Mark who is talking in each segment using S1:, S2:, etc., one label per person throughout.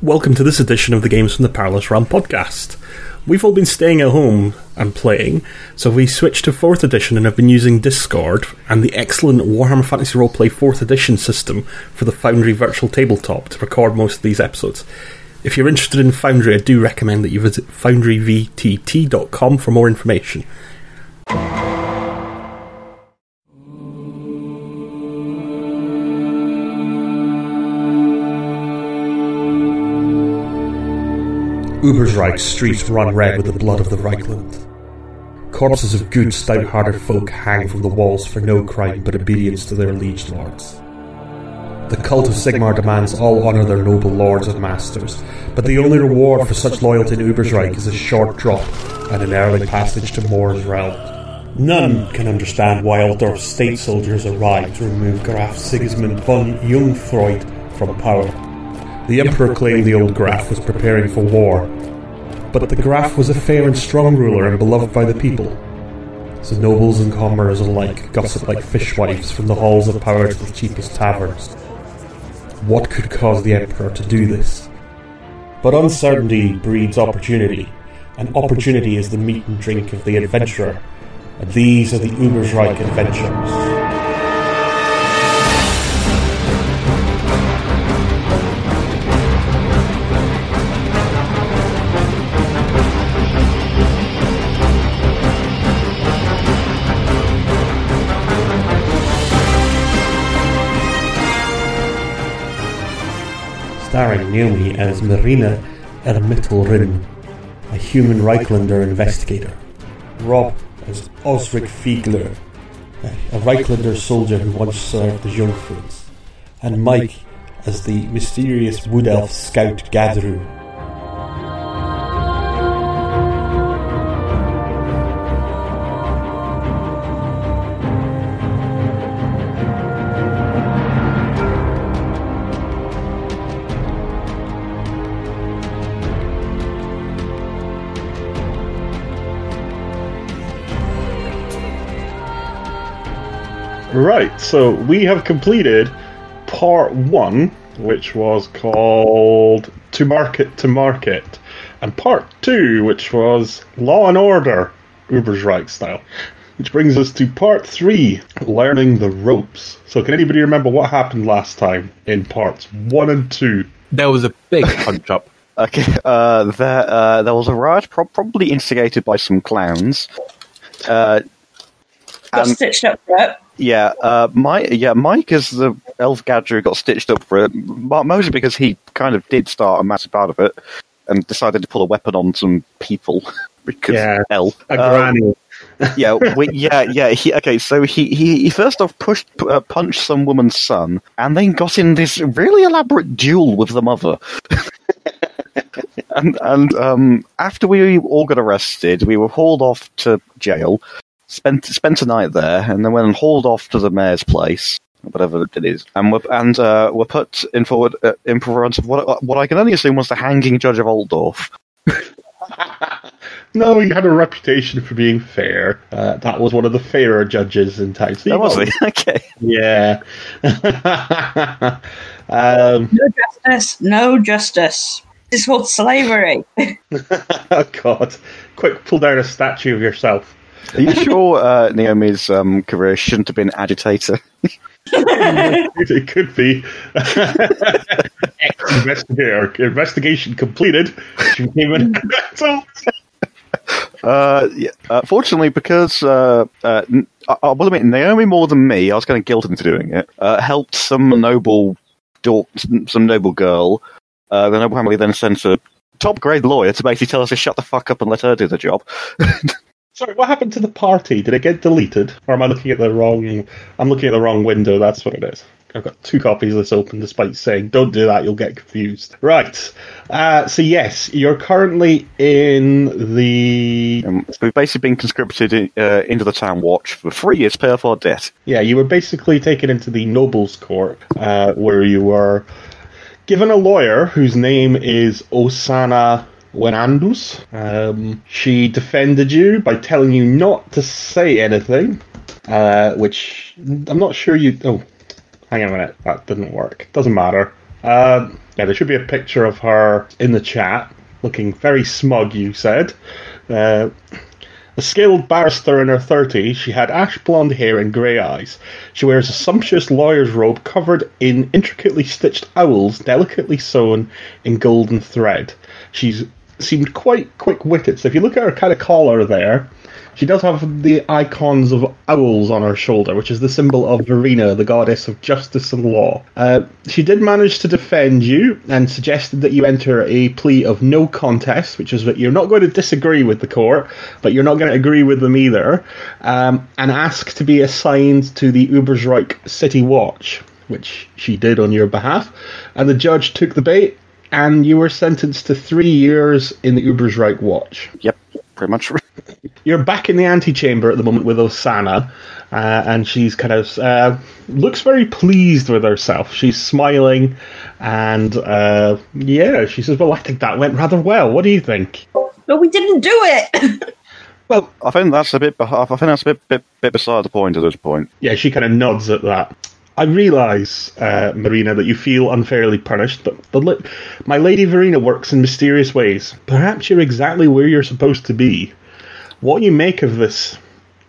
S1: Welcome to this edition of the Games from the Parallels Round podcast. We've all been staying at home and playing, so we switched to 4th edition and have been using Discord and the excellent Warhammer Fantasy Roleplay 4th edition system for the Foundry Virtual Tabletop to record most of these episodes. If you're interested in Foundry, I do recommend that you visit foundryvtt.com for more information. Ubersreich's streets run red with the blood of the Reichland. Corpses of good, stout-hearted folk hang from the walls for no crime but obedience to their liege lords. The cult of Sigmar demands all honour their noble lords and masters, but the only reward for such loyalty to Ubersreich is a short drop and an early passage to Moor's realm. None can understand why Aldorf's state soldiers arrived to remove Graf Sigismund von Jungfreud from power. The Emperor claimed the old Graf was preparing for war, but the Graf was a fair and strong ruler and beloved by the people. So nobles and commoners alike gossip like fishwives from the halls of power to the cheapest taverns. What could cause the Emperor to do this? But uncertainty breeds opportunity, and opportunity is the meat and drink of the adventurer, and these are the Ubersreich adventures. starring Naomi as Marina Ermittelrin, a human Reichlander investigator, Rob as Osric Fiegler, a Reichlander soldier who once served the Jungfruins, and Mike as the mysterious wood elf scout Gadru.
S2: Right, so we have completed part one, which was called To Market to Market, and part two, which was Law and Order, Uber's Right style. Which brings us to part three, learning the ropes. So, can anybody remember what happened last time in parts one and two?
S3: There was a big punch up.
S4: Okay, uh, there, uh, there was a riot, prob probably instigated by some clowns. Uh,
S5: got
S4: Um,
S5: stitched up for it.
S4: yeah, uh, Mike. Yeah, Mike as the elf gadger got stitched up for it, mo- mostly because he kind of did start a massive part of it, and decided to pull a weapon on some people because
S2: Yeah,
S4: elf.
S2: A
S4: Um,
S2: granny.
S4: yeah, we, yeah, yeah. He, okay, so he, he, he first off pushed uh, punched some woman's son, and then got in this really elaborate duel with the mother. and and um, after we all got arrested, we were hauled off to jail, spent spent a night there, and then went and hauled off to the mayor's place. Whatever it is, and we're, and uh, were put in forward uh, in front of what what I can only assume was the hanging judge of Altdorf.
S2: No, he had a reputation for being fair. Uh, that was one of the fairer judges in town. So you
S4: That was
S2: got-
S4: he. Okay.
S2: Yeah. um,
S5: No justice, no justice. It's called slavery.
S2: Oh God! Quick, pull down a statue of yourself.
S4: Are you sure uh, Naomi's um, career shouldn't have been agitator?
S2: It could be investigator investigation completed. She became an adult.
S4: Uh, yeah, uh, fortunately, because uh, uh, n- I- I will admit Naomi more than me, I was going to guilt him to doing it. Uh, helped some noble dork, some noble girl. Uh, the noble family then sent a top grade lawyer to basically tell us to shut the fuck up and let her do the job. Um,
S2: Sorry, what happened to the party? Did it get deleted, or am I looking at the wrong? I'm looking at the wrong window. That's what it is. I've got two copies of this open, despite saying don't do that. You'll get confused. Right. Uh, so yes, you're currently in the
S4: Um, so we've basically been conscripted uh, into the town watch for three years, pay off our debt.
S2: Yeah, you were basically taken into the nobles' court, uh, where you were given a lawyer whose name is Osana Wenandus. Um, she defended you by telling you not to say anything, uh, which I'm not sure you. Oh, hang on a minute, that didn't work. Doesn't matter. Um, yeah, there should be a picture of her in the chat, looking very smug. You said. Uh, a skilled barrister in her 30s, she had ash blonde hair and grey eyes. She wears a sumptuous lawyer's robe covered in intricately stitched owls, delicately sewn in golden thread. She's seemed quite quick witted. So if you look at her kind of collar there, she does have the icons of owls on her shoulder, which is the symbol of Verena, the goddess of justice and law. Uh, she did manage to defend you and suggested that you enter a plea of no contest, which is that you're not going to disagree with the court, but you're not going to agree with them either, um, and ask to be assigned to the Ubersreich City Watch. Which she did on your behalf, and the judge took the bait, and you were sentenced to three years in the Ubersreich Watch
S4: Yep, pretty much.
S2: you're back in the antechamber at the moment with Osana, uh, and she's kind of uh, looks very pleased with herself. She's smiling, and uh, yeah, she says, "Well, I think that went rather well. What do you think?"
S5: But we didn't do it.
S4: Well, I think that's a bit. beh- I think that's a bit, bit, bit beside the point at this point.
S2: Yeah, she kind of nods at that. I realise, uh, Marina, that you feel unfairly punished, but the li- my Lady Verena works in mysterious ways. Perhaps you're exactly where you're supposed to be. What you make of this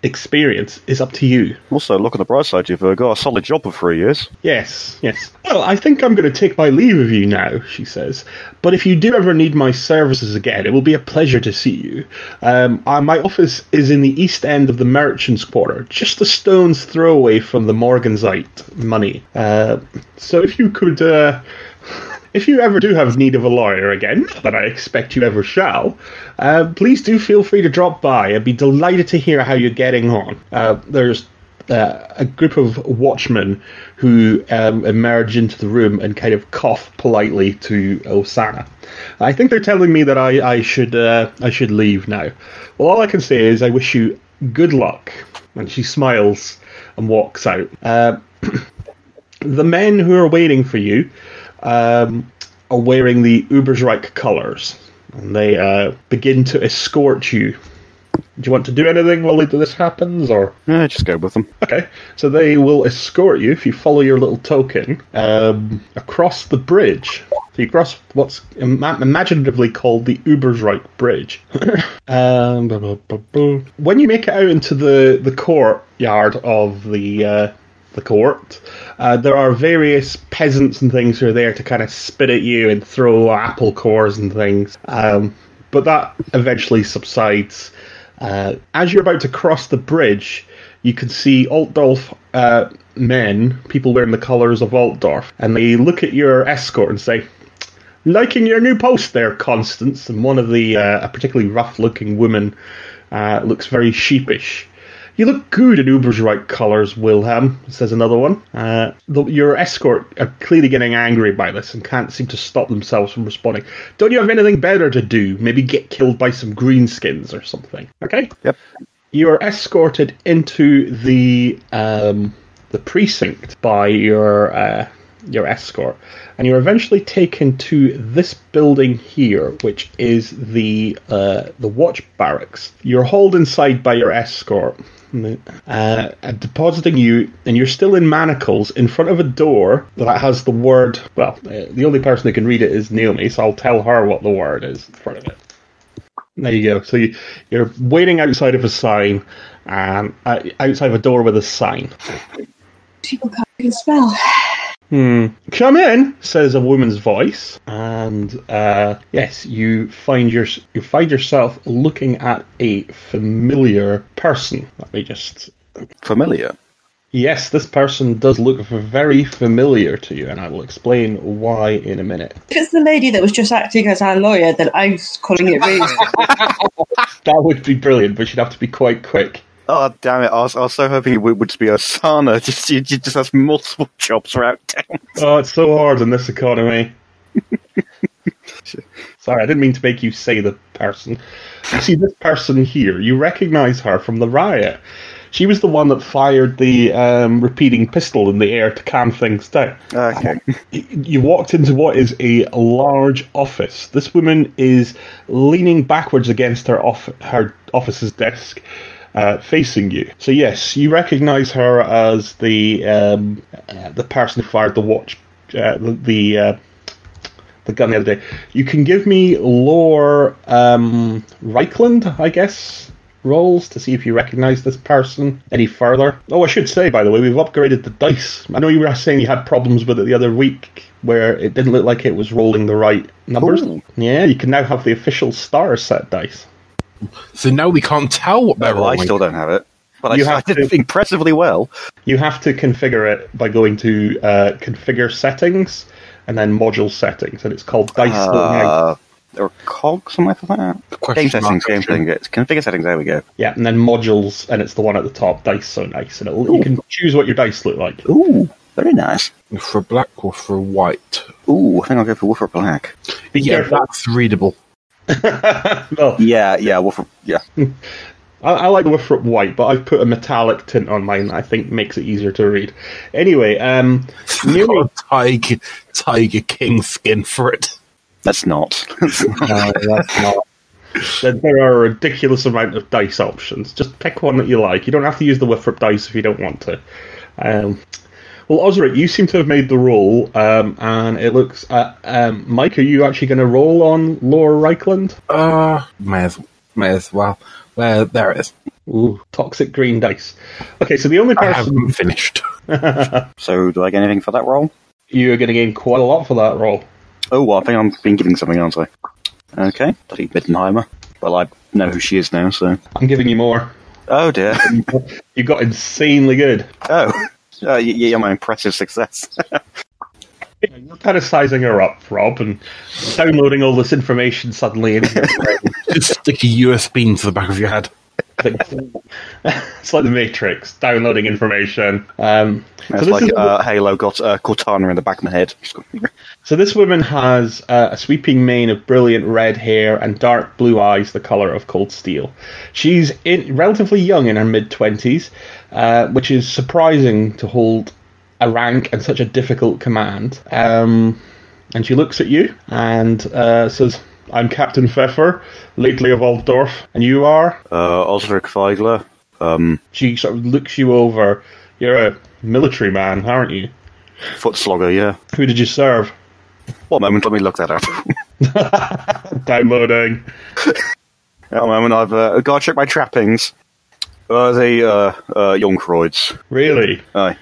S2: experience is up to you.
S4: Also, look on the bright side, you've uh, got a solid job for three years.
S2: Yes, yes. Well, I think I'm going to take my leave of you now, she says. But if you do ever need my services again, it will be a pleasure to see you. Um, I, my office is in the east end of the merchants' quarter, just a stone's throw away from the Morgansite money. Uh, so if you could. Uh, if you ever do have need of a lawyer again, not that I expect you ever shall, uh, please do feel free to drop by. I'd be delighted to hear how you're getting on. Uh, there's uh, a group of watchmen who um, emerge into the room and kind of cough politely to Osana. I think they're telling me that I, I should uh, I should leave now. Well, all I can say is I wish you good luck. And she smiles and walks out. Uh, the men who are waiting for you um, are wearing the Ubersreich colours, and they uh, begin to escort you. Do you want to do anything while this happens, or?
S4: Yeah, just go with them.
S2: Okay, so they will escort you if you follow your little token um, across the bridge. So you cross what's ima- imaginatively called the Ubersreich Bridge. um, blah, blah, blah, blah. When you make it out into the the courtyard of the uh, the court, uh, there are various peasants and things who are there to kind of spit at you and throw apple cores and things. Um, but that eventually subsides. Uh, as you're about to cross the bridge, you can see Altdorf uh, men, people wearing the colours of Altdorf, and they look at your escort and say, "Liking your new post there, Constance." And one of the, uh, a particularly rough-looking woman, uh, looks very sheepish. You look good in Uber's right colours, Wilhelm, says another one. Uh, the, your escort are clearly getting angry by this and can't seem to stop themselves from responding. Don't you have anything better to do? Maybe get killed by some greenskins or something. Okay?
S4: Yep.
S2: you are escorted into the um, the precinct by your uh, your escort, and you're eventually taken to this building here, which is the uh, the watch barracks. You're hauled inside by your escort, uh, and depositing you, and you're still in manacles in front of a door that has the word. Well, uh, the only person who can read it is Naomi, so I'll tell her what the word is in front of it. There you go. So you, you're waiting outside of a sign, um, uh, outside of a door with a sign.
S5: People can't even spell.
S2: Hmm. Come in, says a woman's voice, and uh, yes, you find your you find yourself looking at a familiar person. Let me just.
S4: Familiar.
S2: Yes, this person does look very familiar to you, and I will explain why in a minute.
S5: If it's the lady that was just acting as our lawyer, then I was calling it reasonable.
S2: That would be brilliant, but you'd have to be quite quick.
S4: Oh damn it! I was, I was so hoping it would, would just be Osana. Just you, you just has multiple jobs throughout town.
S2: Oh, it's so hard in this economy. Sorry, I didn't mean to make you say the person. You see this person here. You recognize her from the riot. She was the one that fired the um, repeating pistol in the air to calm things down.
S4: Okay.
S2: Y- You walked into what is a large office. This woman is leaning backwards against her off- her office's desk, uh, facing you. So yes, you recognise her as the um, uh, the person who fired the watch uh, the the, uh, the gun the other day. You can give me lore um, Reichland, I guess, rolls to see if you recognise this person any further. Oh, I should say, by the way, we've upgraded the dice. I know you were saying you had problems with it the other week, where it didn't look like it was rolling the right numbers.
S4: Ooh.
S2: Yeah, you can now have the official star set dice.
S3: So now we can't tell what they're
S4: Well, I
S3: rolling.
S4: still don't have it. But I,
S2: You
S4: I
S2: have
S4: did
S2: to-
S4: impressively well.
S2: You have to configure it by going to uh, configure settings and then module settings, and it's called dice. loading.
S4: Uh, or cog, something like that.
S3: Question
S4: Game
S3: mark
S4: settings, game
S3: option.
S4: settings, configure settings. There we go.
S2: yeah, and then modules, and it's the one at the top. Dice so nice, and it'll, you can choose what your dice look like.
S4: Ooh, very nice.
S3: For black or for white?
S4: Ooh, I think I'll go for Woofer Black.
S2: Be
S3: yeah,
S2: careful.
S3: that's readable.
S2: Well,
S4: Yeah, yeah, Woofer. Yeah,
S2: I, I like the Winthrop White, but I've put a metallic tint on mine that I think makes it easier to read. Anyway, um,
S3: Got
S2: Neri,
S3: a tiger, tiger king skin for it.
S4: that's not.
S2: there there are a ridiculous amount of dice options. Just pick one that you like. You don't have to use the Winthrop dice if you don't want to. Um, well, Osric, you seem to have made the roll, um, and it looks. Uh, um, Mike, are you actually going to roll on Laura Reichland?
S3: Uh, may as may as well. There, there it is.
S2: Ooh, toxic green dice. Okay, so the only
S3: I
S2: person
S3: haven't finished.
S4: so, do I get anything for that roll?
S2: you're going to gain quite a lot for that roll.
S4: Oh, well, I think I'm been giving something, aren't I? Okay, bloody Middenheimer. Well, I know who she is now, so.
S2: I'm giving you more.
S4: Oh dear.
S2: You got insanely good.
S4: oh, uh, y- yeah, my impressive success.
S2: You're kind of sizing her up, Rob, and downloading all this information suddenly into your brain.
S3: Just stick a USB into the back of your head.
S2: it's like the Matrix, downloading information. Um, so,
S4: It's
S2: this
S4: like
S2: is-
S4: uh, Halo got uh, Cortana in the back of my head.
S2: so this woman has uh, a sweeping mane of brilliant red hair and dark blue eyes, the color of cold steel. She's in, relatively young in her mid twenties, uh, which is surprising to hold a rank and such a difficult command. Um, and she looks at you and uh, says, "I'm Captain Pfeffer, lately of Altdorf, and you are."
S4: Uh, Osric Feigler. Um,
S2: she sort of looks you over. You're a military man, aren't you?
S4: foot slogger, yeah.
S2: Who did you serve?
S4: One moment, let me look that up.
S2: Downloading.
S4: One moment, I've uh, got to check my trappings. Uh, the uh, uh, Yonkroids.
S2: Really?
S4: Aye.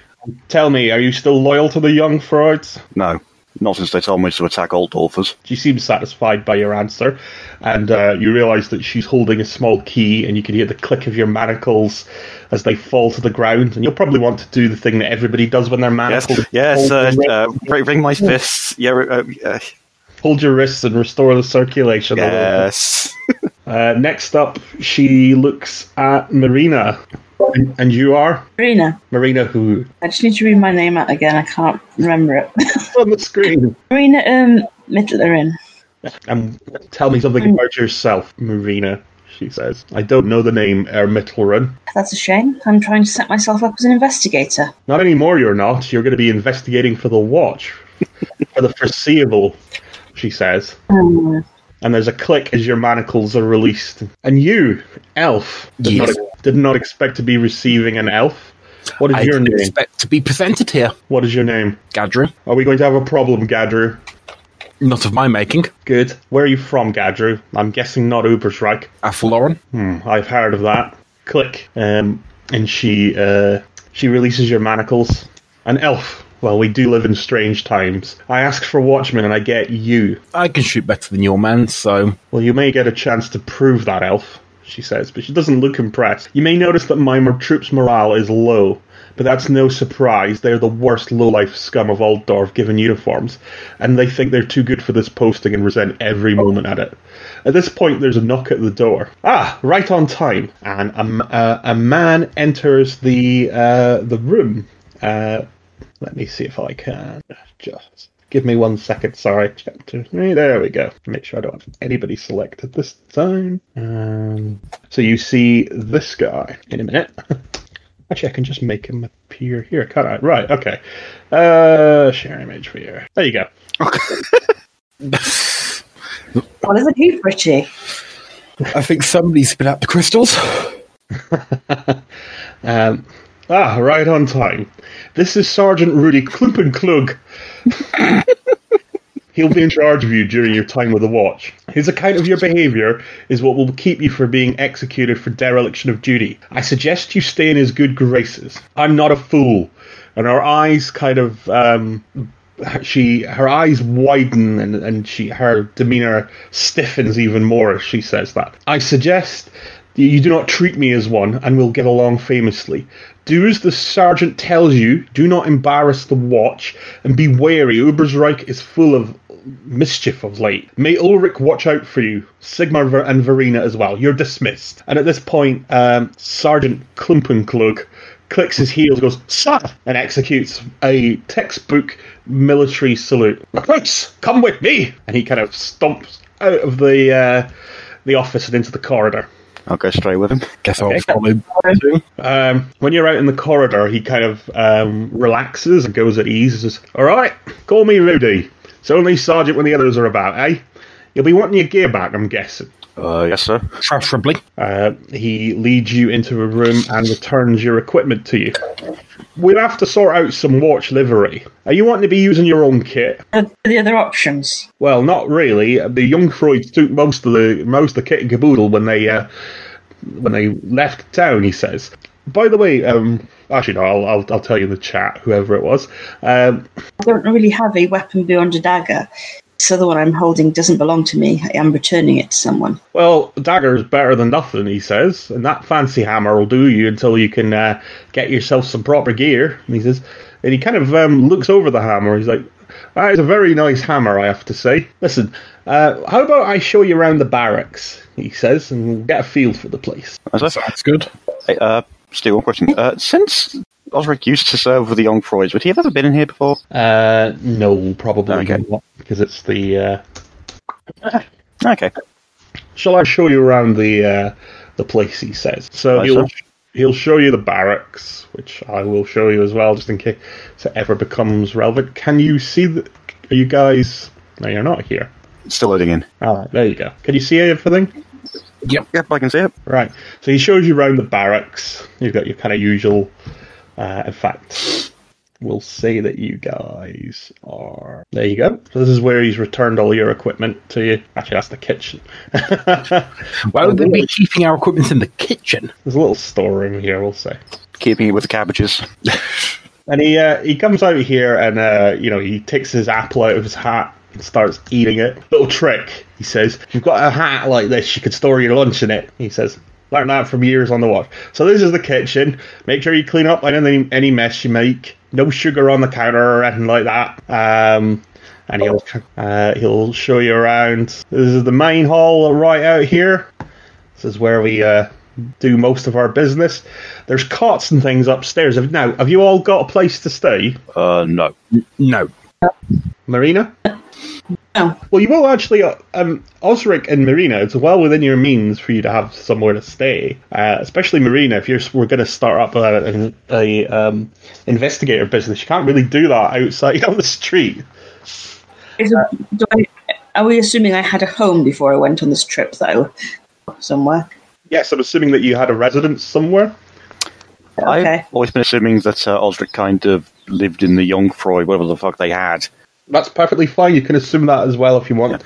S2: Tell me, are you still loyal to the young Freuds?
S4: No, not since they told me to attack Altdorfers.
S2: She seems satisfied by your answer, and uh, you realise that she's holding a small key, and you can hear the click of your manacles as they fall to the ground. And you'll probably want to do the thing that everybody does when they're
S4: Yes,
S2: manacled:
S4: yes,
S2: hold,
S4: uh,
S2: your, wri-
S4: uh, bring bring my fists. Yeah, uh, uh,
S2: hold your wrists and restore the circulation. a little bit.
S4: yes.
S2: Uh, next up, she looks at Marina, and, and you are
S5: Marina.
S2: Marina, who
S5: I just need to read my name out again. I can't remember it.
S2: on the screen.
S5: Marina um, Mittlerin.
S2: And tell me something about yourself, Marina, she says. I don't know the name Ermittelrun.
S5: That's a shame. I'm trying to set myself up as an investigator.
S2: Not anymore, you're not. You're going to be investigating for the watch for the foreseeable, she says.
S5: Um,
S2: And there's a click as your manacles are released. And you, elf, did,
S3: Yes.
S2: not, did not expect to be receiving an elf. What is
S3: I
S2: your
S3: didn't
S2: name?
S3: expect to be presented here,
S2: What is your name?
S3: Gadru.
S2: Are we going to have a problem, Gadru?
S3: Not of my making.
S2: Good. Where are you from, Gadru? I'm guessing not Uberschreik.
S3: Athelloran.
S2: I've heard of that. Click, um, and she uh, she releases your manacles. An elf. Well, we do live in strange times. I ask for watchmen, and I get you.
S3: I can shoot better than your man, so
S2: Well, you may get a chance to prove that elf. She says, but she doesn't look impressed. You may notice that my mor- troops' morale is low, but that's no surprise. They're the worst lowlife scum of Altdorf given uniforms, and they think they're too good for this posting and resent every moment at it. At this point, there's a knock at the door. Ah, right on time, and a, m- uh, a man enters the uh, the room. Uh, let me see if I can. Just give me one second. Sorry. Chapter three. There we go. Make sure I don't have anybody selected this time. Um, so you see this guy in a minute. Actually, I can just make him appear here, can't I? Right. Okay. Uh, share image for you. There you go.
S5: well, isn't he pretty?
S3: I think somebody spit out the crystals.
S2: Um, Ah, right on time. This is Sergeant Rudy Klumpenklug. He'll be in charge of you during your time with the watch. His account of your behavior is what will keep you from being executed for dereliction of duty. I suggest you stay in his good graces. I'm not a fool. And her eyes kind of um, she her eyes widen and, and she her demeanor stiffens even more as she says that. I suggest that you do not treat me as one and we'll get along famously. Do as the sergeant tells you, do not embarrass the watch, and be wary. Ubersreich is full of mischief of late. May Ulrich watch out for you, Sigma Ver- and Verena as well. You're dismissed. And at this point, um, Sergeant Klumpenklug clicks his heels, goes "Sir!" and executes a textbook military salute. "Recruits, come with me!" And he kind of stomps out of the uh, the office and into the corridor.
S4: I'll go straight with him.
S3: Guess I'll follow him.
S2: Um, when you're out in the corridor, he kind of um, relaxes and goes at ease. and Says, "All right, call me Rudy. It's only Sergeant when the others are about, eh? You'll be wanting your gear back, I'm guessing."
S4: Uh, yes, sir.
S3: Preferably.
S2: Uh, he leads you into a room and returns your equipment to you. We'll have to sort out some watch livery. Are you wanting to be using your own kit?
S5: Are there any other options?
S2: Well, not really. The young Freud took most of the most of the kit and caboodle when they uh, when they left town. He says. By the way, um, actually no, I'll, I'll I'll tell you in the chat whoever it was. Um,
S5: I don't really have a weapon beyond a dagger. This other one I'm holding doesn't belong to me. I am returning it to someone.
S2: well, dagger's better than nothing, he says, and that fancy hammer will do you until you can uh, get yourself some proper gear. And he says, and he kind of um, looks over the hammer. He's like, "That is a very nice hammer, I have to say." Listen, uh, how about I show you around the barracks? He says, and we'll get a feel for the place.
S4: Yes, sir.
S3: That's good.
S4: Hey, uh, Stu, one question. Uh, since Osric used to serve with the Young Freuds, would he have ever been in here before?
S2: Uh, no, probably
S4: Okay.
S2: not, because it's the. Uh,
S4: Okay.
S2: Shall I show you around the uh, the place? He says. So
S4: Aye,
S2: he'll
S4: sir.
S2: he'll show you the barracks, which I will show you as well, just in case it ever becomes relevant. Can you see the? Are you guys? No, you're not here.
S4: It's still loading in.
S2: All right, there you go. Can you see everything?
S4: Yep, I can see it.
S2: Right. So he shows you around the barracks. You've got your kind of usual. Uh, in fact, we'll say that you guys are. There you go. So this is where he's returned all your equipment to you. Actually, that's the kitchen.
S3: Why would they be keeping our equipment in the kitchen?
S2: There's a little storeroom here, we'll say.
S4: Keeping it with the cabbages.
S2: And he uh, he comes out here and uh, you know he takes his apple out of his hat and starts eating it. Little trick, he says. If you've got a hat like this, you could store your lunch in it. He says. Learn that from years on the watch. So this is the kitchen. Make sure you clean up any any mess you make. No sugar on the counter or anything like that. Um, and he'll uh, he'll show you around. This is the main hall right out here. This is where we uh, do most of our business. There's cots and things upstairs. Have- Now, have you all got a place to stay,
S4: Uh, no.
S3: No.
S2: Marina?
S5: No.
S2: Well, you will actually. uh, Um, Osric and Marina, it's well within your means for you to have somewhere to stay. Uh, especially Marina, if you're we're going to start up a, an a um, investigator business, you can't really do that outside on the street.
S5: Is it- do I, are we assuming I had a home before I went on this trip, though? Somewhere.
S2: Yes, I'm assuming that you had a residence somewhere.
S5: Okay.
S4: I've always been assuming that uh, Osric kind of lived in the Jungfrau, whatever the fuck they had.
S2: That's perfectly fine. You can assume that as well if you want.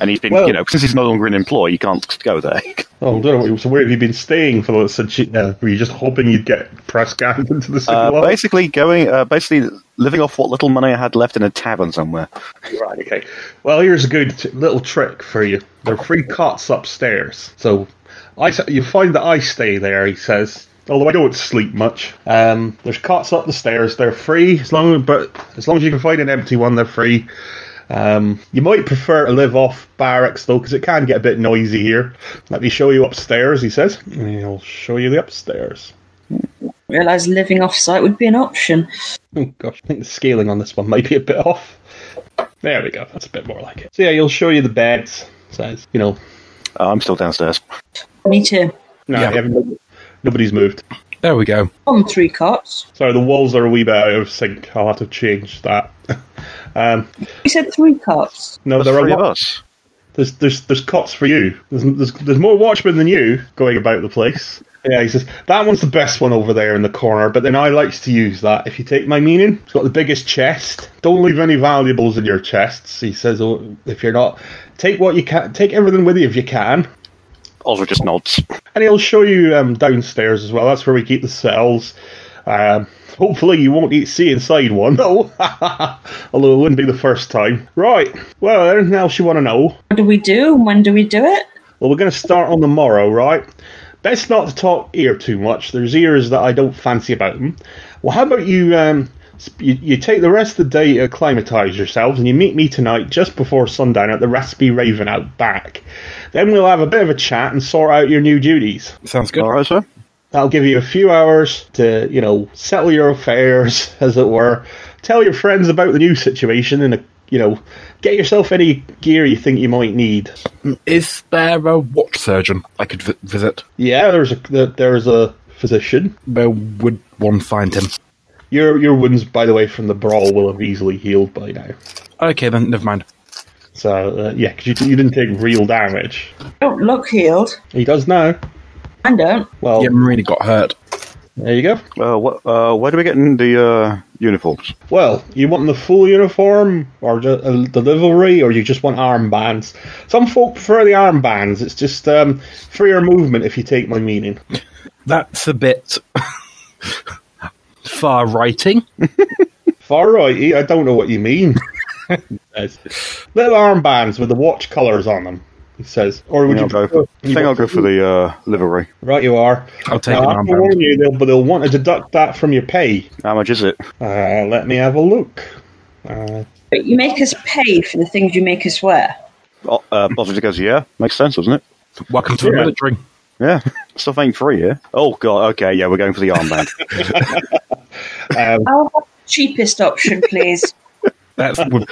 S4: And he's been,
S2: Well-
S4: you know, since he's no longer in employ, you can't go there.
S2: Oh, I don't know. So where have you been staying for the since you, uh, were you just hoping you'd get press ganged into the city?
S4: Uh,
S2: wall?
S4: basically, going, uh, basically living off what little money I had left in a tavern somewhere.
S2: Right. Okay. Well, here's a good t- little trick for you. There are three cots upstairs, so I s- you find that I stay there. He says, although I don't sleep much. Um, there's cots up the stairs. They're free as long, but as long as you can find an empty one, they're free. Um, you might prefer to live off barracks though, because it can get a bit noisy here. Let me show you upstairs. He says, and he'll show you the upstairs.
S5: Realise living off site would be an option.
S2: Oh gosh, I think the scaling on this one might be a bit off. There we go. That's a bit more like it. So yeah, he'll show you the beds. Says, you know,
S4: Uh, I'm still downstairs.
S5: Me too.
S2: no,
S3: Yeah.
S2: they haven't- nobody's moved.
S3: There we go.
S5: On three cots.
S2: Sorry, the walls are a wee bit out of sync. I'll have to change that. um,
S5: You said three cots.
S2: no,
S4: There's
S2: there are
S4: three of
S2: wa-
S4: us.
S2: there's there's there's cots for you. There's, there's there's more watchmen than you going about the place. Yeah, he says that one's the best one over there in the corner. But then I likes to use that. If you take my meaning, it's got the biggest chest. Don't leave any valuables in your chests. He says oh, if you're not, take what you can, take everything with you if you can.
S4: Osra just nods.
S2: And he'll show you um, downstairs as well. That's where we keep the cells. Um, hopefully, you won't eat, see inside one, though. Although it wouldn't be the first time. Right. Well, anything else you want to know?
S5: What do we do? and When do we do it?
S2: Well, we're going to start on the morrow, right? Best not to talk ear too much. There's ears that I don't fancy about them. Well, how about you? Um, sp- you, you take the rest of the day to acclimatise yourselves, and you meet me tonight just before sundown at the Raspy Raven out back. Then we'll have a bit of a chat and sort out your new duties.
S3: Sounds good.
S4: All right, sir.
S2: That'll give you a few hours to, you know, settle your affairs, as it were. Tell your friends about the new situation and, uh, you know, get yourself any gear you think you might need.
S3: Is there a watch surgeon I could vi- visit?
S2: Yeah, there's a there's a physician.
S3: Where would one find him?
S2: Your your wounds, by the way, from the brawl will have easily healed by now.
S3: Okay, then, never mind.
S2: So uh, yeah, 'cause you, you didn't take real damage.
S5: Don't look healed.
S2: He does now.
S5: I don't.
S2: Well,
S3: Yeah, Marina got hurt.
S2: there you go.
S4: Uh, what, uh, where do we get in the uh, uniforms?
S2: Well, you want the full uniform or ju- uh, the livery, or you just want armbands? Some folk prefer the armbands. It's just um, freer movement, if you take my meaning.
S3: That's a bit far righting.
S2: Far righty, I don't know what you mean. He says. Little armbands with the watch colours on them. He says, or would
S4: Yeah,
S2: you
S4: I'll go for, I
S2: you
S4: think I'll
S2: want-
S4: go for the uh, livery.
S2: Right, you are.
S3: I'll take
S2: now,
S3: an
S2: I
S3: armband.
S2: warn you, they'll, but they'll want to deduct that from your pay.
S4: How much is it?
S2: Uh, let me have a look.
S5: But you make us pay for the things you make us wear.
S4: Oh, uh, Osra goes, yeah, makes sense, doesn't it?
S3: Welcome to the
S2: Yeah.
S3: military.
S4: Yeah, stuff ain't free, yeah. Oh god, okay, yeah, we're going for the armband.
S5: I'll have the cheapest option, please.
S3: That's would-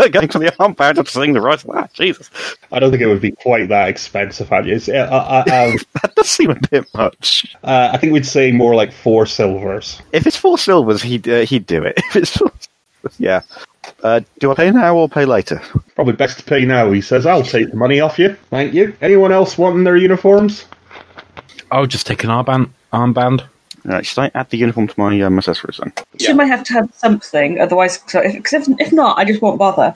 S4: we're going for the armband. I'm seeing the right of that. Jesus,
S2: I don't think it would be quite that expensive, had you? It's, uh, uh, uh, um,
S4: that does seem a bit much.
S2: uh, I think we'd say more like four silvers.
S4: If it's four silvers, he'd uh, he'd do it. If it's four, silvers, yeah. Uh, do I pay now or pay later?
S2: Probably best to pay now, he says. I'll take the money off you. Thank you. Anyone else wanting their uniforms?
S3: I'll just take an armband. Armband.
S4: Right, should I add the uniform to my um, accessories then?
S5: She might have to have something, otherwise, because if, if not, I just won't bother.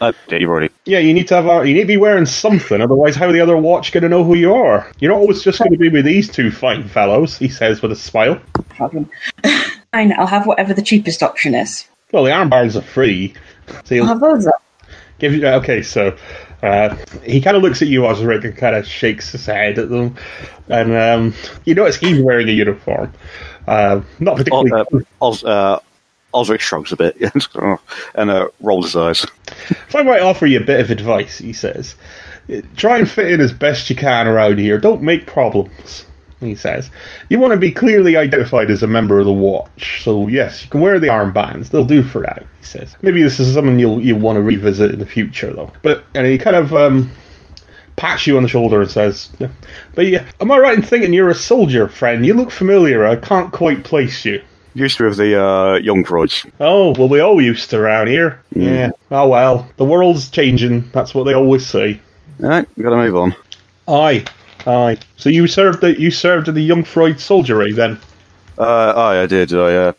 S4: Uh, yeah, you've already.
S2: Yeah, you need to have. A, you need to be wearing something, otherwise, how are the other watch going to know who you are? You're not always just going to be with these two fine fellows, he says with a smile.
S5: Problem. Fine, I'll have whatever the cheapest option is.
S2: Well, the armbands are free, so
S5: I'll
S2: you'll
S5: have those up.
S2: Give you okay, so uh, he kind of looks at you, Osric, and kind of shakes his head at them, and um, you notice he's wearing a uniform. Uh, not
S4: Oh,
S2: particularly.
S4: uh, Oz, uh, Osric shrugs a bit and uh, rolls his eyes.
S2: if I might offer you a bit of advice, he says, try and fit in as best you can around here. Don't make problems. He says, you want to be clearly identified as a member of the Watch, so yes, you can wear the armbands. They'll do for that. He says, maybe this is something you'll you want to revisit in the future, though. But and he kind of um, pats you on the shoulder and says, "But yeah, am I right in thinking you're a soldier, friend? You look familiar. I can't quite place you."
S4: Used to with the uh, young droids.
S2: Oh, well, we all used to around here. Yeah. Oh well, the world's changing. That's what they always say.
S4: All right, we got to move on.
S2: Aye, aye. So you served the you served in the Young Freud soldiery then?
S4: Uh, aye, I did. I uh,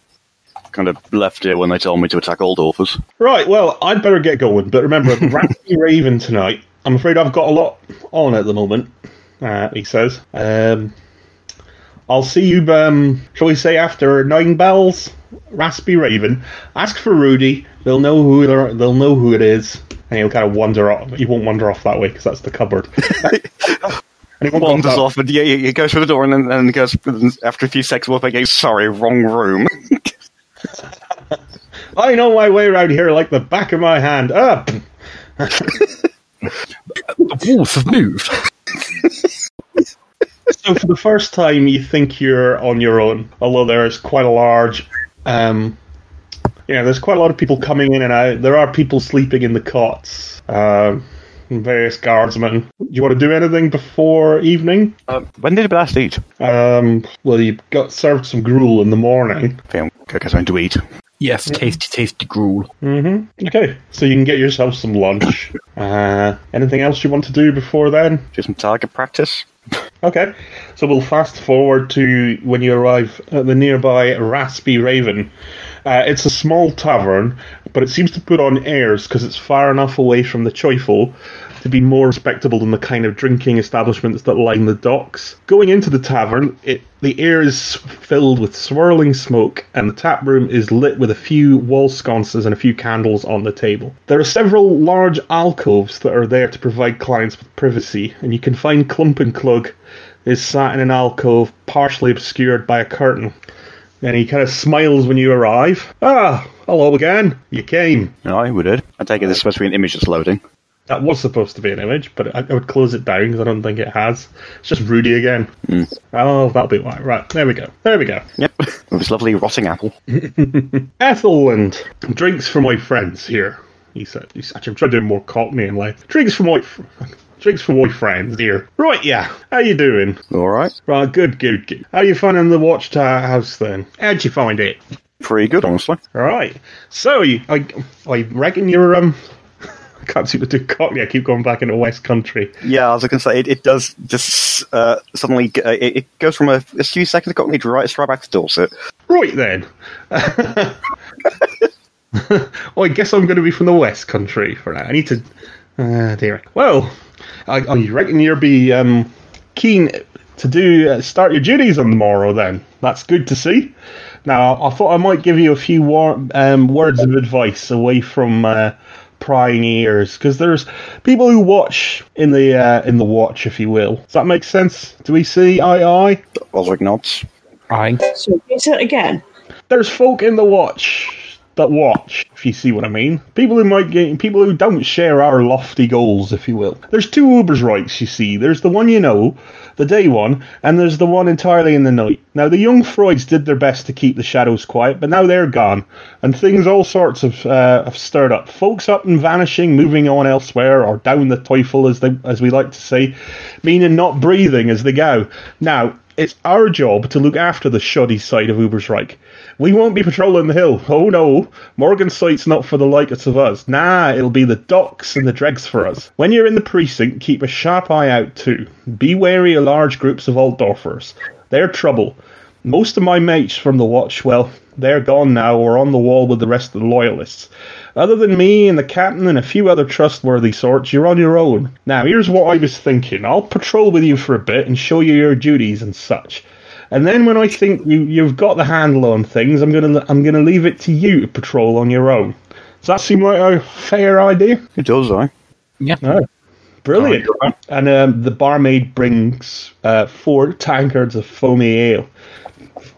S4: kind of left it when they told me to attack old authors.
S2: Right. Well, I'd better get going. But remember, Raspy Raven tonight. I'm afraid I've got a lot on at the moment. Uh, he says. Um, I'll see you. Um, shall we say after nine bells? Raspy Raven. Ask for Rudy. They'll know who they're- they'll know who it is. And he'll kind of wander off. He won't wander off that way because that's the cupboard. and he won't go
S4: Wanders
S2: that-
S4: off, and yeah, yeah, he goes through the door, and then and goes after a few seconds. Wolf goes, "Sorry, wrong room."
S2: I know my way around here like the back of my hand. Up.
S3: The walls have moved.
S2: So for the first time, you think you're on your own, although there's quite a large, um, yeah, there's quite a lot of people coming in and out. There are people sleeping in the cots, um, and various guardsmen. Do you want to do anything before evening?
S4: um, when did we last eat?
S2: Um, well, you got served some gruel in the morning.
S4: I think I'm gonna go something to eat.
S3: Yes, tasty, tasty gruel.
S2: Okay, so you can get yourself some lunch. Uh, anything else you want to do before then?
S4: Do some target practice.
S2: Okay, so we'll fast forward to when you arrive at the nearby Raspy Raven. Uh, it's a small tavern, but it seems to put on airs because it's far enough away from the Choifle to be more respectable than the kind of drinking establishments that line the docks. Going into the tavern, it the air is filled with swirling smoke, and the tap room is lit with a few wall sconces and a few candles on the table. There are several large alcoves that are there to provide clients with privacy, and you can find Clump and Clug is sat in an alcove partially obscured by a curtain. And he kind of smiles when you arrive. Ah, hello again. You came.
S4: I would. Ed. I take it this is supposed to be an image that's loading.
S2: That was supposed to be an image, but I, I would close it down because I don't think it has. It's just Rudy again. Oh, that'll be why. Right, there we go. There we go.
S4: Yep. With this lovely rotting apple.
S2: Ethelwyn, drinks for my friends here. He said. He's actually I'm trying to do more Cockney in life. Drinks for my. Fr- Drinks for my friends here. Right, yeah. How you doing?
S4: All right.
S2: Right, good, good, good. How you finding the Watchtower House then? How'd you find it?
S4: Pretty good, honestly.
S2: All right. So you, I, I reckon you're um. I can't seem to do Cockney. I keep going back into West Country.
S4: Yeah, I was going to say, it, it does just uh, suddenly, g- uh, it, it goes from a, a few seconds of Cockney to right, it's right back to Dorset.
S2: Right then. well, I guess I'm going to be from the West Country for now. I need to. Uh, dear. Well, I, I reckon you'll be um, keen to do uh, start your duties on the morrow. Then that's good to see. Now, I thought I might give you a few war- um, words of advice away from uh, prying ears, because there's people who watch in the uh, in the watch, if you will. Does that make sense? Do we see eye to eye?
S4: Osric nods.
S5: So, can you say that again?
S2: there's folk in the watch that watch, if you see what I mean. People who might get, people who don't share our lofty goals, if you will. There's two Uber's rights, you see. There's the one you know, the day one, and there's the one entirely in the night. Now the young Freuds did their best to keep the shadows quiet, but now they're gone, and things all sorts of uh, have stirred up. Folks up and vanishing, moving on elsewhere, or down the teufel, as they, as we like to say, meaning not breathing as they go. Now it's our job to look after the shoddy side of Uber's Reich. We won't be patrolling the hill. Oh no, Morgan's site's not for the likes of us. Nah, it'll be the docks and the dregs for us. When you're in the precinct, keep a sharp eye out too. Be wary of large groups of Altdorfers. They're trouble. Most of my mates from the watch, well, they're gone now or on the wall with the rest of the loyalists. Other than me and the captain and a few other trustworthy sorts, you're on your own. Now, here's what I was thinking. I'll patrol with you for a bit and show you your duties and such. And then when I think you, you've got the handle on things, I'm gonna I'm gonna leave it to you to patrol on your own. Does that seem like a fair idea?
S4: It does, I.
S2: Brilliant. And um, the barmaid brings uh, four tankards of foamy ale.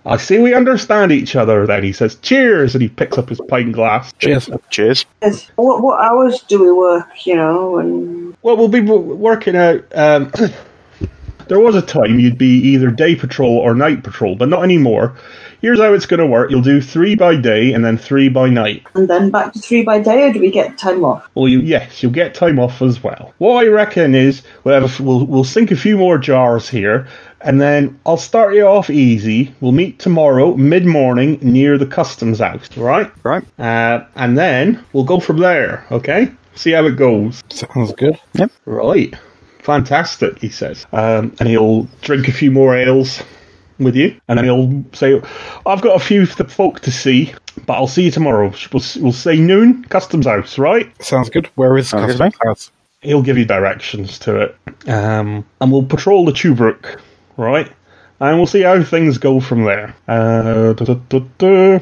S2: I see we understand each other. Then he says, "Cheers!" and he picks up his pint glass.
S3: Cheers.
S4: Uh, Cheers.
S5: Yes. What, what hours do we work, you know? And
S2: Well, we'll be w- working out. Um, there was a time you'd be either day patrol or night patrol, but not anymore. Here's how it's going to work: you'll do three by day and then three by night.
S5: and then back to three by day, or do we get time off?
S2: Well, you, yes, you'll get time off as well. What I reckon is we'll, have, a f- we'll we'll sink a few more jars here, and then I'll start you off easy. We'll meet tomorrow mid morning near the customs house, all right?
S4: Right.
S2: Uh, and then we'll go from there. Okay, see how it goes.
S3: Sounds good.
S2: Right. Fantastic, he says. Um, and he'll drink a few more ales with you. And then he'll say, I've got a few th- folk to see, but I'll see you tomorrow. We'll, s- we'll say noon, customs house, right?
S3: Sounds good. Where is
S4: Sounds good
S3: Custom
S4: to
S3: House?
S2: He'll give you directions to it. Um, and we'll patrol the Tubrook, right? And we'll see how things go from there. Uh, duh, duh, duh, duh.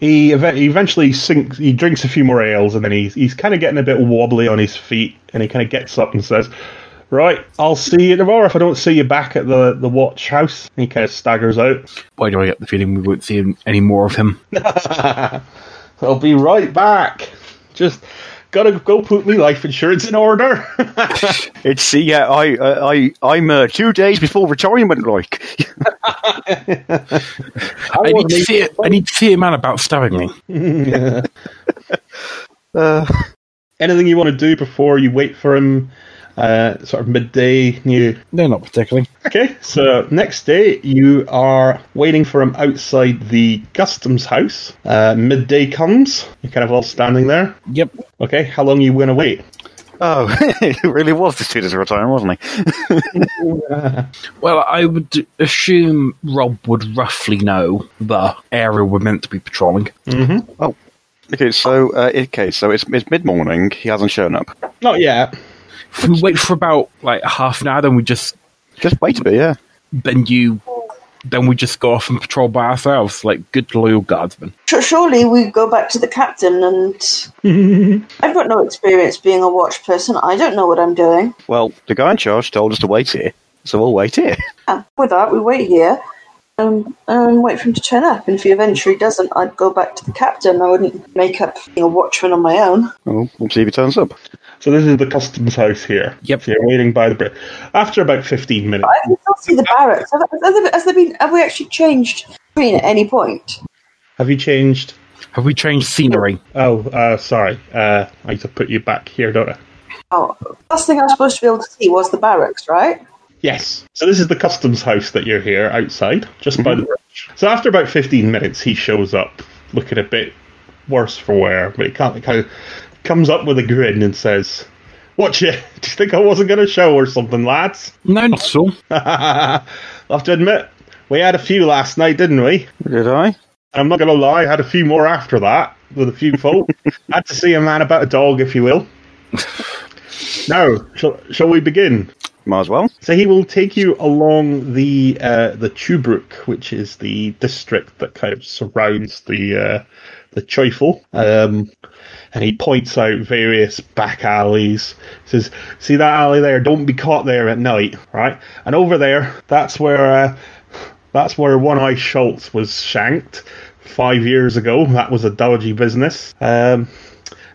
S2: He ev- he eventually sinks. He drinks a few more ales, and then he's he's kind of getting a bit wobbly on his feet, and he kind of gets up and says, Right, I'll see you tomorrow if I don't see you back at the, the watch house. He kind of staggers out.
S3: Why do I get the feeling we won't see him, any more of him?
S2: I'll be right back. Just gotta go put me life insurance in order.
S4: It's yeah. I uh, I I'm uh, two days before retirement, like.
S3: I, need to see I need to see a man about stabbing me.
S4: Uh,
S2: Anything you want to do before you wait for him, uh, sort of midday near
S3: No, not particularly.
S2: Okay, so next day you are waiting for him outside the customs house. Uh, midday comes. You're kind of all standing there.
S3: Yep.
S2: Okay, how long are you going to wait?
S4: Oh, it really was the Tudors who were retiring, wasn't he?
S3: Well, I would assume Rob would roughly know the area we're meant to be patrolling.
S4: Oh, Okay, so uh, okay, so it's, it's mid morning. He hasn't shown up.
S2: Not yet.
S3: If we wait for about like half an hour, then we just
S4: Just wait a bit, yeah.
S3: then you then we just go off and patrol by ourselves, like good loyal guardsmen.
S5: Su- Surely we go back to the captain and. I've got no experience being a watch person. I don't know what I'm doing.
S4: Well, the guy in charge told us to wait here, so we'll wait here.
S5: Uh, with that, we wait here um, and wait for him to turn up. And if he eventually doesn't, I'd go back to the captain. I wouldn't make up being a watchman on my own.
S4: Well, Oh, we'll see if he turns up.
S2: So this is the customs house here.
S3: Yep.
S2: So you're waiting by the bridge. After about 15 minutes,
S5: I can still see the barracks. Have, has, there, has there been? Have we actually changed screen at any point?
S2: have you changed?
S3: Have we changed scenery?
S2: Oh, uh, sorry. Uh, I need to put you back here, don't I?
S5: Oh, last thing I was supposed to be able to see was the barracks, right?
S2: Yes. So this is the customs house that you're here outside, just by the bridge. So after about 15 minutes, he shows up looking a bit worse for wear, but he can't, kind of comes up with a grin and says, Watch it. Do you think I wasn't going to show or something, lads?
S3: No, not at all.
S2: I have to admit, we had a few last night, didn't we?
S4: Did I?
S2: I'm not going to lie, I had a few more after that with a few folk. had to see a man about a dog, if you will. now, shall, shall we begin?
S4: Might as well.
S2: So he will take you along the uh, the Tubruk, which is the district that kind of surrounds the uh, the Choifel. Um, and he points out various back alleys. says, "See that alley there? Don't be caught there at night, right? And over there, that's where uh, that's where One Eye Schultz was shanked five years ago. That was a dodgy business." Um,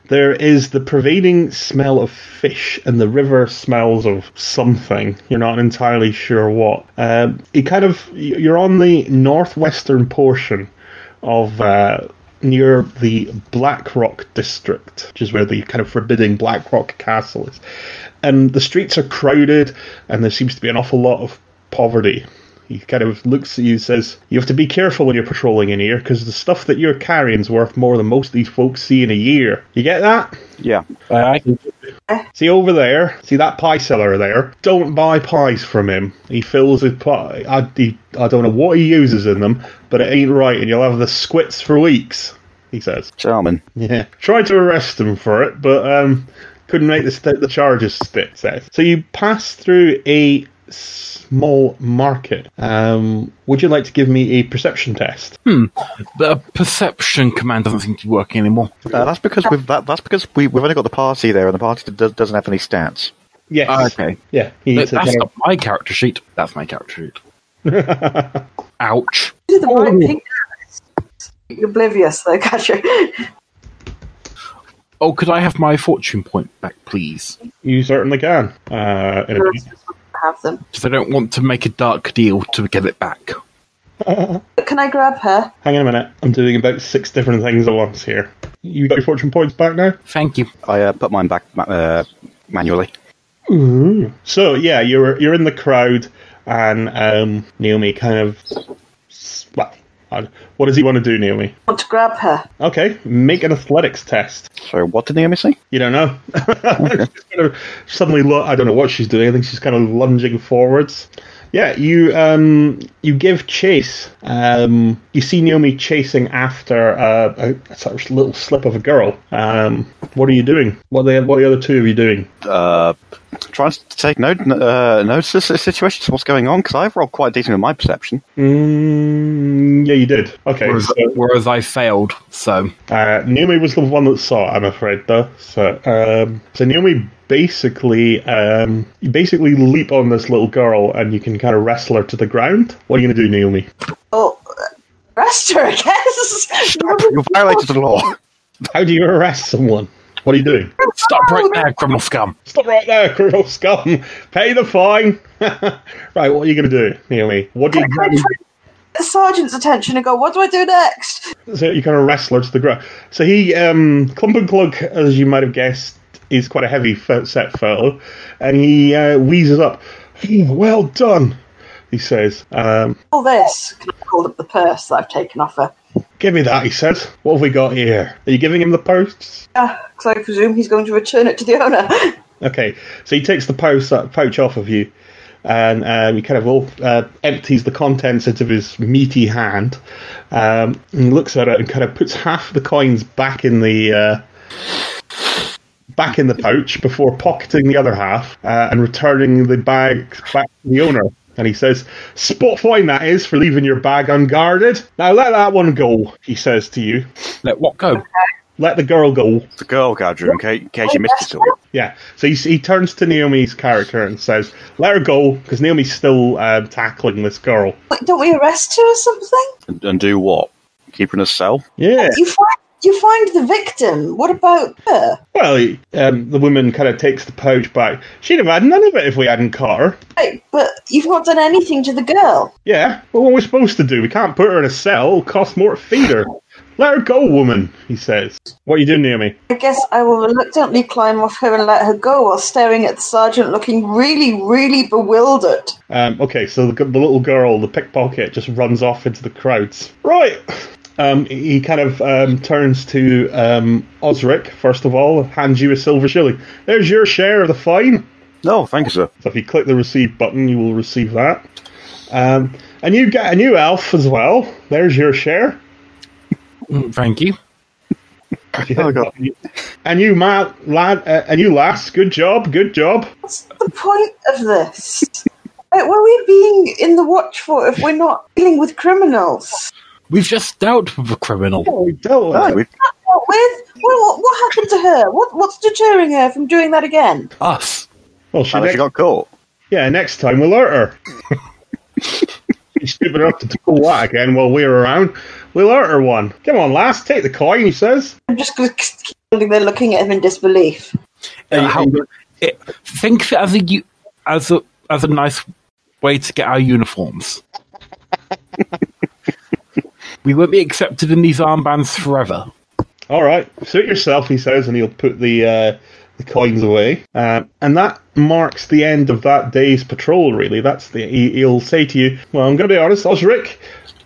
S2: there is the pervading smell of fish, and the river smells of something. You're not entirely sure what. Um, it kind of you're on the northwestern portion of uh, near the Black Rock district, which is where the kind of forbidding Black Rock Castle is. And the streets are crowded, and there seems to be an awful lot of poverty. He kind of looks at you and says, You have to be careful when you're patrolling in here, because the stuff that you're carrying's worth more than most of these folks see in a year. You get that?
S4: Yeah.
S2: See over there, see that pie seller there. Don't buy pies from him. He fills his pie. I, he, I don't know what he uses in them, but it ain't right, and you'll have the squits for weeks. He says.
S4: Charmin.
S2: Yeah. Tried to arrest him for it, but um, couldn't make the, st- the charges stick. Says. So you pass through a small market. Um, would you like to give me a perception test?
S3: The perception command doesn't seem to be working anymore.
S4: Uh, that's because we've that, that's because we, we've only got the party there, and the party does, doesn't have any stats.
S2: Yes.
S3: Okay,
S2: Yeah. He
S3: But
S2: needs to
S3: that's
S2: kind
S3: not my character sheet. That's my character sheet. Ouch.
S5: You did the right thing. You're oblivious, though, catcher.
S3: Oh, could I have my fortune point back, please?
S2: of- you certainly can. Uh, in a minute.
S5: have them.
S3: Because I don't want to make a dark deal to get it back.
S5: But can I grab her?
S2: Hang on a minute. I'm doing about six different things at once here. You got your fortune points back now?
S3: Thank you.
S4: I uh, put mine back ma- uh, manually.
S2: So yeah, you're you're in the crowd, and um, Naomi kind of. Well, I- what does he want to do, Naomi?
S5: I want to grab her.
S2: Okay, make an athletics test.
S4: So what did E Naomi say?
S2: You don't know. She's kind of suddenly, lo- I don't know what she's doing. I think she's kind of lunging forwards. Yeah, you um, you give chase. Um, you see Naomi chasing after uh, a, a sort of little slip of a girl. Um, what are you doing? What are the, what are the other two of you doing?
S4: Uh, trying to take note uh, notice of the situation, what's going on? Because I've rolled quite decent with my perception.
S2: Mm, yeah, you did. Okay.
S3: Whereas,
S2: so-
S3: whereas I failed, so
S2: Uh, Naomi was the one that saw it, I'm afraid, though. So, um, so Naomi basically, um, you basically leap on this little girl, and you can kind of wrestle her to the ground. What are you gonna do, Naomi?
S5: Oh, arrest her, I guess.
S4: You violated the law.
S2: How do you arrest someone? What are you doing?
S3: stop right there, criminal scum.
S2: Stop right there, criminal scum! Pay the fine. right, what are you gonna do, Naomi? What do you?
S5: Can I try the sergeant's attention and go, what do I do next?
S2: so you kind of wrestler to the ground. So he, um, Clump and Clug, as you might have guessed, is quite a heavy fe- set fellow, and he uh, wheezes up. "Hmm, Well done, he says. Um,
S5: All this. Can I hold up the purse that I've taken off her?
S2: Give me that, he says. What have we got here? Are you giving him the purse?
S5: Because I presume he's going to return it to the owner.
S2: Okay, so he takes the pouch, uh, pouch off of you, and um, he kind of all, uh, empties the contents into his meaty hand, um, and looks at it and kind of puts half the coins back in the uh, back in the pouch before pocketing the other half uh, and returning the bag back to the owner. And he says, "Spot fine that is for leaving your bag unguarded. Now let that one go," he says to you.
S3: Let what go?
S2: Let the girl go.
S4: It's a girl gathering, in case, in case you missed it all.
S2: Yeah. So he, he turns to Naomi's character and says, "Let her go," because Naomi's still uh, tackling this girl.
S5: Like, don't we arrest her or something?
S4: And, and do what? Keep her in a cell?
S2: Yeah.
S5: You find you find the victim. What about her?
S2: Well, he- um, the woman kind of takes the pouch back. She'd have had none of it if we hadn't caught her.
S5: Right, but you've not done anything to the girl.
S2: Yeah. Well, what are we supposed to do? We can't put her in a cell. It'll cost more to feed her. Let her go, woman. He says. What are you doing, Naomi?
S5: I guess I will reluctantly climb off her and let her go while staring at the sergeant, looking really, really bewildered.
S2: Um, okay, so the, the little girl, the pickpocket, just runs off into the crowds. Right. Um, he kind of um, turns to um, Osric, first of all, hands you a silver shilling. There's your share of the fine.
S4: No, thank you, sir.
S2: So if you click the receive button, you will receive that. Um, and you get a new elf as well. There's your share.
S3: Mm, Thank you.
S4: Oh, God.
S2: And you, ma- lad, uh, and you, lass. Good job. Good job.
S5: What's the point of this? Like, what are we being in the watch for if we're not dealing with criminals?
S3: We've just dealt with a criminal.
S2: Oh, we dealt with
S4: Aye,
S2: it.
S4: we-
S5: What with? What, what, what happened to her? What, what's deterring her from doing that again?
S3: Us.
S2: Well, she
S4: Aye,
S2: next,
S4: she got caught.
S2: yeah, next time we'll hurt her. She's stupid enough to do that again while we're around. We'll hurt her one. Come on, lass. Take the coin, he says.
S5: I'm just going to keep standing there looking at him in disbelief.
S3: Uh, how- it- think of it as a u- as a as a nice way to get our uniforms. we won't be accepted in these armbands forever.
S2: All right, suit yourself, he says, and he'll put the uh, the coins away. Um, and that marks the end of that day's patrol. Really, that's the he, he'll say to you. Well, I'm going to be honest, Osric,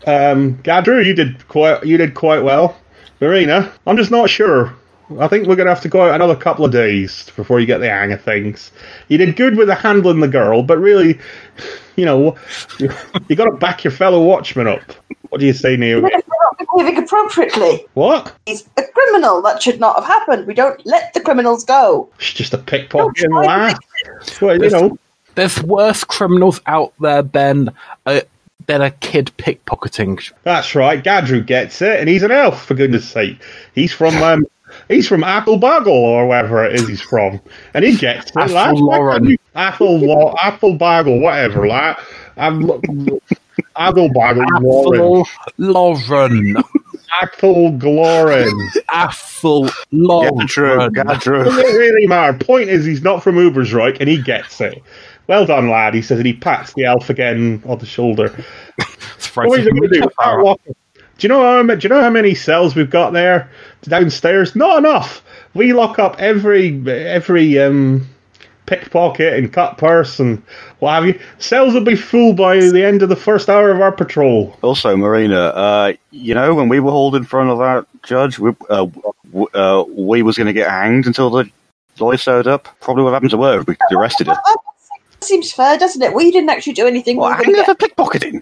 S2: um, Gadru, you did quite you did quite well. Marina, I'm just not sure. I think we're going to have to go out another couple of days before you get the hang of things. You did good with the handling the girl, but really, you know, you, you got to back your fellow watchmen up. What do you say, Neil?
S5: But if we're not behaving appropriately,
S2: What?
S5: he's a criminal. That should not have happened. We don't let the criminals go.
S2: It's just a pickpocket and
S5: Don't try
S2: laugh. Well, you know,
S3: There's worse criminals out there than a, than a kid pickpocketing.
S2: that's right. Gadru gets it, and he's an elf for goodness' sake. He's from um, he's from Applebagle or wherever it is he's from, and he gets it. lad.
S3: Appledauren.
S2: Apple Law, Applebagle, whatever. Like, Applebagle, Warren,
S3: Athel Lauren.
S2: Apple Glorin.
S3: Athel Lauren.
S4: Get true. Get true.
S2: doesn't really matter. Point is, he's not from Ubersreich, and he gets it. Well done, lad. He says, and he pats the elf again on the shoulder.
S3: Surprised
S2: What are
S3: he
S2: you going to
S3: didn't
S2: do?
S3: get that.
S2: Start walking. Do you know how many, do you know how many cells we've got there downstairs? Not enough. We lock up every every um, pickpocket and cut purse and what have you. Cells will be full by the end of the first hour of our patrol.
S4: Also, Marina, uh, you know when we were hauled in front of that judge, we, uh, w- uh, we was going to get hanged until the lawyer showed up. Probably what happened to her if we arrested her.
S5: That that seems fair, doesn't it? We didn't actually do anything.
S4: Well,
S5: we were
S4: hanged
S5: gonna
S4: her
S5: get-
S4: for pickpocketing.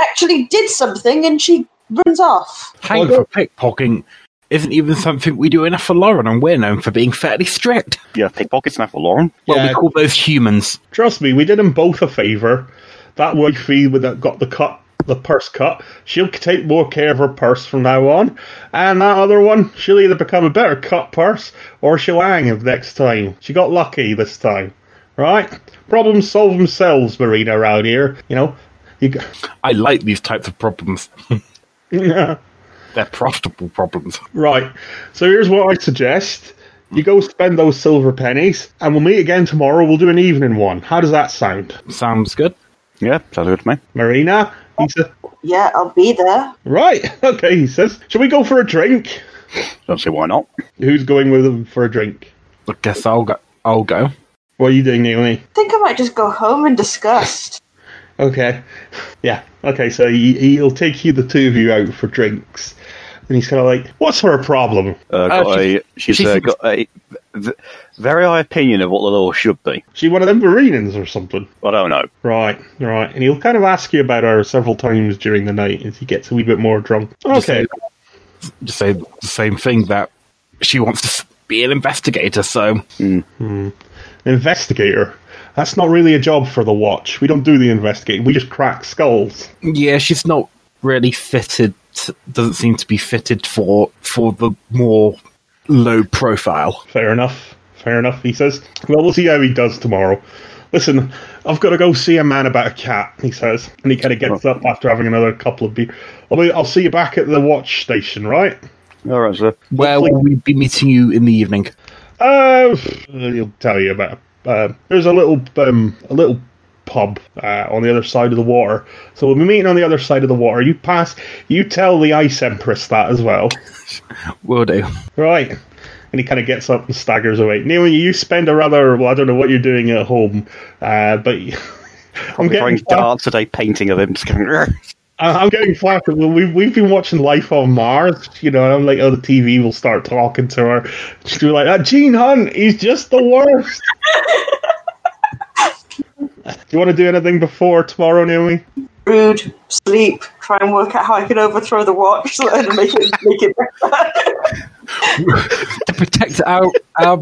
S5: actually did something, and she runs off.
S3: Hang for pickpocketing isn't even something we do in Athel Lauren, and we're known for being fairly strict.
S4: Yeah, pickpockets now for Lauren.
S3: Well,
S2: Yeah.
S3: we call those humans.
S2: Trust me, we did them both a favour. That wifey with that got the cut, the purse cut. She'll take more care of her purse from now on. And that other one, she'll either become a better cut purse or she'll hang him next time. She got lucky this time, right? Problems solve themselves, Marina, around here. You know, you. g-
S3: I like these types of problems.
S2: Yeah.
S3: They're profitable problems.
S2: Right. So here's what I suggest. You go spend those silver pennies, and we'll meet again tomorrow. We'll do an evening one. How does that sound,
S3: Sounds good.
S4: Yeah, sounds good to me.
S2: Marina? He sa-
S5: Yeah, I'll be there.
S2: Right. Okay, he says. Shall we go for a drink?
S4: Don't see why not.
S2: Who's going with him for a drink?
S3: I guess I'll go. I'll go.
S2: What are you doing, Naomi?
S5: I think I might just go home in disgust.
S2: Okay. Yeah. Okay, so he, he'll take you, the two of you, out for drinks. And he's kind of like, what's her problem?
S4: Uh, got
S3: she's-
S4: a, she's
S3: she's-
S4: uh, got a v- very high opinion of what the law should be.
S2: She one of them Varenans or something.
S4: I don't know.
S2: Right, right. And he'll kind of ask you about her several times during the night as he gets a wee bit more drunk. Okay.
S3: To say the same thing that she wants to s- be an investigator, so
S2: Investigator. That's not really a job for the watch. We don't do the investigating. We just crack skulls.
S3: yeah, she's not really fitted. Doesn't seem to be fitted for for the more low profile.
S2: Fair enough. Fair enough, he says. Well, we'll see how he does tomorrow. Listen, I've got to go see a man about a cat, he says. And he kind of gets up after having another couple of beers. I'll, be, I'll see you back at the watch station, right?
S4: All right, sir.
S3: Where will we be meeting you in the evening?
S2: Uh, he'll tell you about. Uh, there's a little um, a little pub uh, on the other side of the water. So we'll be meeting on the other side of the water. You pass. You tell the ice empress that as well,
S3: Will do.
S2: right? And he kind of gets up and staggers away. Neil, you spend a rather well. I don't know what you're doing at home, uh, but. I'm
S4: Throwing
S2: getting, flash,
S4: darts at a painting of him. just going, "Rrr."
S2: I'm getting flash. We've, we've been watching Life on Mars, you know, and I'm like, oh, the TV will start talking to her. She'll be like, ah, Gene Hunt, he's just the worst. Do you want to do anything before tomorrow, Naomi?
S5: Rude, sleep, try and work out how I can overthrow the watch so and make it make it better.
S3: To protect our our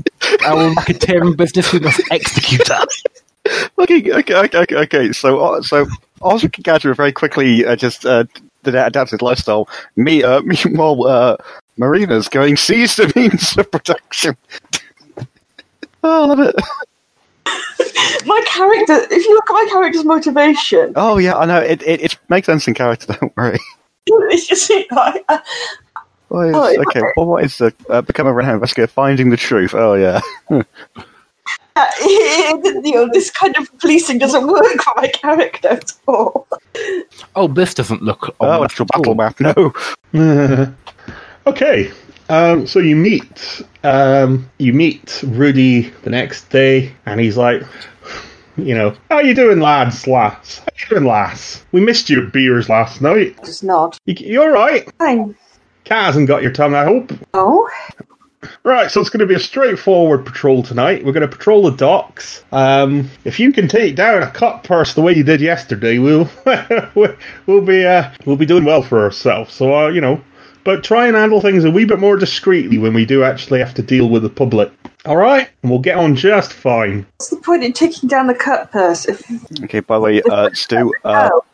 S3: our racketeering business, we must execute that.
S4: okay, okay, okay, okay, okay. So, uh, so Osric and Gadra very quickly uh, just uh, did adapted lifestyle. Me, uh, meanwhile, uh, Marina's going seize the means of production. oh, I love it.
S5: my character if you look at my character's motivation,
S4: Oh yeah, I know. It it, it makes sense in character. Don't worry.
S5: it's just you uh, know, I-
S4: What is,
S5: Oh, yeah.
S4: okay, well, what is the uh, become a renowned investigator? Finding the truth. Oh yeah.
S5: Uh, you know, this kind of policing doesn't work for my character at all.
S3: Oh, this doesn't look.
S4: Oh,
S3: on
S4: actual battle map. No.
S2: Okay. Um, so you meet um, you meet Rudy the next day, and he's like, you know, how you doing, lads, lass? How you doing, lass? We missed your beers last night.
S5: Just nod.
S2: You, you all right?
S5: Fine.
S2: Cat hasn't got your tongue, I hope.
S5: Oh,
S2: Right, so it's going to be a straightforward patrol tonight. We're going to patrol the docks. Um, if you can take down a cop purse the way you did yesterday, we'll we'll be uh, we'll be doing well for ourselves. So uh, you know, but try and handle things a wee bit more discreetly when we do actually have to deal with the public. All right, and we'll get on just fine.
S5: what's the point in taking down the cut purse? If
S4: Okay. By the way, uh, Stu, uh,
S5: oh,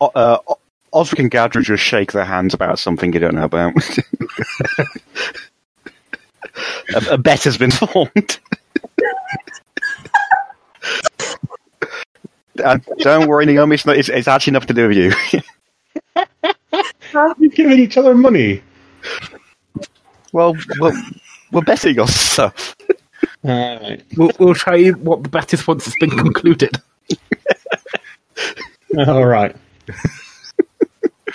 S4: O- uh, O- Osric and Gadra just shake their hands about something you don't know about. a, a bet has been formed. and don't worry, Naomi. It's, not, it's, it's actually nothing to do with you.
S2: You've given each other money.
S4: well, we're, we're betting on stuff.
S2: All right.
S3: We'll, we'll show you what the bet is once it's been concluded.
S2: All right.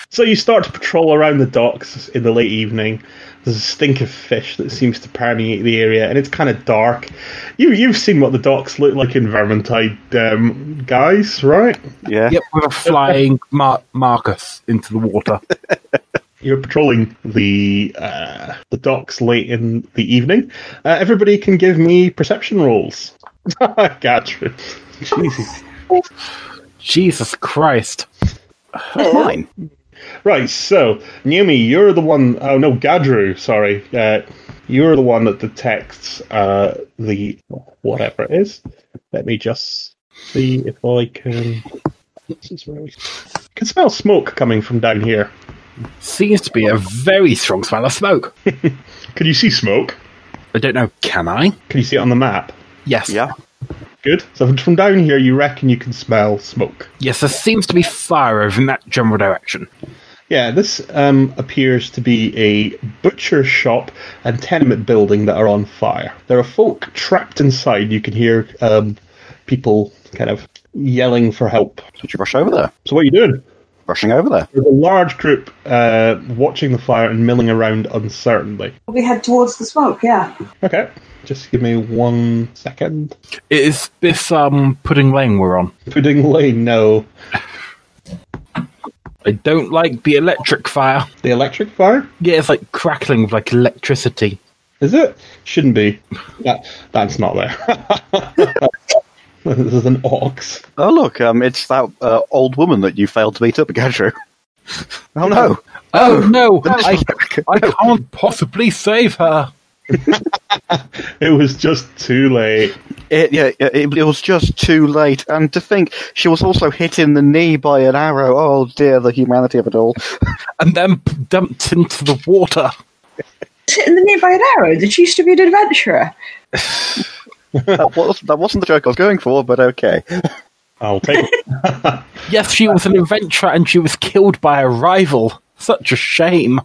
S2: so you start to patrol around the docks in the late evening. There's a stink of fish that seems to permeate the area, and it's kind of dark. You you've seen what the docks look like in Vermintide, um, guys, right?
S4: Yeah.
S3: Yep, with a flying Mar- Marcus into the water.
S2: You're patrolling the uh, the docks late in the evening. Uh, everybody can give me perception rolls. gotcha. Jesus.
S3: Jesus Christ.
S4: Fine.
S2: Right, so Numi, you're the one. Oh no, Gadru. Sorry, uh, you're the one that detects uh, the whatever it is. Let me just see if I can. This is where we can smell smoke coming from down here.
S3: Seems to be a very strong smell of smoke.
S2: Can you see smoke?
S3: I don't know, can I?
S2: Can you see it on the map?
S3: Yes.
S4: Yeah.
S2: Good. So from down here, you reckon you can smell smoke.
S3: Yes, there seems to be fire over in that general direction.
S2: Yeah, this um, appears to be a butcher shop and tenement building that are on fire. There are folk trapped inside. You can hear um, people kind of yelling for help.
S4: Should you rush over there?
S2: So, what are you doing?
S4: Rushing over there.
S2: There's a large group uh, watching the fire and milling around uncertainly.
S5: we head towards the smoke, yeah.
S2: Okay, just give me one second.
S3: Is this um pudding lane we're on?
S2: Pudding Lane, no.
S3: I don't like the electric fire.
S2: The electric fire?
S3: Yeah, it's like crackling with like electricity.
S2: Is it? Shouldn't be. That, that's not there. this is an ox.
S4: Oh, look, um, it's that uh, old woman that you failed to beat up, Gadru. oh, no.
S3: Oh, no, I, I can't possibly save her.
S2: It was just too late.
S4: It, yeah, it, it was just too late. And to think she was also hit in the knee by an arrow. Oh, dear, the humanity of it all.
S3: And then p- dumped into the water.
S5: Sitting there by an arrow. Did she used to be an adventurer?
S4: that, was, that wasn't the joke I was going for, but okay.
S2: I'll take it.
S3: Yes, she was an adventurer and she was killed by a rival. Such a shame.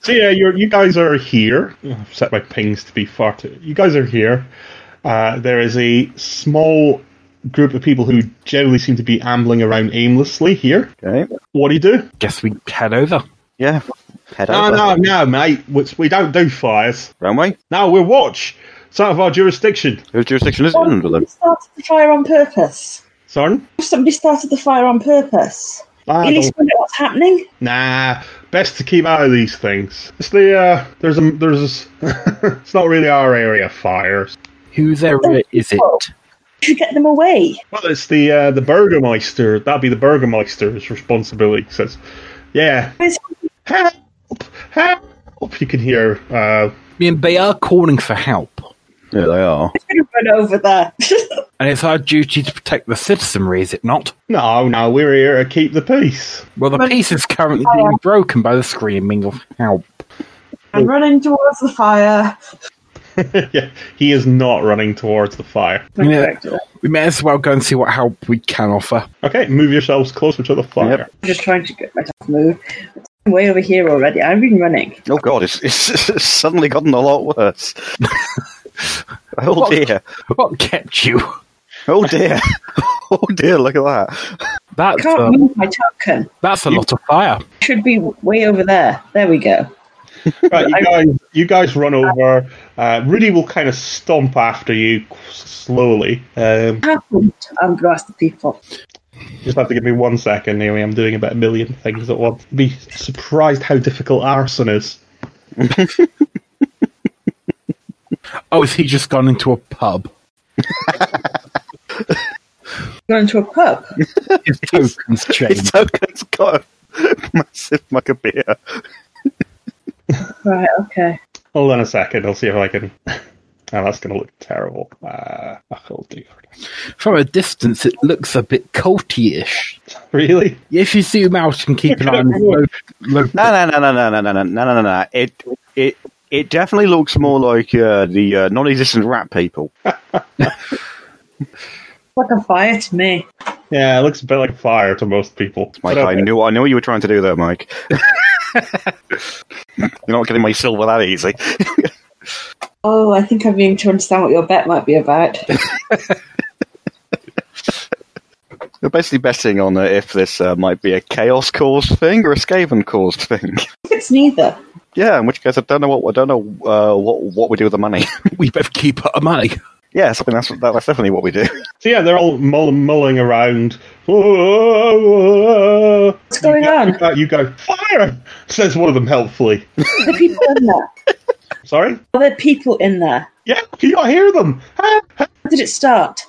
S2: So yeah, you're, you guys are here. I've set my pings to be far too. You guys are here. Uh, there is a small group of people who generally seem to be ambling around aimlessly here.
S4: Okay.
S2: What do you do?
S3: Guess we head over.
S4: Yeah. Head
S2: No,
S4: over.
S2: no, no, mate. We, we don't do fires.
S4: Wrong way?
S2: No, we watch. It's out of our jurisdiction.
S4: Whose jurisdiction is it under them?
S5: Somebody started the fire on purpose.
S2: Son?
S5: Somebody started the fire on purpose.
S2: I
S5: At least
S2: don't-
S5: we know what's happening.
S2: Nah, best to keep out of these things. It's the uh, there's a there's a, it's not really our area of fires.
S3: Whose area is it?
S5: We should get them away.
S2: Well, it's the uh, the burgermeister. That'd be the burgermeister's responsibility. He Says, yeah,
S5: Where's-
S2: help, help. You can hear. Uh,
S3: Me and they are calling for help.
S4: Yeah, they are.
S5: We're gonna run over there.
S3: And it's our duty to protect the citizenry, is it not?
S2: no, no, we're here to keep the peace.
S3: Well, the peace is currently being broken by the screaming of help.
S5: I'm running towards the fire.
S2: yeah, he is not running towards the fire.
S3: Yeah. We may as well go and see what help we can offer.
S2: Okay, move yourselves closer to the fire.
S4: Yep.
S5: I'm just trying to get myself moved. I'm way over here already. I've been running.
S4: Oh god, it's, it's, it's suddenly gotten a lot worse. oh dear.
S3: What kept you?
S4: Oh dear. Oh dear, look at that.
S3: That's
S5: Can't
S3: a,
S5: move my token.
S3: that's a lot of fire.
S5: Should be way over there. There we go.
S2: Right, you guys, you guys run over. Uh, Rudy will kind of stomp after you slowly. Um,
S5: Happened. I'm gonna ask the people.
S2: just have to give me one second. Anyway, I'm doing about a million things at once. Be surprised how difficult arson is.
S3: Oh, has he just gone into a pub?
S5: Going to a pub.
S3: His token's
S4: His
S3: changed.
S4: token's got a massive mug of beer.
S5: Right, okay.
S2: Hold on a second. I'll see if I can. Oh, that's going to look terrible. Uh, I'll do it.
S3: From a distance, it looks a bit culty-ish.
S2: Really?
S3: If you zoom out and keep an eye on the low, low-
S4: No no no no no no no no no no no. It it it definitely looks more like uh, the uh, non existent rat people.
S5: Like a fire to me.
S2: Yeah, it looks a bit like fire to most people.
S4: Mike,
S2: But
S4: I
S2: okay.
S4: knew I knew what you were trying to do there, Mike. You're not getting my silver that easy.
S5: Oh, I think I'm beginning to understand what your bet might be about.
S4: We're basically betting on uh, if this uh, might be a chaos caused thing or a Skaven caused thing.
S5: it's neither.
S4: yeah, in which case I don't know what I don't know uh, what what we do with the money.
S3: we both keep our money.
S4: yes, I think that's that, that's definitely what we do.
S2: So yeah, they're all mull- mulling around. What's
S5: What's going on?
S2: You go fire, says one of them helpfully.
S5: Are there people in there?
S2: Sorry.
S5: Are there people in there?
S2: Yeah, you got hear them. Ah, ah,
S5: When did it start?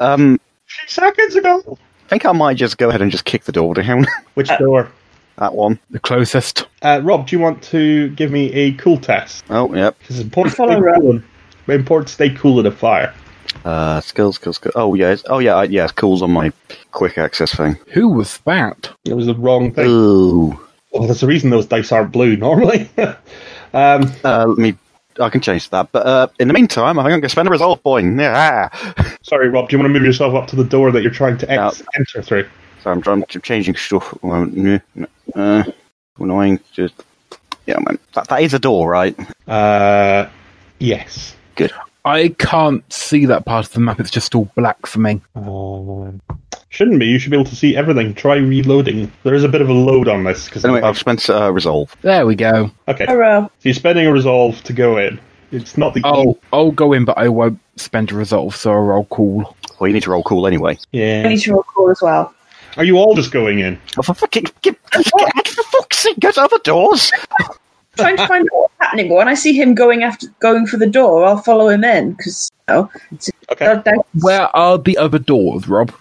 S4: Um,
S2: Few seconds ago.
S4: I think I might just go ahead and just kick the door down.
S2: Which
S5: Uh,
S2: door?
S4: that one.
S3: The closest.
S2: Uh, Rob, do you want to give me a cool test?
S4: Oh, yep.
S2: It's important. To
S5: Follow
S2: stay
S5: Rob.
S2: cool. in- Important to stay cool in a fire.
S4: Uh, skills, skills, skills. Oh yeah, it's- oh yeah, I, yeah. it's Calls on my quick access thing.
S3: Who was that?
S2: It was the wrong thing.
S4: Ooh.
S2: Well, there's a reason those dice aren't blue normally. um,
S4: Uh, let me. I can change that. But uh, in the meantime, I think I'm going to spend a resolve point. Yeah.
S2: sorry, Rob. Do you want to move yourself up to the door that you're trying to
S4: No.
S2: ex- enter through?
S4: So I'm, trying- I'm changing stuff. Well, no, no, Uh, annoying. Just, yeah, man. That, that is a door, right?
S2: Uh, yes.
S4: Good.
S3: I can't see that part of the map. It's just all black for me.
S2: Um, shouldn't be. You should be able to see everything. Try reloading. There is a bit of a load on this because
S4: Anyway, I've spent uh, resolve.
S3: There we go.
S2: okay. So
S5: Hello.
S2: you're spending a resolve to go in. It's not the
S3: Oh, I'll go in, but I won't spend a resolve, so I'll roll cool.
S4: Well, you need to roll cool anyway.
S5: I
S2: yeah.
S5: need to roll call as well.
S2: Are you all just going in?
S4: Oh, for fucking. Give, for fuck's sake, go to other doors!
S5: trying to find out what's happening. When I see him going after going for the door, I'll follow him in because you know, it's a
S2: Okay.
S5: dog day.
S3: Where are the other doors, Rob?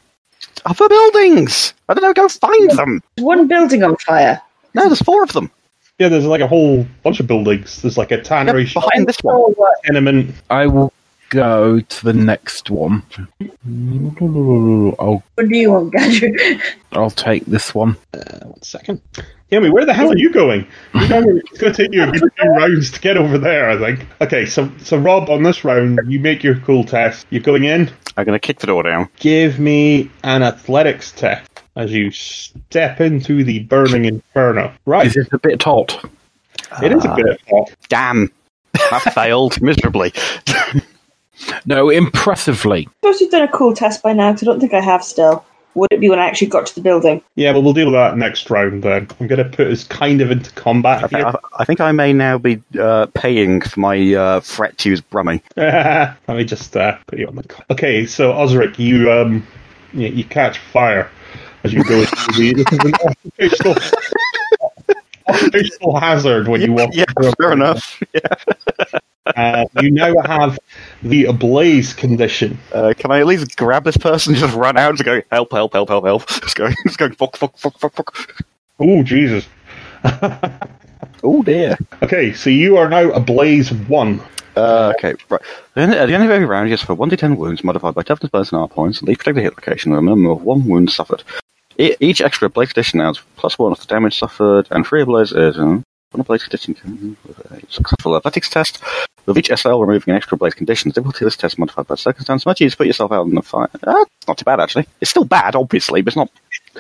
S4: Other buildings! I don't know, go find them!
S5: There's one building on fire.
S4: No, there's four of them.
S2: Yeah, there's like a whole bunch of buildings. There's like a
S4: Yep,
S2: tannery shop,
S4: behind this one.
S5: Oh, what?
S2: tenement.
S3: I will go to the next one. I'll
S5: what do you want, Gadget?
S3: I'll take this one.
S2: One second. Yami, where the hell are you going? You're going- It's going to take you a good few rounds to get over there, I think. Okay, so so Rob, on this round, you make your cool test. You're going in.
S4: I'm going to kick the door down.
S2: Give me an athletics test as you step into the burning inferno. Right,
S3: Is it a bit hot?
S2: it is a bit hot.
S4: Damn. I failed miserably.
S3: No, impressively.
S5: I suppose you've done a cool test by now, 'cause I don't think I have still. Would it be when I actually got to the building?
S2: Yeah, but we'll deal with that next round then. I'm going to put us kind of into combat
S4: I, I think I may now be uh, paying for my uh, threat to use Brumming.
S2: here. Let me just uh, put you on the. co- Okay, so Osric, you um, you, you catch fire as you go through the. This is an occupational, occupational hazard when you walk.
S4: Yeah,
S2: through a-
S4: fair enough.
S2: Uh, you now have the ablaze condition.
S4: Uh, can I at least grab this person and just run out and go, help, help, help, help, help? Just going, just going, fuck, fuck, fuck, fuck, fuck.
S2: Oh Jesus!
S4: Oh dear.
S2: Okay, so you are now ablaze one.
S4: Uh, okay, right. Then at the end of every round, yes, for 1d10 wounds modified by toughness bonus and R points, leave protected hit location with a minimum of one wound suffered. E- each extra blaze condition adds plus one of the damage suffered, and three ablaze is uh, one blaze condition can- with a successful athletics test. With each SL removing an extra blaze condition, difficulty of this test modified by circumstance, much easier to put yourself out in the fire. Uh, it's not too bad, actually. It's still bad, obviously, but it's not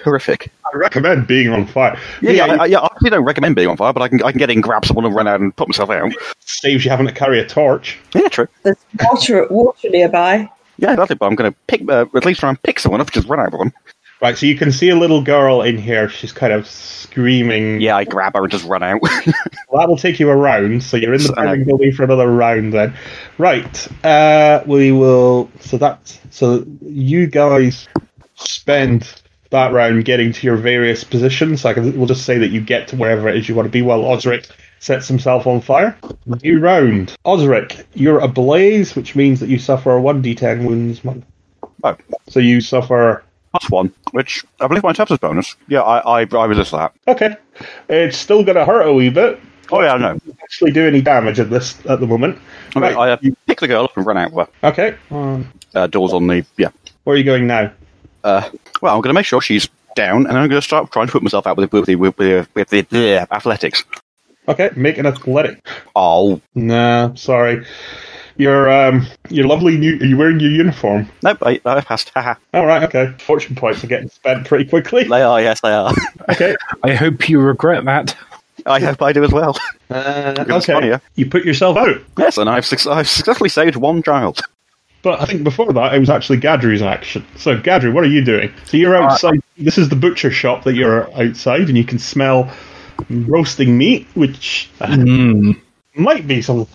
S4: horrific.
S2: I recommend being on fire.
S4: Yeah, yeah, I, I, yeah, I actually don't recommend being on fire, but I can, I can get in, grab someone, and run out and put myself out.
S2: saves you having to carry a torch.
S4: Yeah, true.
S5: There's water at water nearby.
S4: Yeah, that's it. But I'm going to pick, uh, at least try and pick someone up, just run out of one.
S2: Right, so you can see a little girl in here. She's kind of screaming.
S4: Yeah, I grab her and just run out.
S2: Well, that'll take you a round. So you're in the
S4: So-
S2: burning building for another round then. Right, uh, we will. So that's so you guys spend that round getting to your various positions. So I can, we'll just say that you get to wherever it is you want to be while Osric sets himself on fire. New round, Osric, you're ablaze, which means that you suffer one d10 wounds. mon-
S4: oh,
S2: So you suffer
S4: plus one, which I believe my toughness bonus. Yeah, I, I, I resist that.
S2: Okay. It's still going to hurt a wee bit.
S4: Oh yeah, I know.
S2: Actually, do any damage at this at the moment.
S4: I, mean,
S2: Right.
S4: I uh, pick the girl up and run out. Well,
S2: Okay. Um,
S4: uh, doors on the yeah.
S2: where are you going now?
S4: Uh, well, I'm going to make sure she's down, and I'm going to start trying to put myself out with the with the, with the, with the, the athletics.
S2: Okay, make an athletic.
S4: Oh
S2: Nah, sorry. Your um, your lovely new. Are you wearing your uniform?
S4: nope, I, I passed. Haha.
S2: All right. Okay. Fortune points are getting spent pretty quickly.
S4: They are, yes, they are.
S2: Okay.
S3: I hope you regret that.
S4: I hope I do as well.
S2: Uh,
S4: That's funny, yeah.
S2: You put yourself out.
S4: Yes, and I've suc- I've successfully saved one child.
S2: But I think before that, it was actually Gadry's action. So, Gadry, what are you doing? So, you're
S4: Uh,
S2: outside. this is the butcher shop that you're outside, and you can smell roasting meat, which uh, might be some.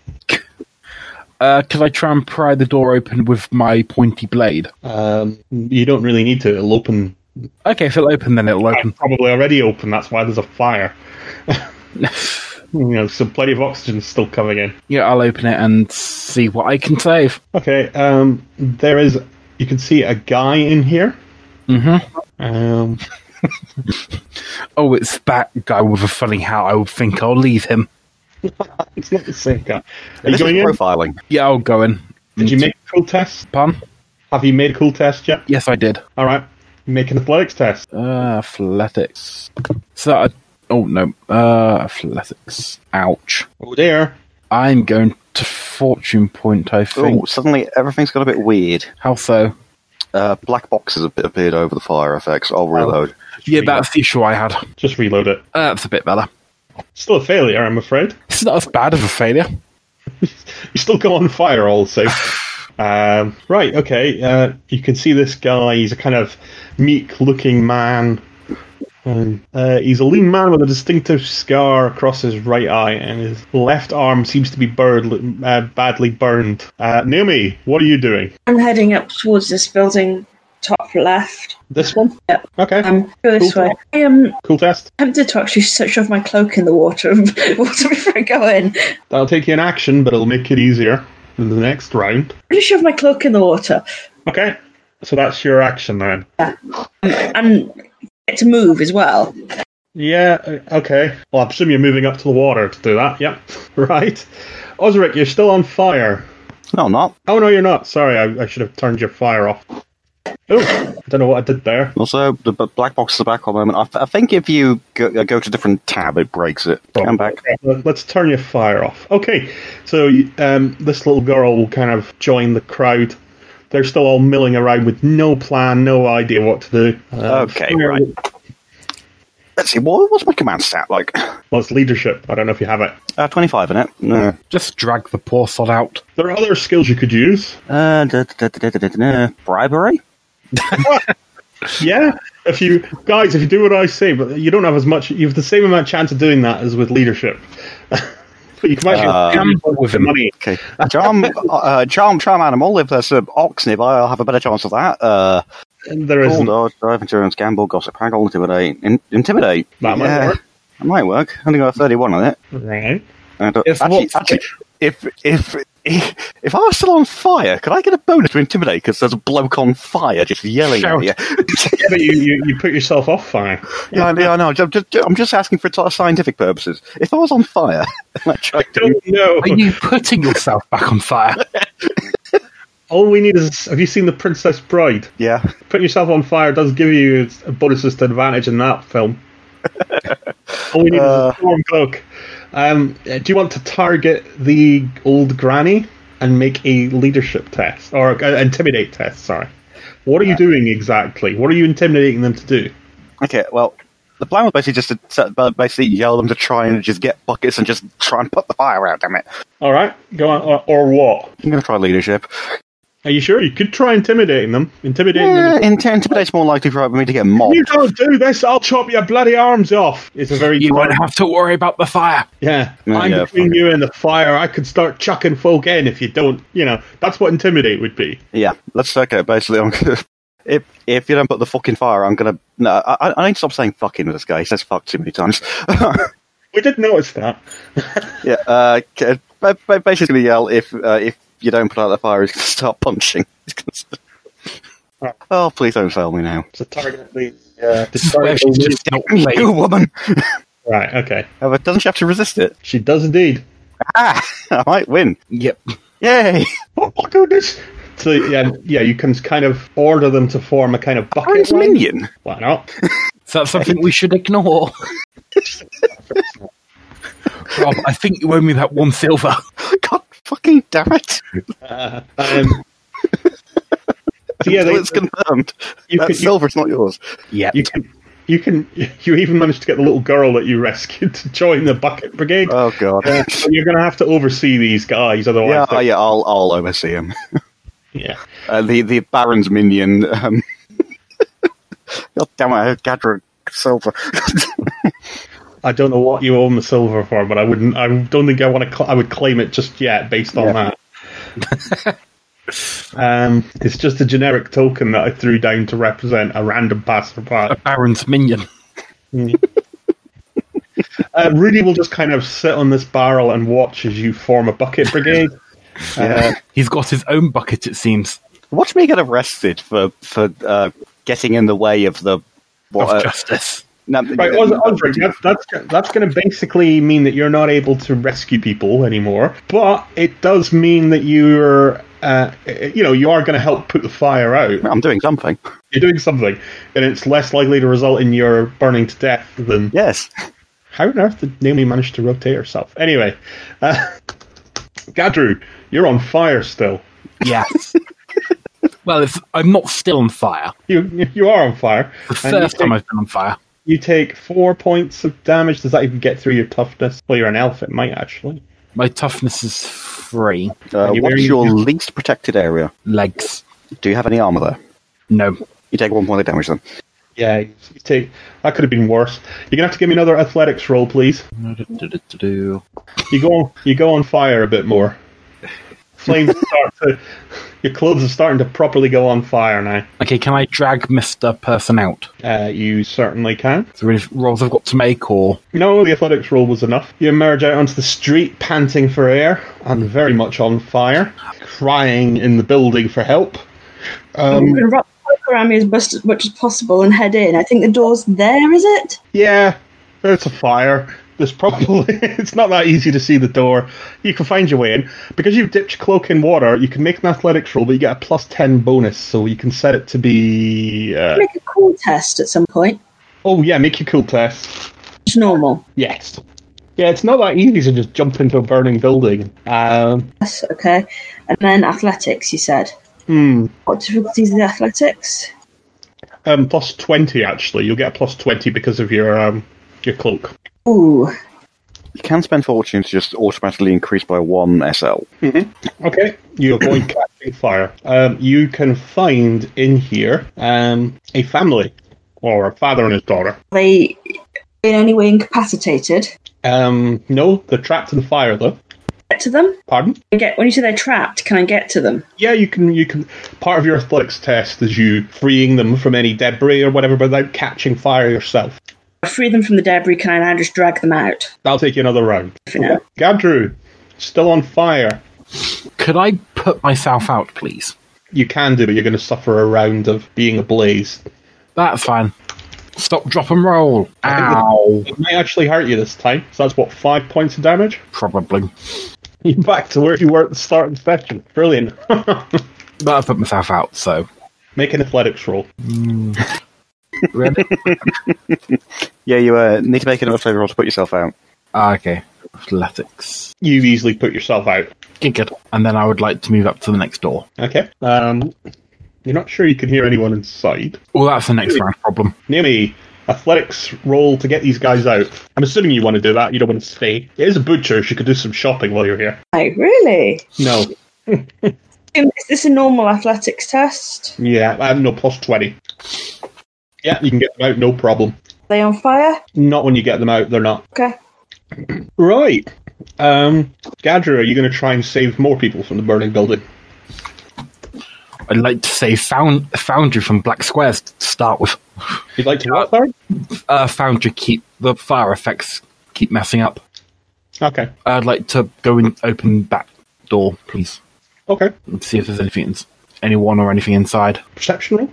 S3: Uh, could I try and pry the door open with my pointy blade?
S2: Um, you don't really need to. It'll open.
S3: Okay, if it'll open, then it'll open.
S2: Probably already open. That's why there's a fire. you know, so plenty of oxygen still coming in.
S3: Yeah, I'll open it and see what I can save.
S2: Okay. Um, there is. You can see a guy in here. Mm-hmm. Um,
S3: Oh, it's that guy with a funny hat. I would think I'll leave him.
S2: it's not the same guy. Are you
S4: This is
S2: going in?
S4: profiling.
S3: Yeah, I'll go in. Mm,
S2: Did you make a cool test?
S3: Pun?
S2: Have you made a cool test yet?
S3: Yes, I did.
S2: All right. Make an athletics test.
S3: Uh, athletics. So, I, oh no, uh, athletics. Ouch.
S2: Oh dear.
S3: I'm going to fortune point. I think.
S4: Oh, suddenly everything's got a bit weird.
S3: How so?
S4: Uh, black boxes ap- appeared over the fire effects.
S2: Oh.
S4: I'll reload.
S3: Yeah, that's the issue I had. Uh,
S2: Just reload it.
S3: that's a bit better.
S2: Still a failure, I'm afraid.
S3: It's not as bad of a failure.
S2: You still go on fire, also. um, right. Okay. Uh, you can see this guy. He's a kind of meek-looking man. Um, uh, he's a lean man with a distinctive scar across his right eye, and his left arm seems to be bur- uh, badly burned. Uh, Naomi, what are you doing?
S5: I'm heading up towards this building top left.
S2: This one?
S5: Yeah.
S2: Okay.
S5: Um, go this
S2: Cool.
S5: way. I am
S2: cool test.
S5: tempted to actually switch off my cloak in the water, water before I go in.
S2: That'll take you an action, but it'll make it easier in the next round.
S5: I'm just shove my cloak in the water
S2: Okay. So that's your action then.
S5: and get to move as well.
S2: Yeah, uh, okay. Well, I presume you're moving up to the water to do that. Yep. Right. Osric, you're still on fire.
S4: No, I'm not.
S2: Oh, no, you're not. Sorry, I, I should have turned your fire off. Oh, I don't know what I did there.
S4: Also, the b- black box is the back one moment. I, th- I think if you go, uh, go to a different tab, it breaks it.
S2: Oh,
S4: Come back.
S2: Let- Let's turn your fire off. Okay, so um, this little girl will kind of join the crowd. They're still all milling around with no plan, no idea what to do. Uh,
S4: Okay, right. Let's see. What, what's my command stat like?
S2: Well, it's leadership. I don't know if you have it.
S4: Uh, Twenty-five in it. No.
S3: Just drag the poor sod out.
S2: There are other skills you could use.
S4: Uh, da, da, da, da, da, da, da, da. Bribery.
S2: Yeah, if you guys, if you do what I say, but you don't have as much. You have the same amount chance of doing that as with leadership. but Uh, you can actually
S3: Gamble with him.
S2: money.
S4: Okay. Charm, uh, charm, charm animal. If there's an ox nearby, I'll have a better chance of that. Uh,
S2: And there
S4: Cool
S2: isn't.
S4: dodge, drive, endurance, gamble, gossip, haggle, intimidate. In- intimidate.
S2: That might work.
S4: That might work. I think I have 31 on it.
S2: Right.
S4: And, uh,
S3: If
S4: actually,
S3: what-
S4: actually, if, if, if, if I was still on fire, could I get a bonus to intimidate? Because there's a bloke on fire just yelling
S3: Shout.
S4: at you.
S2: Yeah, but you, you, you put yourself off fire.
S4: yeah, I- yeah, I know. I'm just, I'm just asking for t- scientific purposes. If I was on fire, and I tried to-
S2: Don't know.
S3: Are you putting yourself back on fire?
S2: All we need is have you seen The Princess Bride?
S4: yeah.
S2: Putting yourself on fire does give you bonuses to advantage in that film. All we need
S4: Uh.
S2: is a storm cloak. Um, do you want to target the old granny and make a leadership test or uh, intimidate test? Sorry. What are you doing exactly? What are you intimidating them to do?
S4: Okay, well, the plan was basically just to set- uh, basically yell at them to try and just get buckets and just try and put the fire out, damn it.
S2: All right, go on. Or, or what?
S4: I'm going to try leadership.
S2: Are you sure? You could try intimidating them. Intimidating
S4: Yeah,
S2: them.
S4: int- intimidate's more likely for me to get mobbed.
S2: You don't do this. I'll chop your bloody arms off. It's a very
S3: You won't have to worry about the fire.
S2: Yeah,
S4: Yeah,
S2: I'm
S4: yeah,
S2: between
S4: fuck
S2: you and the fire. I could start chucking folk in if you don't. You know, that's what intimidate would be.
S4: Yeah, let's take it. Basically, I'm gonna, if if you don't put the fucking fire, I'm gonna. No, I, I- I need to stop saying fucking with this guy. He says fuck too many times.
S2: We did notice that.
S4: yeah, uh, ca- ba- ba- basically yell if uh, if you don't put out the fire, he's gonna start punching. He's gonna- oh, please don't fail me now.
S2: So target the. Uh,
S3: This is where she's just dealt
S4: You
S3: with.
S4: woman.
S2: right. Okay.
S4: However, doesn't she have to resist it?
S2: She does indeed.
S4: Ah, I might win.
S3: Yep.
S4: Yay!
S2: Oh my goodness. So yeah, yeah, you can kind of order them to form a kind of
S4: I'm
S2: bucket.
S4: his
S2: line.
S4: minion.
S2: Why not?
S3: So that's something we should ignore. Rob, I think you owe me that one silver.
S4: God fucking damn it!
S2: Uh, um, so yeah, they,
S4: it's confirmed.
S2: you
S4: That
S2: could- you-
S4: silver's not yours.
S3: Yep.
S2: you can. You can. You even managed to get the little girl that you rescued to join the bucket brigade.
S4: Oh god.
S2: Uh, so you're going to have to oversee these guys, otherwise.
S4: yeah,
S2: they're-
S4: yeah. I'll I'll oversee him.
S2: yeah.
S4: Uh, the the Baron's minion. Um, God damn it! I gather silver.
S2: I don't know what you own the silver for, but I wouldn't. I don't think I want to. Cl- I would claim it just yet, based on
S4: Yeah.
S2: that. um, it's just a generic token that I threw down to represent a random
S3: A
S2: passerby.
S3: Baron's minion.
S2: Uh, Rudy will just kind of sit on this barrel and watch as you form a bucket brigade.
S4: Yeah.
S3: He's got his own bucket, it seems.
S4: Watch me get arrested for for uh, getting in the way of the. What,
S3: of
S4: uh,
S3: justice.
S4: no, uh,
S2: Right, Oz- Osric, that's that's, that's going to basically mean that you're not able to rescue people anymore, but it does mean that you're, uh, you know, you are going to help put the fire out.
S4: I'm doing something.
S2: You're doing something, and it's less likely to result in your burning to death than.
S4: Yes. Uh,
S2: How on earth did Naomi manage to rotate herself? Anyway, uh, Gadru, you're on fire still.
S3: Yes. well, it's, I'm not still on fire.
S2: You you are on fire.
S3: The
S2: And you
S3: first time
S2: take-
S3: I've been on fire.
S2: you take four points of damage. Does that even get through your toughness? Well, you're an elf. It might actually.
S3: My toughness is three.
S4: Uh,
S2: you
S4: what's
S2: wearing-
S4: your least protected area?
S3: Legs.
S4: Do you have any armor there?
S3: No.
S4: You take one point of damage then.
S2: Yeah, you take that could have been worse. You're gonna have to give me another athletics roll, please. You go you go on fire a bit more. flames start to. Your clothes are starting to properly go on fire now.
S3: Okay, can I drag Mister Person out?
S2: Uh, you certainly can.
S3: Is there any rolls I've got to make, or
S2: No, the athletics roll was enough. You emerge out onto the street, panting for air and very much on fire, crying in the building for help.
S5: I'm going to wrap the cloak around me as best, as much as possible and head in. I think the door's there, is it?
S2: Yeah, there's a fire. There's probably it's not that easy to see the door. You can find your way in because you've dipped your cloak in water. You can make an athletics roll, but you get a plus ten bonus, so you can set it to be. Uh,
S5: Make a cool test at some point.
S2: oh yeah, make your cool test.
S5: It's normal.
S2: Yes. Yeah, it's not that easy to just jump into a burning building. Um,
S5: Yes, okay. And then athletics, you said.
S2: hmm,
S5: What difficulties is athletics?
S2: um, plus twenty actually. You'll get a plus twenty because of your um, your cloak.
S5: Ooh,
S4: You can spend fortune to just automatically increase by one SL.
S2: Okay, you avoid catching fire. Um, you can find in here um, a family or a father and his daughter.
S5: are they in any way incapacitated?
S2: Um, no, they're trapped in fire though.
S5: Get to them?
S2: Pardon?
S5: I get when you say they're trapped. Can I get to them?
S2: Yeah, you can. You can. Part of your athletics test is you freeing them from any debris or whatever without catching fire yourself.
S5: I free them from the debris. Can I now just drag them out?
S2: That'll take you another round.
S5: For now,
S2: Gadru, still on fire.
S3: could I put myself out, please?
S2: You can do, but you're going to suffer a round of being ablaze.
S3: That's fine. Stop, drop, and roll. Ow.
S2: It might actually hurt you this time. So that's what five points of damage.
S3: Probably.
S2: You're back to where you were at the start of the session. Brilliant.
S3: But I put myself out, so.
S2: Make an athletics roll.
S3: Really?
S4: Yeah, you uh, need to make another flavour roll to put yourself out.
S3: Ah, okay. Athletics.
S2: You've easily put yourself out.
S3: Okay, good. And then I would like to move up to the next door.
S2: Okay. Um, you're not sure you can hear anyone inside.
S3: Well, that's the next round problem.
S2: Naomi, athletics roll to get these guys out. I'm assuming you want to do that. You don't want to stay. It is a butcher. She could do some shopping while you're here.
S5: I really.
S2: No.
S5: Um, Is this a normal athletics test? Are
S2: Yeah, I have no plus 20. Yeah, you can get them out, no problem.
S5: they on fire?
S2: Not when you get them out, they're not.
S5: Okay.
S2: Right. Um, Gadra, are you going to try and save more people from the burning building?
S3: I'd like to say found Foundry from Black Squares to start with.
S2: You'd like to what, sorry?
S3: Uh, Foundry keep the fire effects keep messing up.
S2: Okay.
S3: I'd like to go and open back door, please,
S2: Okay.
S3: and see if there's anything, ins- anyone or anything inside.
S2: Perception roll.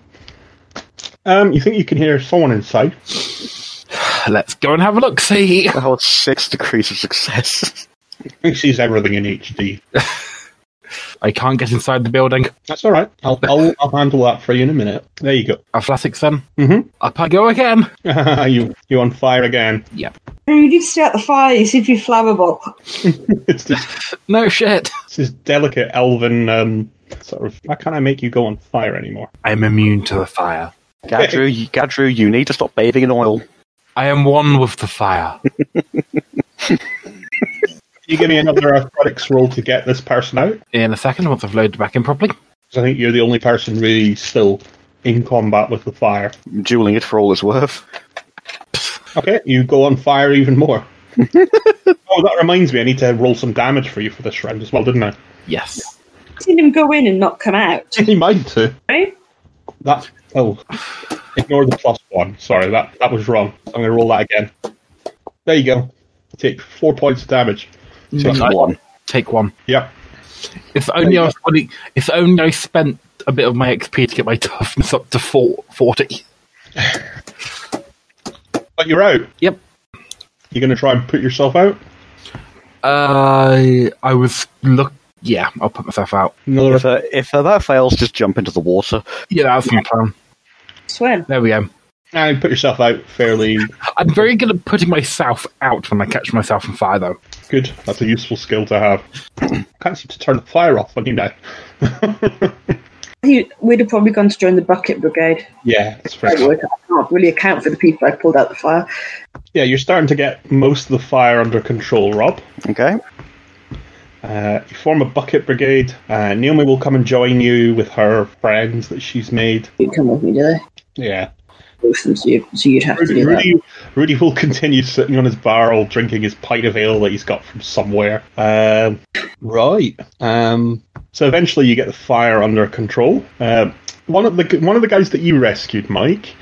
S2: Um, you think you can hear someone inside?
S3: Let's go and have a look. See.
S4: The whole six degrees of success.
S2: He sees everything in HD.
S3: I can't get inside the building.
S2: That's all right. I'll, I'll, I'll handle that for you in a minute. There you go.
S3: Athletics, then.
S2: Mhm.
S3: Up I go again.
S2: you you on fire again.
S3: Yep.
S5: You need to stay at the fire. You seem to be flammable.
S2: It's this,
S3: No shit.
S2: it's this delicate elven um, sort of. Why can't I make you go on fire anymore?
S3: I'm immune to the fire.
S4: Gadru, you, Gadru, you need to stop bathing in oil.
S3: I am one with the fire.
S2: Can you give me another athletics roll to get this person out?
S3: In a second, once I've loaded back in properly.
S2: 'Cause I think you're the only person really still in combat with the fire.
S4: Dueling it for all it's worth.
S2: Okay, you go on fire even more. oh, that reminds me. I need to roll some damage for you for this round as well, didn't I?
S3: Yes.
S5: I've seen him go in and not come out.
S2: You eh? mind to.
S5: Right?
S2: That oh, ignore the plus one. Sorry, that that was wrong. I'm going to roll that again. There you go. Take four points of damage.
S3: Take
S4: one.
S3: Take one.
S2: Yeah.
S3: If only I was only, if only I spent a bit of my XP to get my toughness up to four, 40.
S2: But you're out.
S3: Yep.
S2: You're going to try and put yourself out.
S3: Uh, I was look. Yeah, I'll put myself out.
S2: Another
S4: If, uh, if uh, that fails, just jump into the water.
S3: Yeah, that's my plan.
S5: Swim.
S3: There we go.
S2: and put yourself out fairly
S3: I'm very good at putting myself out when I catch myself on fire, though.
S2: good. That's a useful skill to have. Can't seem to turn the fire off when you know.
S5: He, we'd have probably gone to join the bucket brigade.
S2: Yeah, that's
S5: I
S2: fair.
S5: would. I can't really account for the people I pulled out the fire.
S2: Yeah, you're starting to get most of the fire under control, Rob.
S4: Okay?
S2: Uh, you form a bucket brigade. Uh, Naomi will come and join you with her friends that she's made.
S5: You come with me, do they?
S2: Yeah.
S5: potions, so you- so you'd have to
S2: Rudy,
S5: do that.
S2: Rudy, Rudy will continue sitting on his barrel, drinking his pint of ale that he's got from somewhere. Um, right. Um, so eventually, you get the fire under control. Um one of the g- one of the guys that you rescued, Mike,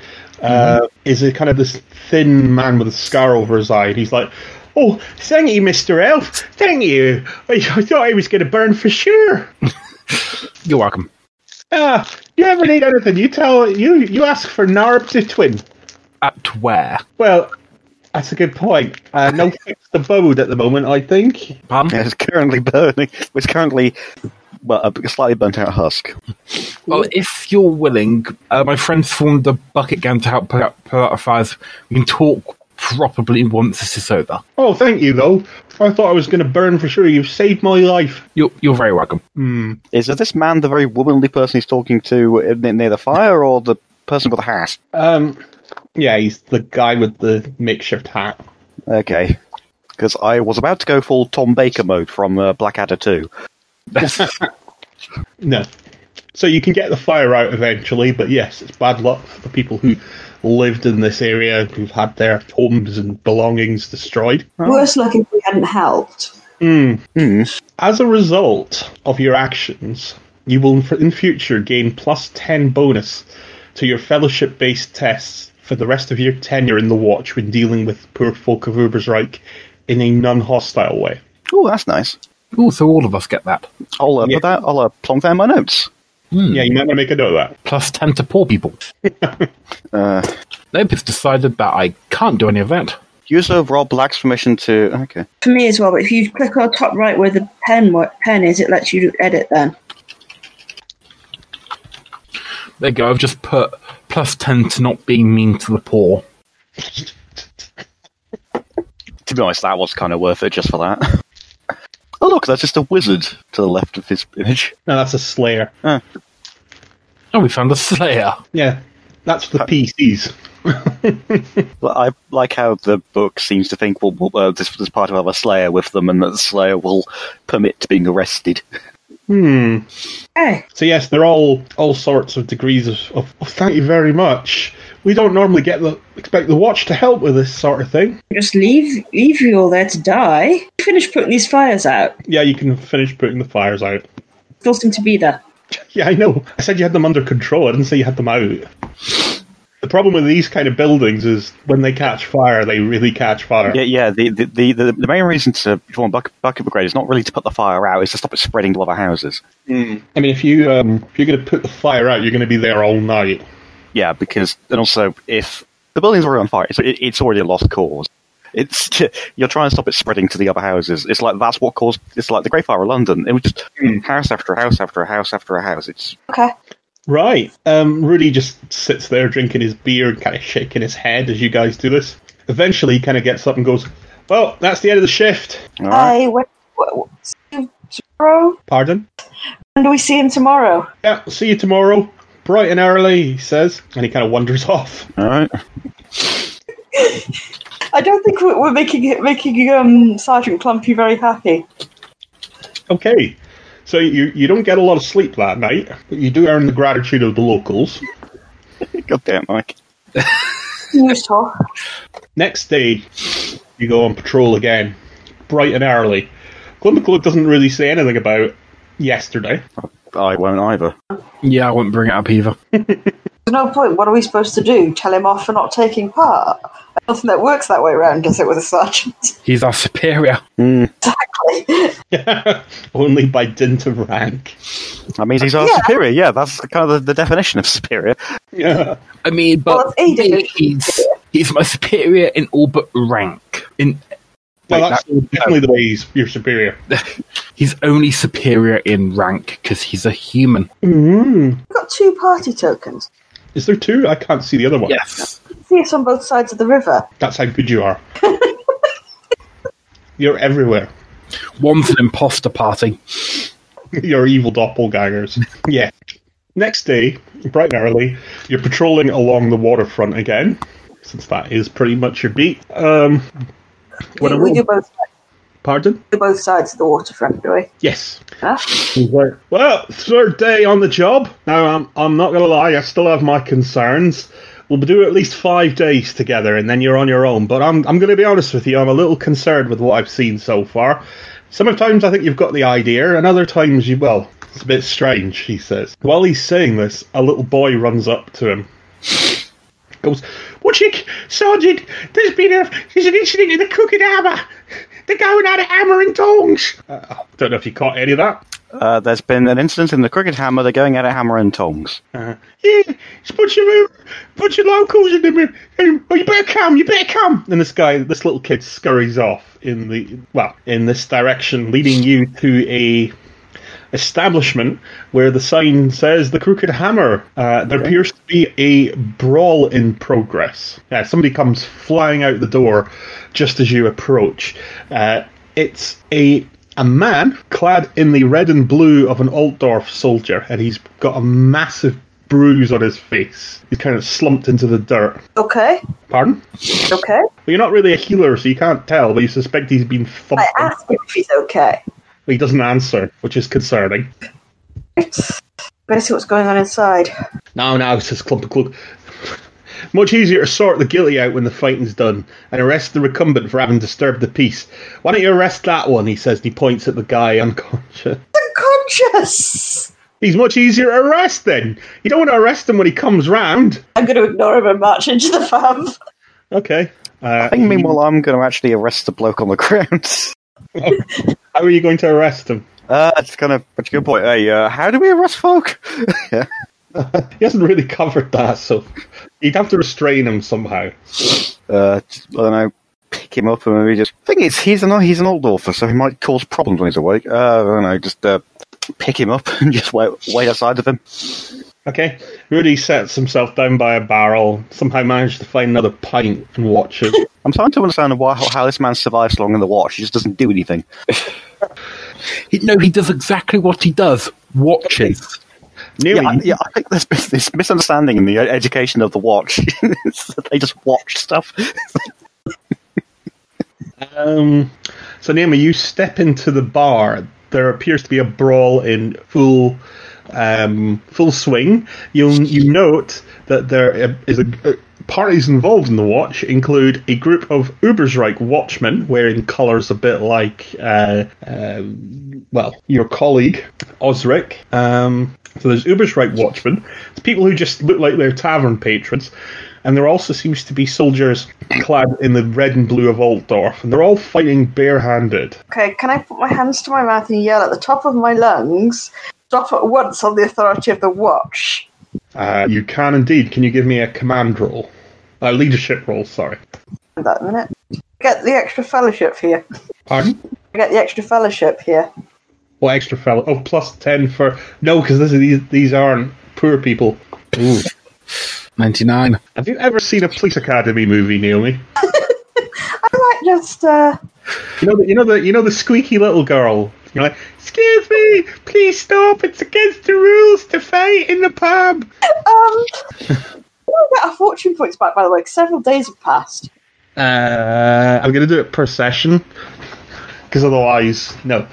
S2: uh, is a kind of this thin man with a scar over his eye. And he's like, "Oh, thank you, Mister Elf. Thank you. I, I thought I was going to burn for sure."
S3: You're welcome.
S2: Ah, you ever need anything? You tell you you ask for Narb the twin.
S3: At where?
S2: Well, that's a good point. Uh, no fixed abode at the moment, I think.
S3: Pardon?
S4: It's currently burning. It's currently well, a slightly burnt out husk.
S3: Well, if you're willing, uh, my friends formed a bucket gang to help put out, put out fires. We can talk probably once this is over.
S2: Oh, thank you, though. I thought I was going to burn for sure. You've saved my life.
S3: You're, you're very welcome.
S4: Is this man the very womanly person he's talking to in- near the fire, or the person with the hat?
S2: Um, yeah, he's the guy with the makeshift hat.
S4: Okay. Because I was about to go full Tom Baker mode from uh, Blackadder 2.
S2: No. So you can get the fire out eventually, but yes, it's bad luck for the people who lived in this area who've had their homes and belongings destroyed.
S5: Worse luck if we hadn't helped.
S2: As a result of your actions, you will f- in future gain plus 10 bonus to your fellowship based tests for the rest of your tenure in the Watch when dealing with poor folk of Ubersreich in a non hostile way.
S4: Oh, that's nice.
S3: Ooh, so all of us get that.
S4: I'll uh,
S2: Yeah.
S4: put that. I'll uh, plonk that in my notes.
S2: Yeah, you might want to make a note of that.
S3: Plus 10 to poor people.
S4: Uh,
S3: Nope, it's decided that I can't do any of that.
S4: user of Rob Black's permission to. Okay.
S5: For me as well, but if you click on top right where the pen wa- pen is, it lets you edit then.
S3: There you go, I've just put plus 10 to not being mean to the poor.
S4: To be honest, that was kind of worth it just for that. oh, look, that's just a wizard to the left of his image.
S2: No, that's a Slayer.
S3: Oh, we found a Slayer.
S2: Yeah, that's the PCs.
S4: Well, I like how the book seems to think, well, well uh, this, this party will have a slayer with them, and that the slayer will permit being arrested.
S5: Hey,
S2: So yes, they're all all sorts of degrees of, of oh, thank you very much. We don't normally get the expect the watch to help with this sort of thing.
S5: just leave leave you all there to die. Finish putting these fires out.
S2: Yeah, you can finish putting the fires out.
S5: Still seem to be there.
S2: Yeah, I know. I said you had them under control. I didn't say you had them out. The problem with these kind of buildings is when they catch fire, they really catch fire.
S4: Yeah, yeah. The the, the, the, the main reason to form bucket, bucket brigade is not really to put the fire out; it's to stop it spreading to other houses.
S2: I mean, if you um, if you're going to put the fire out, you're going to be there all night.
S4: Yeah, because and also if the building's already on fire, it's, it, it's already a lost cause. It's you're trying to stop it spreading to the other houses. It's like that's what caused. It's like the Great Fire of London. It was just house after house after house after a house. It's
S5: Okay.
S2: Right. Um, Rudy just sits there drinking his beer and kind of shaking his head as you guys do this. Eventually, he kind of gets up and goes, "Well, that's the end of the shift."
S5: Hey, when, wh- wh- tomorrow?
S2: Pardon.
S5: When do we see him tomorrow?
S2: Yeah. See you tomorrow, bright and early. He says, and he kind of wanders off.
S4: all right.
S5: I don't think we're, we're making it making um, Sergeant Clumpy very happy.
S2: Okay. So you, you don't get a lot of sleep that night, but you do earn the gratitude of the locals.
S4: God damn, Mike.
S5: News talk.
S2: Next day, you go on patrol again, bright and early. Glumaclug doesn't really say anything about yesterday.
S4: I won't either.
S3: Yeah, I wouldn't bring it up either.
S5: There's no point. What are we supposed to do? Tell him off for not taking part? I don't think that works that way round, does it, with a sergeant?
S3: He's our superior.
S5: exactly.
S2: Only by dint of rank.
S4: That means he's our
S5: Yeah.
S4: superior. Yeah, that's kind of the, the definition of superior.
S2: Yeah.
S3: I mean,
S5: Well,
S3: but
S5: if he did it,
S3: he's, he's my superior in all but rank. In
S2: Well,
S3: Wait,
S2: that's
S3: that-
S2: definitely the way he's, you're superior.
S3: He's only superior in rank because he's a human.
S5: We've got two party tokens.
S2: Is there two? I can't see the other one.
S3: Yes.
S5: See us on both sides of the river.
S2: That's how good you are. you're everywhere.
S3: One's an imposter party.
S2: your evil doppelgangers. yeah. Next day, bright and early, you're patrolling along the waterfront again, since that is pretty much your beat. Um,
S5: We, we do both
S2: pardon?
S5: do both sides of the waterfront, do we?
S2: Yes.
S5: Huh?
S2: Well, third day on the job. Now, I'm, I'm not going to lie, I still have my concerns. we'll do at least five days together, and then you're on your own. But I'm I'm going to be honest with you. I'm a little concerned with what I've seen so far. Sometimes I think you've got the idea, and other times you well, it's a bit strange. He says. While he's saying this, a little boy runs up to him. Goes, "What you, Sergeant? There's been a there's an incident in the crooked hammer. They're going at it hammer and tongs." Uh, I don't know if you caught any of that.
S4: Uh, there's been an incident in the Crooked Hammer. They're going at it hammer and tongs.
S2: Uh-huh. Yeah, it's a bunch of uh, bunch of locals in the room. Um, Oh, you better come, you better come. And this guy, this little kid, scurries off in the well in this direction, leading you to a establishment where the sign says the Crooked Hammer. Uh, there appears to be a brawl in progress. Yeah, somebody comes flying out the door just as you approach. Uh, it's a a man clad in the red and blue of an Altdorf soldier, and he's got a massive bruise on his face. He's kind of slumped into the dirt.
S5: Okay,
S2: Pardon?
S5: okay.
S2: Well, you're not really a healer, so you can't tell, but you suspect he's been
S5: I
S2: thumped.
S5: asked him if he's okay.
S2: He doesn't answer, which is concerning.
S5: Better see what's going on inside.
S2: Now, now, says Clump of Cloak. Much easier to sort the guilty out when the fighting's done and arrest the recumbent for having disturbed the peace. Why don't you arrest that one? He says, and he points at the guy unconscious.
S5: Unconscious.
S2: He's much easier to arrest then. You don't want to arrest him when he comes round.
S5: I'm going to ignore him and march into the farm.
S2: Okay. Uh,
S4: I think meanwhile I'm going to actually arrest the bloke on the ground.
S2: how are you going to arrest him?
S4: Uh, that's kind of that's a good point. Hey, uh, how do we arrest folk? yeah.
S2: He hasn't really covered that, so you'd have to restrain him somehow.
S4: Uh, just, I don't know. Pick him up and maybe just. Thing is, he's an he's an old author, so he might cause problems when he's awake. Uh, I don't know. Just uh, pick him up and just wait wait outside of him.
S2: Okay. Rudy sets himself down by a barrel, somehow manages to find another pint and watches.
S4: I'm starting to understand why how, how this man survives long in the watch. He just doesn't do anything.
S3: He, no, he does exactly what he does. Watches.
S2: Nearly.
S4: Yeah, I, yeah, I think there's mis- this misunderstanding in the e- education of the watch. It's that they just watch stuff.
S2: Um, so, Naomi, you step into the bar. There appears to be a brawl in full um, full swing. You'll, you note that there is a, uh parties involved in the watch include a group of Ubersreich watchmen wearing colours a bit like, uh, um well, your colleague, Osric. Um, so there's Ubersreich watchmen. It's people who just look like they're tavern patrons. And there also seems to be soldiers clad in the red and blue of Altdorf, and they're all fighting barehanded.
S5: Okay, can I put my hands to my mouth and yell at the top of my lungs? Stop at once on the authority of the watch.
S2: Uh, you can indeed. Can you give me a command roll? A leadership roll, sorry.
S5: Hold that a minute. Get the extra fellowship here.
S2: Pardon?
S5: Get the extra fellowship here.
S2: What extra fellow? Oh, plus 10 for. No, because these, these aren't poor people. Ooh.
S3: 99.
S2: Have you ever seen a police academy movie, Naomi?
S5: I like just uh,
S2: You know the, you know the you know the squeaky little girl. You're like, excuse me, please stop. It's against the rules to fight in the pub.
S5: um. We'll get our fortune points back, by the way, 'cause several days have passed.
S2: Uh, I'm gonna do it per session, because otherwise, no.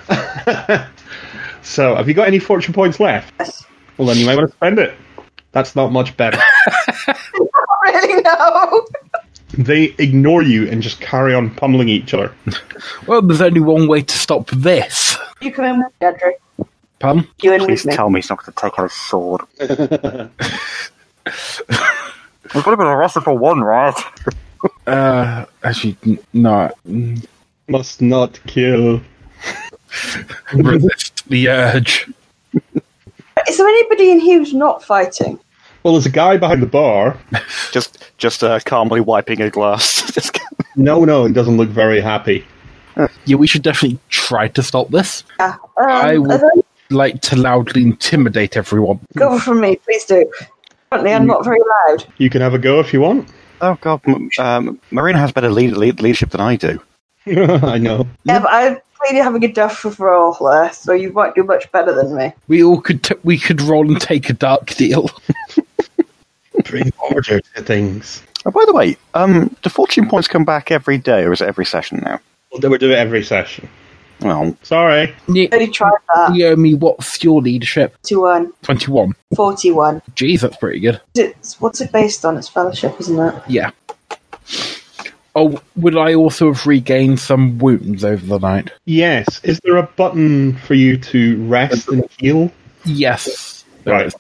S2: so, have you got any fortune points left?
S5: Yes.
S2: Well, then you might want to spend it. That's not much better.
S5: Not really, no.
S2: they ignore you and just carry on pummeling each other.
S3: Well, there's only one way to stop this.
S5: You come in with me, Andrew.
S3: Pardon?
S5: You in
S4: Please
S5: with me.
S4: tell me he's not going to take out his sword. We've got to be arrested for one, right?
S3: Uh, actually, n- no.
S2: Must not kill.
S3: Resist the urge.
S5: Is there anybody in here who's not fighting?
S2: Well, there's a guy behind the bar.
S4: Just, just uh, calmly wiping a glass. Just-
S2: No, no, he doesn't look very happy.
S3: Yeah, we should definitely try to stop this.
S5: Yeah. Um,
S3: I
S5: are
S3: would
S5: there-
S3: like to loudly intimidate everyone.
S5: Go from me, please do. Apparently, I'm not very loud.
S2: You can have a go if you want.
S4: oh god, M- um, Marina has better lead- lead- leadership than I do.
S2: I know.
S5: Yeah, but I'm clearly having a duff of roll there, so you won't do much better than me.
S3: We all could t- we could roll and take a dark deal.
S2: Bring order to things.
S4: Oh, by the way, um, do fortune points come back every day, or is it every session now?
S2: They would do it every session.
S4: Well,
S2: Sorry.
S3: You,
S5: I already tried that.
S3: you owe me what's your leadership?
S5: 41,
S3: 21.
S5: 41.
S3: Jeez, that's pretty good.
S5: It's, what's it based on? It's fellowship, isn't it?
S3: Yeah. Oh, would I also have regained some wounds over the night?
S2: Yes. Is there a button for you to rest and heal?
S3: Yes. There
S2: Right.
S3: is.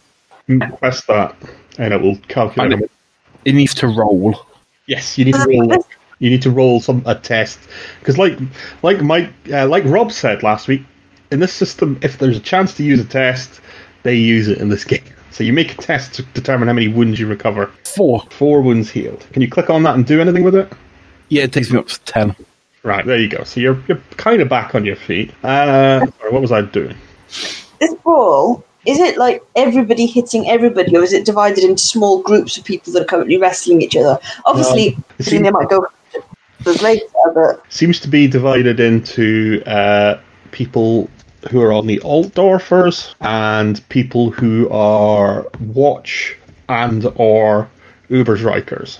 S2: Mm, Press that, and it will calculate.
S3: And it- It needs to roll.
S2: Yes, you need to roll. You need to roll some a test because, like, like Mike, uh, like Rob said last week, in this system, if there's a chance to use a test, they use it in this game. So you make a test to determine how many wounds you recover.
S3: Four.
S2: Four wounds healed. Can you click on that and do anything with it?
S3: Yeah, it takes me up to ten.
S2: Right there you go. So you're you're kind of back on your feet. Uh, sorry, what was I doing?
S5: This brawl, is it like everybody hitting everybody, or is it divided into small groups of people that are currently wrestling each other? Obviously, I
S2: see-
S5: mean, they might go for it later, but
S2: seems to be divided into uh, people who are on the Altdorfers and people who are Watch and or Ubersrikers.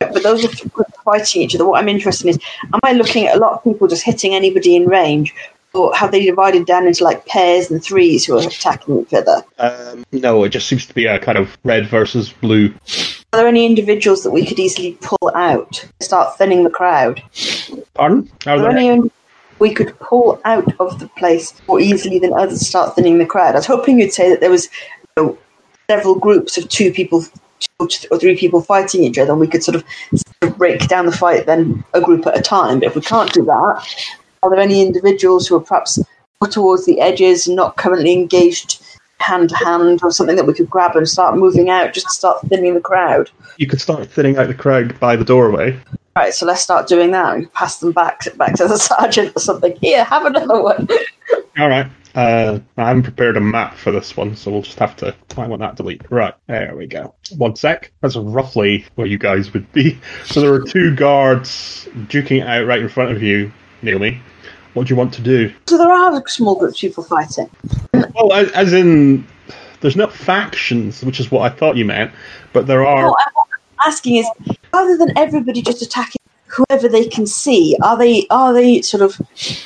S5: but those are people fighting each other. What I'm interested in is, am I looking at a lot of people just hitting anybody in range, or have they divided down into like pairs and threes who are attacking each other?
S2: Um, no, it just seems to be a kind of red versus blue.
S5: Are there any individuals that we could easily pull out, start thinning the crowd?
S2: Pardon? Are
S5: Are there
S2: there-
S5: any individuals we could pull out of the place more easily than others start thinning the crowd? I was hoping you'd say that there was you know, several groups of two people, two or three people fighting each other, and we could sort of, sort of break down the fight then a group at a time. But if we can't do that, are there any individuals who are perhaps more towards the edges, and not currently engaged? Hand to hand, or something that we could grab and start moving out, just to start thinning the crowd.
S2: you could start thinning out the crowd by the doorway.
S5: Right, so let's start doing that. We pass them back back to the sergeant or something. Here, have another one.
S2: All right. Uh, I haven't prepared a map for this one, so we'll just have to. I want that delete. Right. There we go. One sec. That's roughly where you guys would be. So there are two guards duking it out right in front of you, Naomi. What do you want to do?
S5: So there are small groups of people fighting.
S2: Well, as, as in, there's not factions, which is what I thought you meant, but there are.
S5: What I'm asking is, rather than everybody just attacking whoever they can see, are they are they sort of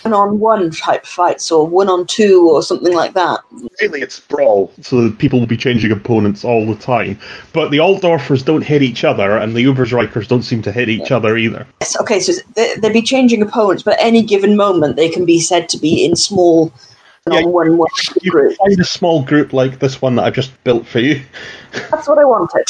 S5: one on one type fights or one on two or something like that?
S2: Really, it's brawl. So that people will be changing opponents all the time. But the Altdorfers don't hit each other, and the Ubersrikers don't seem to hit each other either.
S5: Yes, okay, so they, they'd be changing opponents, but at any given moment they can be said to be in small one on one
S2: You can
S5: groups.
S2: find a small group like this one that I've just built for you.
S5: That's what I wanted.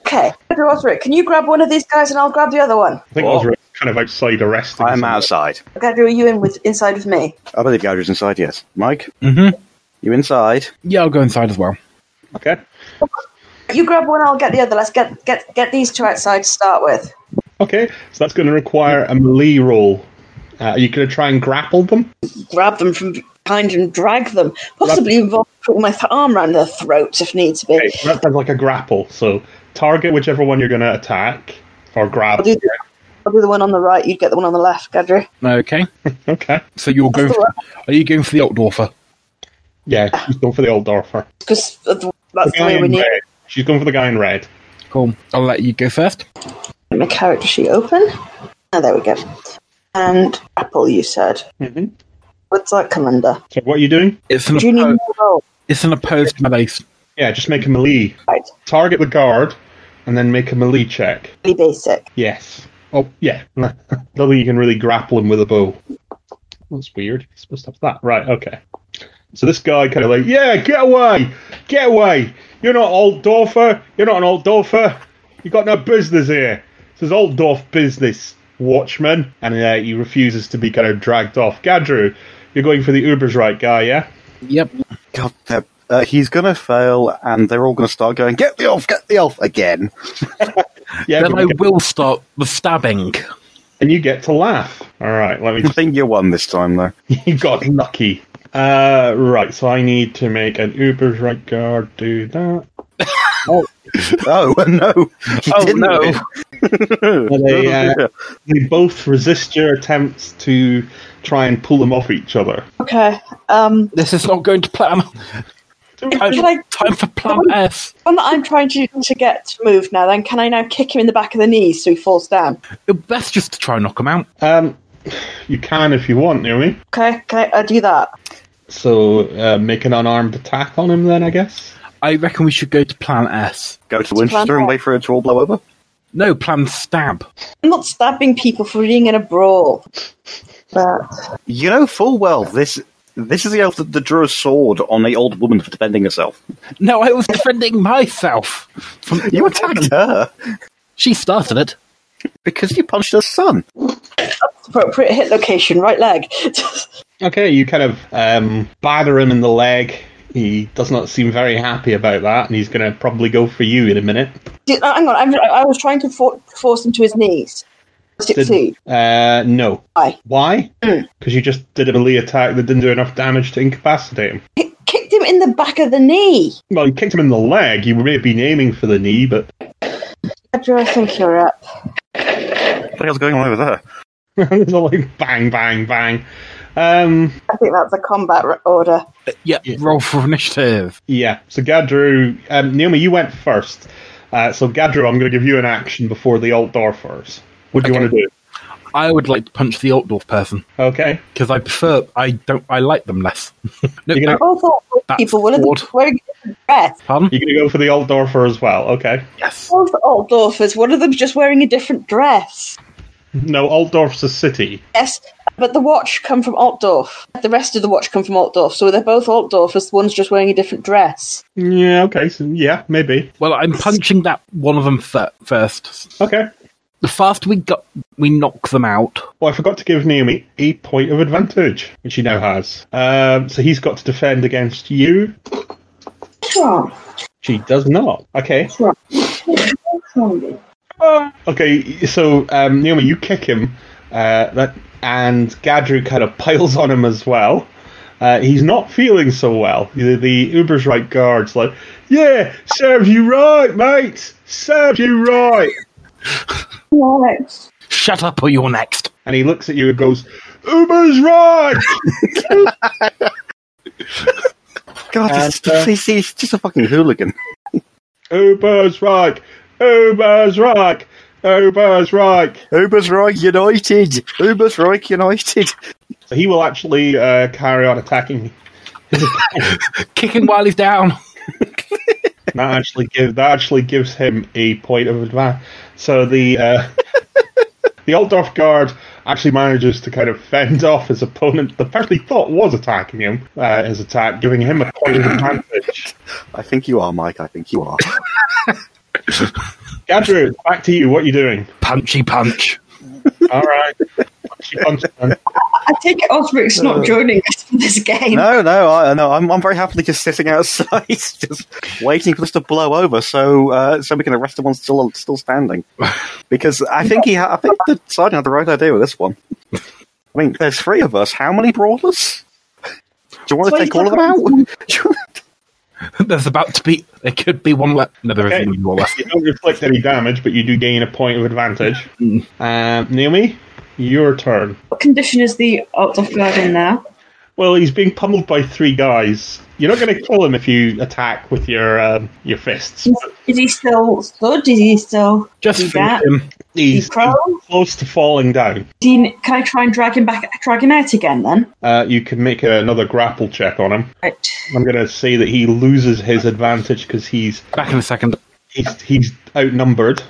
S5: Okay, Andrew Osric, can you grab one of these guys and I'll grab the other one?
S2: I think
S4: Oh.
S2: those were kind of outside arresting.
S4: I'm
S2: someone.
S4: outside.
S5: Gadru, are you in with inside with me?
S4: I believe Gowder's inside, yes. Mike,
S3: Mm-hmm.
S4: you inside?
S3: Yeah, I'll go inside as well.
S2: Okay.
S5: You grab one, I'll get the other. Let's get get get these two outside to start with.
S2: Okay, so that's going to require a melee roll. Uh, are you going to try and grapple them?
S5: Grab them from behind and drag them, possibly involve putting my th- arm around their throats if needs be.
S2: Okay, so that sounds like a grapple. So target whichever one you're going to attack or grab.
S5: I'll do the, I'll do the one on the right. You get the one on the left, Gadru.
S3: Okay.
S2: Okay.
S3: So you're going.
S5: That's all
S3: For, are you going for the Altdorfer?
S2: Yeah, she's going for the old Dorfer.
S5: Because
S2: The
S5: that's the
S2: guy
S5: way we
S2: in
S5: need.
S2: red. She's going for the guy in red.
S3: Cool. I'll let you go first.
S5: Get my character sheet open. Oh, there we go. And apple, you said.
S2: Mm-hmm.
S5: What's that come under?
S2: So what are you doing?
S3: It's an
S5: Do you need
S3: oppo-
S5: more roll?
S3: it's an opposed melee. s-
S2: Yeah, just make a melee.
S5: Right,
S2: Target the guard, and then make a melee check.
S5: really basic.
S2: Yes. Oh, yeah. I don't think you can really grapple him with a bow. That's weird. He's supposed to have that. Right, okay. So this guy kind of like, yeah, get away! Get away! You're not old Dorfer! You're not an old Dorfer! You got no business here! This is old Dorf business, watchman. And uh, he refuses to be kind of dragged off. Gadru, you're going for the Uber's right guy, yeah?
S3: Yep.
S4: God, they're- uh, he's going to fail, and they're all going to start going, get the elf, get the elf, again.
S2: Yeah,
S3: Then
S2: but
S3: I
S2: you get-
S3: will start the stabbing.
S2: and you get to laugh. All right, let me
S4: I think you won this time, though.
S2: You got lucky. Uh, right, so I need to make an Uber's right guard do that.
S4: Oh, no. He
S3: Oh
S4: didn't
S3: no!
S2: They, uh, they both resist your attempts to try and pull them off each other.
S5: Okay. Um,
S3: This is not going to plan. Time,
S5: Can I-
S3: time for plan S.
S5: one that I'm trying to to get to move now. Then can I now kick him in the back of the knees so he falls down?
S3: That's just to try and knock him out.
S2: Um, You can if you want, Naomi.
S5: Can I, can I, I do that?
S2: So uh, make an unarmed attack on him, then I guess.
S3: I reckon we should go to Plan S.
S4: Go to
S5: plan
S4: Winchester and
S5: A.
S4: wait for it to all blow over.
S3: No, Plan Stab.
S5: I'm not stabbing people for being in a brawl. But
S4: You know full well this this is the elf that, that drew a sword on the old woman for defending herself.
S3: No, I was defending myself. From,
S4: You attacked her
S3: She started it.
S4: because you punched her son.
S5: appropriate hit location, right leg.
S2: Okay, you kind of um, batter him in the leg. He does not seem very happy about that, and he's going to probably go for you in a minute.
S5: Did- uh, hang on, I'm, I was trying to for, force him to his knees. Succeed.
S2: Uh, no.
S5: Why?
S2: Why? Because you just did a melee attack that didn't do enough damage to incapacitate him.
S5: K- kicked him in the back of the knee.
S2: Well, you kicked him in the leg. You may have been aiming for the knee, but
S5: Andrew, I think you're up.
S4: What the hell's going on over there?
S2: it's all like bang, bang, bang. Um,
S5: I think that's a combat r- order.
S3: Yeah, roll for initiative.
S2: yeah. So Gadru, um, Naomi, you went first. Uh, so Gadru, I'm going to give you an action before the Altdorfers. What do you
S3: Okay.
S2: want to do?
S3: I would like to punch the Altdorf person
S2: Okay.
S3: because I prefer. I don't. I like them less. no,
S2: You're gonna-
S5: All thoughtful
S3: That's
S5: people will
S3: forward.
S5: have wearing a dress.
S3: pardon?
S2: You're going to go for the Altdorfer as well. Okay.
S3: Yes.
S5: All the old dwarfers, one of them's just wearing a different dress.
S2: No, Altdorf's a city.
S5: Yes, but the watch come from Altdorf. The rest of the watch come from Altdorf, so they're both Altdorfers. One's just wearing a different dress.
S2: Yeah. Okay. So yeah, maybe.
S3: Well, I'm punching that one of them fir- first.
S2: Okay.
S3: The faster we got, we knock them out.
S2: Well, I forgot to give Naomi a point of advantage, which he now has. Um, so he's got to defend against you. She does not. Okay. Ah. Okay, so um, Naomi, you kick him, uh, that, and Gadru kind of piles on him as well. Uh, he's not feeling so well. The, the Uber's right guard's like, "Yeah, serves you right, mate. Serves you right."
S5: Right.
S3: Shut up, or you're next.
S2: And he looks at you and goes, "Uber's right."
S4: God,
S2: And,
S4: this, this, he's, he's just a fucking hooligan.
S2: Uber's right. Uber's right. Uber's right.
S4: Ubersreich United. Ubersreich United.
S2: So he will actually uh, carry on attacking.
S3: Kick him while he's down.
S2: That actually give that actually gives him a point of advantage. So the uh, the Altdorf guard actually manages to kind of fend off his opponent. The person he thought was attacking him, uh, his attack, giving him a point of advantage.
S4: I think you are, Mike. I think you are.
S2: Gadru, back to you. What are you doing?
S3: Punchy punch.
S2: All right. She punches him.
S5: I take it Osric's not joining us for this game.
S4: no, no, I, no. I'm, I'm very happily just sitting outside, just waiting for this to blow over, so uh, so we can arrest the one still still standing. Because I think he, ha- I think the sergeant had the right idea with this one. I mean, there's three of us. How many brawlers? Do you want to
S5: Twenty-
S4: take all of them out?
S3: There's about to be. There could be one left. No, there
S2: Okay.
S3: isn't even one left.
S2: You don't inflict any damage, but you do gain a point of advantage. Um, Naomi, your turn.
S6: What condition is the Altdorf guard in now?
S2: Well, he's being pummeled by three guys. You're not going to kill him if you attack with your um, your fists.
S6: Is he still stood? Is he still
S3: Just
S6: is he
S3: finish
S6: back?
S3: him.
S2: He's
S6: prone?
S2: close to falling down.
S6: Do you- can I try and drag him back, drag him out again then?
S2: Uh, you can make another grapple check on him.
S6: Right.
S2: I'm going to say that he loses his advantage because he's
S3: Back in a second.
S2: he's he's outnumbered.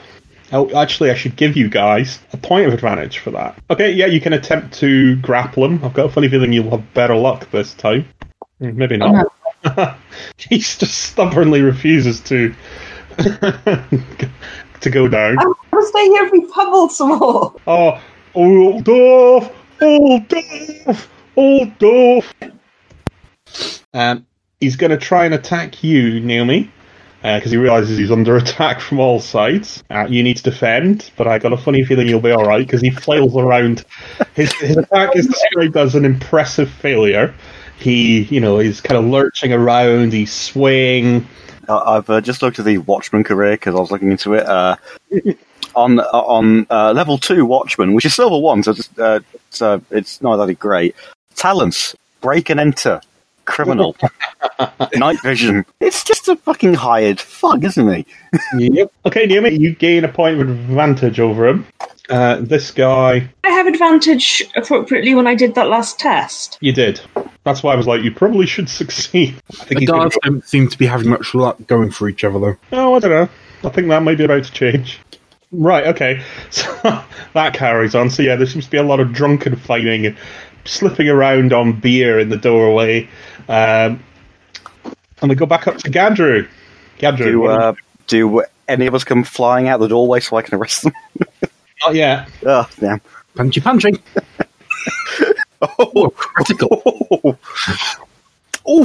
S2: Oh, actually, I should give you guys a point of advantage for that. Okay, yeah, you can attempt to grapple him. I've got a funny feeling you'll have better luck this time. Mm, Maybe not. he just stubbornly refuses to to go down.
S5: I'm going to stay here and be pummeled some more.
S2: Oh, old dwarf, old dwarf, old dwarf. Um, he's going to try and attack you, Naomi, because he realizes he's under attack from all sides. Uh, you need to defend, but I got a funny feeling you'll be all right because he flails around. His, his attack is described as an impressive failure. He, you know, he's kind of lurching around. He's swaying.
S4: I- I've uh, just looked at the Watchman career because I was looking into it. Uh, on uh, on uh, level two Watchman, which is silver one, so it's, uh, it's, uh, it's not that great. Talents: break and enter, criminal, night vision. It's just a fucking hired fuck, isn't he?
S2: Yep. Okay, Naomi, you gain a point of advantage over him. Uh, this guy,
S6: I have advantage appropriately when I did that last test.
S2: you did. That's why I was like, you probably should succeed. I think
S3: The
S2: he's
S3: guards
S2: gonna-
S3: don't seem to be having much luck going for each other, though.
S2: Oh, I don't know. I think that may be about to change. Right, okay. So that carries on. So yeah, there seems to be a lot of drunken fighting and slipping around on beer in the doorway. Um, and we go back up to Gadru. Gadru.
S4: Do
S2: what-
S4: uh, do any of us come flying out the doorway so I can arrest them?
S2: not yet.
S4: oh, damn.
S3: Punchy, punchy. oh, critical.
S4: Oh,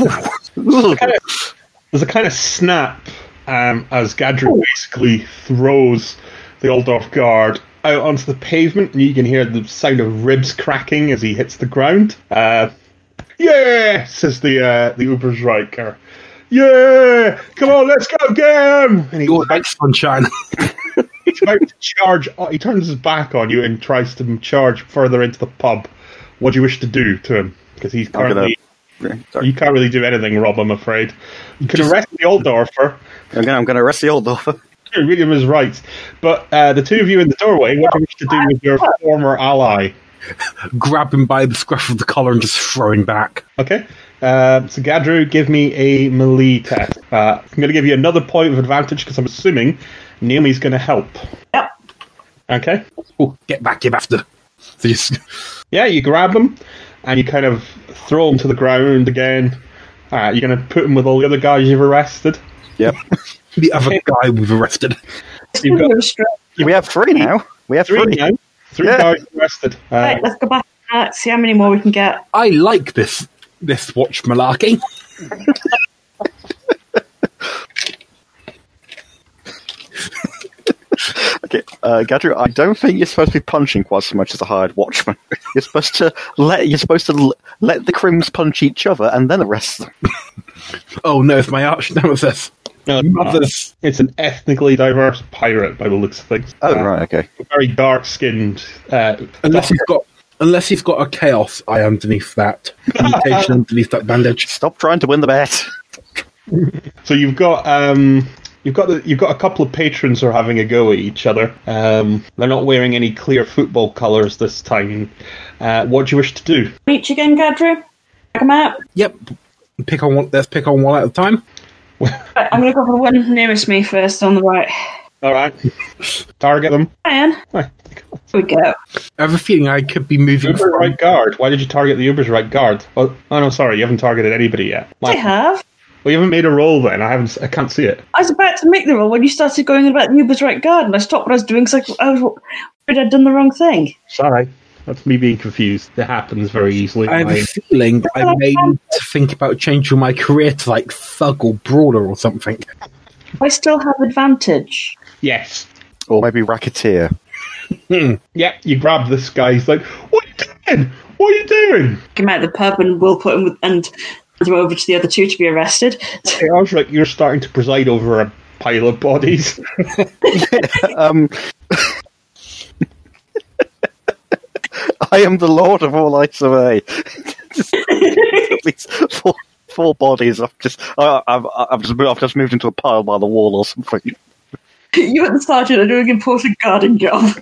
S2: There's a kind of snap um, as Gadru basically throws the old off guard out onto the pavement, and you can hear the sound of ribs cracking as he hits the ground. Uh, yeah, says the uh, the Uber striker. Yeah, come on, let's go get him! And he
S3: You're like sunshine.
S2: he's about to charge. oh, He turns his back on you and tries to charge further into the pub. What do you wish to do to him? Because he's
S4: I'm gonna.
S2: currently.
S4: Sorry.
S2: You can't really do anything, Rob. I'm afraid. You can arrest the old Dorfer.
S4: I'm gonna, I'm gonna arrest the old dog.
S2: William is right. But uh, the two of you in the doorway, what do you wish to do with your former ally?
S3: Grab him by the scruff of the collar and just throw him back.
S2: Okay. Uh, so, Gadru, give me a melee test. Uh, I'm going to give you another point of advantage because I'm assuming Naomi's going to help.
S6: Yep.
S2: Okay.
S3: Oh, get back, you bastard. So just,
S2: Yeah, you grab him and you kind of throw him to the ground again. Uh, you're going to put him with all the other guys you've arrested.
S4: Yep.
S3: the other guy we've arrested.
S6: Just
S2: You've
S6: put
S2: got-
S6: him straight.
S4: we have three now. We have
S2: Three
S4: three.
S2: now. Three
S4: Yeah.
S2: guys arrested. Uh,
S6: Right, let's go back and uh, see how many more we can get.
S3: I like this this watch malarkey.
S4: Okay, uh, Gadru, I don't think you're supposed to be punching quite so much as a hired watchman. You're supposed to let you're supposed to l- let the crims punch each other and then arrest them.
S3: Oh no, it's my arch nemesis.
S2: no, it's not.
S3: Mothers.
S2: It's an ethnically diverse pirate by the looks of things.
S4: Oh
S2: Uh,
S4: right, okay.
S2: very dark skinned. Uh,
S3: Unless he's got unless he's got a chaos eye underneath that mutation underneath that bandage.
S4: Stop trying to win the bet.
S2: so you've got um, you've got the, you've got a couple of patrons who are having a go at each other. Um, they're not wearing any clear football colours this time. Uh, what do you wish to do?
S6: Reach again, Gadru. Drag him out.
S3: Yep. Pick on one let's pick on one at a time.
S6: Right, I'm going to go for the one nearest me first on the right.
S2: All right, target them.
S6: Ryan,
S2: Hi.
S6: here we go.
S3: I have a feeling I could be moving
S2: Uber's
S3: from-
S2: right guard. Why did you target the Uber's right guard? Oh, oh no, sorry, you haven't targeted anybody yet.
S6: I
S2: My,
S6: have.
S2: well, you haven't made a roll then. I haven't. s- I can't see it.
S6: I was about to make the roll when you started going on about Nuba's right guard, and I stopped what I was doing because I, I was worried I'd done the wrong thing.
S2: Sorry, that's me being confused. It happens very easily.
S3: I have a feeling I may need to think about changing my career to like thug or brawler or something.
S6: I still have advantage.
S2: yes.
S4: Or maybe racketeer.
S2: Yeah, you grab this guy. He's like, "What are you doing? What are you doing?"
S6: Take him out of the pub, and we'll put him with, and hand him over to the other two to be arrested.
S2: And I was like, "You're starting to preside over a pile of bodies."
S4: Um, I am the lord of all I survey. Just- These four, four bodies. I've just I, I've I've just, I've just moved into a pile by the wall or something.
S6: you and the sergeant are doing important guarding job.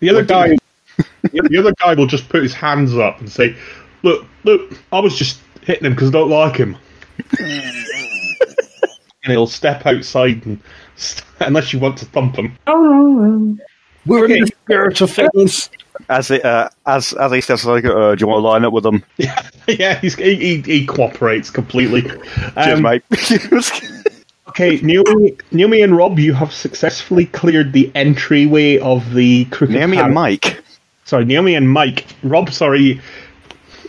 S2: The other guy, the the other guy will just put his hands up and say, "Look, look, I was just hitting him because I don't like him." and he'll step outside and, st- unless you want to thump him.
S6: Oh,
S3: We're in the spirit of things.
S4: As it, uh, as as he says, like, uh, do you want to line up with them?
S2: yeah, he's, he, he he cooperates completely.
S4: Cheers,
S2: Um,
S4: mate.
S2: Okay, Naomi, Naomi and Rob, you have successfully cleared the entryway of the crooked.
S4: Naomi
S2: Harry.
S4: and Mike.
S2: Sorry, Naomi and Mike. Rob, sorry.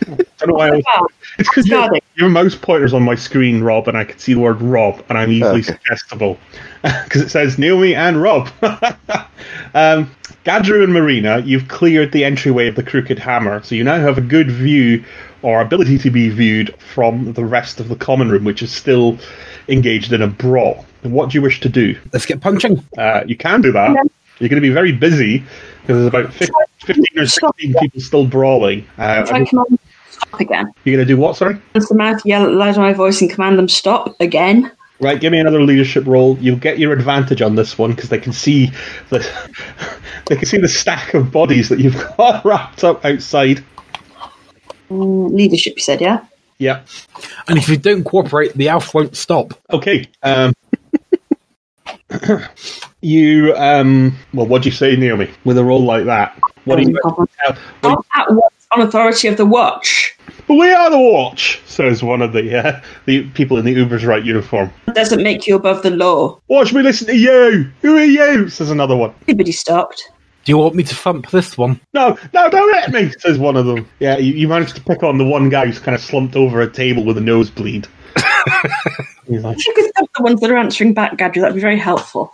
S2: I don't know why I was.
S6: wow.
S2: It's because your,
S6: Got it.
S2: your mouse pointer's on my screen, Rob, and I can see the word Rob, and I'm easily
S4: Okay.
S2: suggestible because it says Naomi and Rob. um, Gadru and Marina, you've cleared the entryway of the Crooked Hammer, so you now have a good view or ability to be viewed from the rest of the common room, which is still engaged in a brawl. What do you wish to do?
S3: Let's get punching.
S2: Uh, you can do that. You're going to be very busy because there's about fif- 15 or 16 people still brawling. Uh,
S6: If I command stop again,
S2: you're going to do what, sorry?
S6: does the mouth yell loud in my voice and command them stop again?
S2: Right, give me another leadership roll. You'll get your advantage on this one because they can see the they can see the stack of bodies that you've got wrapped up outside.
S5: Mm, leadership, you said, yeah?
S2: Yeah.
S3: And if you don't cooperate, the elf won't stop.
S2: Okay. Um, you um. Well, what do you say, Naomi? With a roll like that, what do you? Uh, what do you-
S6: Not at once on authority of the watch.
S2: we are the watch, says one of the uh, the people in the Uber's right uniform.
S6: Doesn't make you above the law.
S2: Watch me listen to you. Who are you? Says another one.
S6: Anybody stopped.
S3: Do you want me to thump this one?
S2: No, no, don't hit me, says one of them. Yeah, you, you managed to pick on the one guy who's kind of slumped over a table with a nosebleed. He's like,
S6: If you could help the ones that are answering back, Gadget, that'd be very helpful.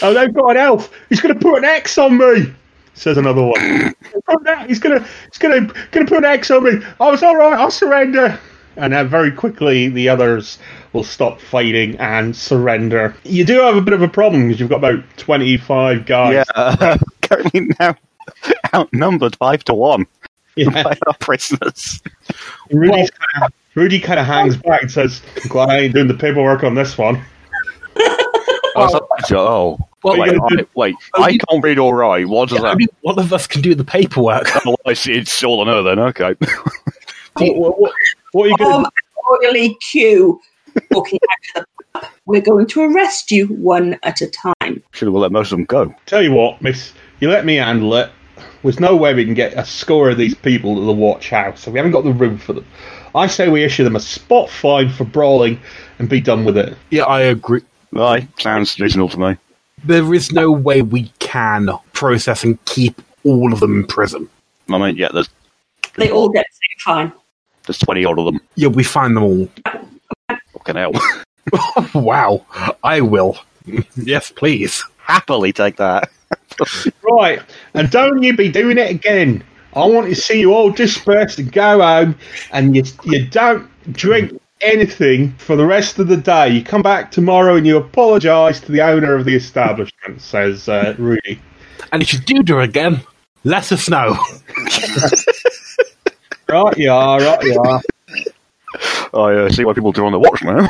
S2: oh, they've got an elf. He's going to put an X on me, says another one. "Put an- he's going to he's going to going to put an X on me. Oh, it's all right. I'll surrender. And then very quickly, the others will stop fighting and surrender. You do have a bit of a problem because you've got about 25 guys.
S4: Yeah, uh, currently now outnumbered five to one
S2: Yeah.
S4: by our prisoners.
S2: Rudy's kind of, Rudy kind of hangs back and says, "Glad I ain't doing the paperwork on this one."
S4: I was like, oh,
S3: Well,
S4: wait,
S2: you gonna
S4: I, wait, I can't read all right. What does that
S3: Only one of us can do the paperwork.
S4: mean? It's all on her then, okay.
S2: What, what- what- what are you going?
S6: Form an orderly queue. Walking out to the pub. We're going to arrest you one at a time.
S4: Should have let most of them go.
S2: Tell you what, Miss, you let me handle it. There's no way we can get a score of these people to the watch house, so we haven't got the room for them. I say we issue them a spot fine for brawling and be done with it.
S3: Yeah, I agree.
S4: Aye, sounds reasonable to me.
S3: There is no way we can process and keep all of them in prison.
S4: I mean, yeah, there's
S6: They all get the same fine.
S4: there's twenty odd of them.
S3: Yeah, we find them all.
S4: Fucking hell.
S3: wow, I will. yes, please.
S4: Happily take that.
S2: Right, and don't you be doing it again. I want to see you all dispersed and go home, and you, you don't drink anything for the rest of the day. You come back tomorrow and you apologise to the owner of the establishment, says uh, Rudy.
S3: And if you do do it again, let us know.
S2: Right, you are, right, you are.
S4: I uh, see why people do on the watch now.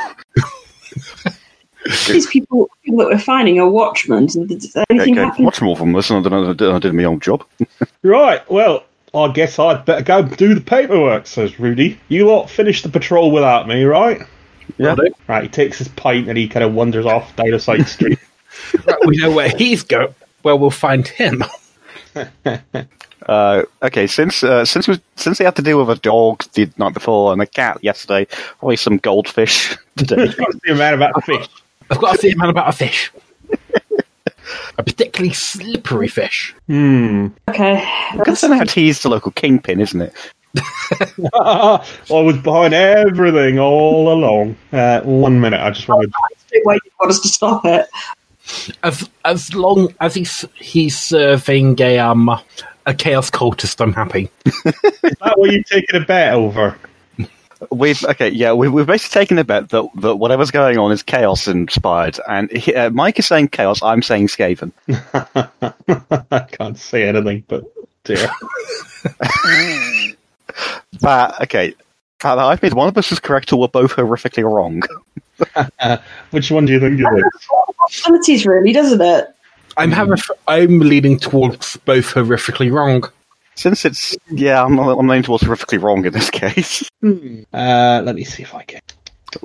S6: These people, people that we're finding are watchmen. and th- Anything
S4: Okay,
S6: happen?
S4: watch more from this, and I did, I did my own job.
S2: Right, well, I guess I'd better go do the paperwork, says Rudy. You lot finish the patrol without me, right?
S4: Yeah.
S2: Right, he takes his pint and he kind of wanders off down a side street.
S3: we know where he's going. Where we'll find him.
S4: Uh, okay, since uh, since we since they had to deal with a dog the night before and a cat yesterday, probably some goldfish today.
S2: the man about fish.
S3: I've got to see a man about a fish. a particularly slippery fish.
S6: Okay.
S4: That's an tease to local kingpin, isn't it?
S2: I was behind everything all along. Uh, one minute, I just wanted.
S6: Why do you want us to stop it?
S3: As as long as he's he's serving a um a chaos cultist, I'm happy.
S2: Is that what you're taking a bet over?
S4: We've okay, yeah, we, we've basically taken the bet that that whatever's going on is chaos inspired, and he, uh, Mike is saying chaos, I'm saying Skaven.
S2: I can't say anything, but dear.
S4: But okay, but I think one of us is correct, or we're both horrifically wrong.
S2: Which one do you think it is?
S6: Possibilities, really, doesn't it?
S3: I'm having I'm leaning towards both horrifically wrong.
S4: Since it's yeah, I'm I'm leaning towards horrifically wrong in this case.
S2: Uh, let me see if I can.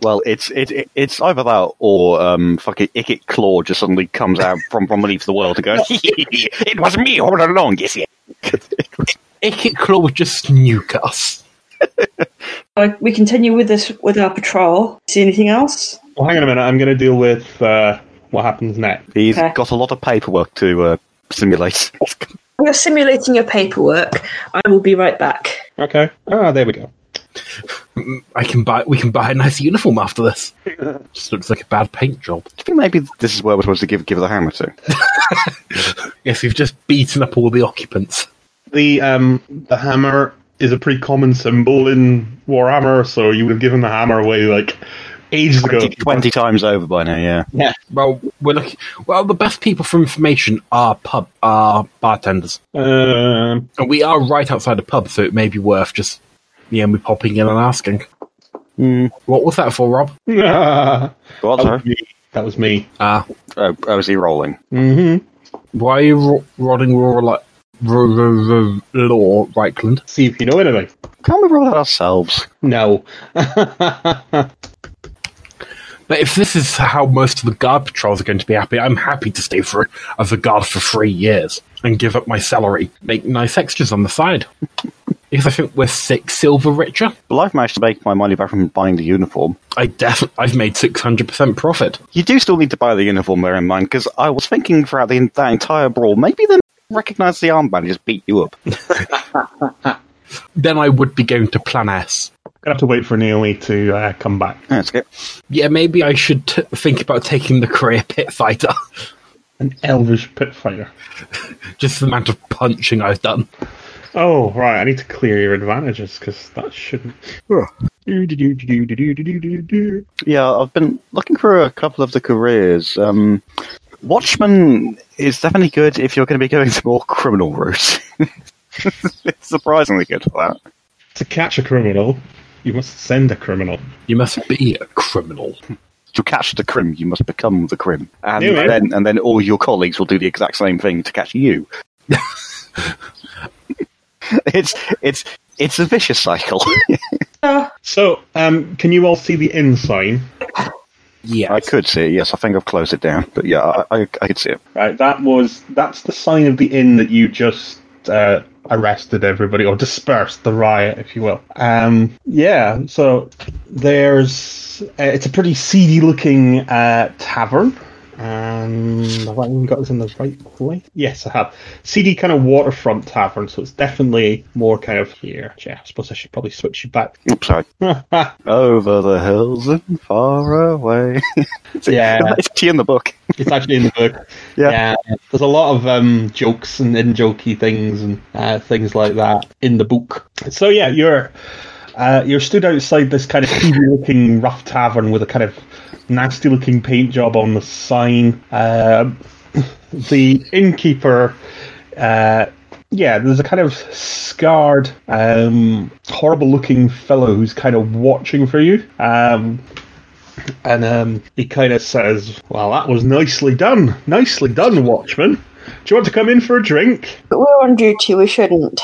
S4: Well, it's it, it it's either that or um fucking Icket Claw just suddenly comes out from from beneath the world and goes, "It was me all along, yes, yeah."
S3: Icket Claw would just nuke us.
S6: Uh, we continue with this with our patrol. See anything else?
S2: Well, hang on a minute. I'm going to deal with uh, what happens next.
S4: He's
S6: Okay.
S4: got a lot of paperwork to uh, simulate.
S6: We're simulating your paperwork. I will be right back.
S2: Okay. Ah, there we go.
S3: I can buy we can buy a nice uniform after this. Just looks like a bad paint job.
S4: I think maybe this is where we're supposed to give give the hammer to.
S3: Yes, we've just beaten up all the occupants.
S2: the um the hammer is a pretty common symbol in Warhammer, so you would have given the hammer away like ages ago.
S4: Twenty times over by now, yeah.
S2: Yeah.
S3: Well, we're looking. Well, the best people for information are pub are bartenders,
S2: Um,
S3: and we are right outside a pub, so it may be worth just yeah, me popping in and asking. What was that for, Rob?
S2: Uh, that
S4: What? sorry?
S2: was me. That was me.
S3: Ah,
S4: Oh, oh, is he rolling?
S3: why are you ro- rodding rural like ru- ru- ru- law, Reichland?
S2: See if you know anything.
S4: Can't we roll that ourselves?
S2: No.
S3: But if this is how most of the guard patrols are going to be happy, I'm happy to stay for as a guard for three years and give up my salary, make nice extras on the side. because I think we're six silver richer.
S4: Well, I've managed to make my money back from buying the uniform.
S3: I def- I've made six hundred percent profit.
S4: You do still need to buy the uniform, bear in mind, because I was thinking throughout the, that entire brawl, maybe they recognise the armband and just beat you up.
S3: Then I would be going to Plan S.
S2: Gonna have to wait for Naomi to uh, come back.
S4: That's good.
S3: Yeah, maybe I should t- think about taking the career pit fighter.
S2: An elvish pit fighter.
S3: Just the amount of punching I've done.
S2: Oh, right. I need to clear your advantages because that shouldn't. Do-do-do-do-do-do-do-do-do.
S4: Yeah, I've been looking for a couple of the careers. Um, Watchman is definitely good if you're going to be going the more criminal route. it's surprisingly good for that.
S2: To catch a criminal, you must send a criminal.
S3: You must be a criminal.
S4: To catch the crim, you must become the crim, and
S2: Yeah, right.
S4: then and then all your colleagues will do the exact same thing to catch you. it's it's it's a vicious cycle.
S2: So, um, can you all see the ensign?
S3: Yeah.
S4: I could see it. Yes, I think I've closed it down, but yeah, I, I, I could see it.
S2: Right, that was that's the sign of the inn that you just uh, arrested everybody or dispersed the riot, if you will. Um, yeah, so there's uh, it's a pretty seedy looking uh, tavern. And have I even got this in the right place? Yes, I have. Seedy kind of waterfront tavern, so it's definitely more kind of here. Yeah, I suppose I should probably switch you back.
S4: Oops, sorry. Over the hills and far away. It's-
S2: Yeah.
S4: it's actually in the book.
S2: It's actually in the book.
S4: Yeah.
S2: There's a lot of um, jokes and in jokey things and uh, things like that in the book. So yeah, you're uh, you're stood outside this kind of seedy looking rough tavern with a kind of nasty looking paint job on the sign. Uh, the innkeeper uh, yeah, there's a kind of scarred, um, horrible-looking fellow who's kind of watching for you, um, and um, he kind of says, "Well, that was nicely done, nicely done, Watchman. Do you want to come in for a drink?"
S5: But we're on duty, we shouldn't.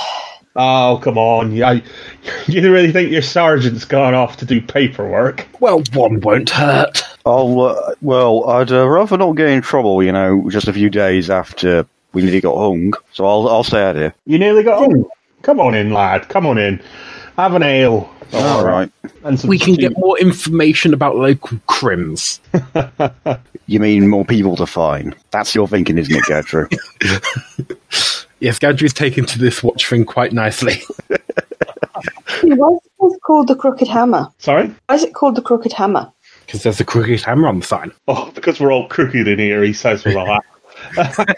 S2: Oh, come on! You, I, you really think your sergeant's gone off to do paperwork?
S3: Well, one won't hurt.
S4: Oh uh, well, I'd uh, rather not get in trouble. You know, just a few days after we nearly got hung, so I'll I'll stay out here.
S2: You nearly got home. Come on in, lad. Come on in. Have an ale.
S4: All right.
S2: And some
S3: We can
S2: stew.
S3: get more information about local crims.
S4: You mean more people to find? That's your thinking, isn't it, Gertrude?
S3: Yes, Gadry's taken to this watch thing quite nicely.
S5: Why is it called the Crooked Hammer?
S2: Sorry.
S5: Why is it called the Crooked Hammer?
S3: Because there's a crooked hammer on the sign.
S2: Oh, because we're all crooked in here, he says with a laugh.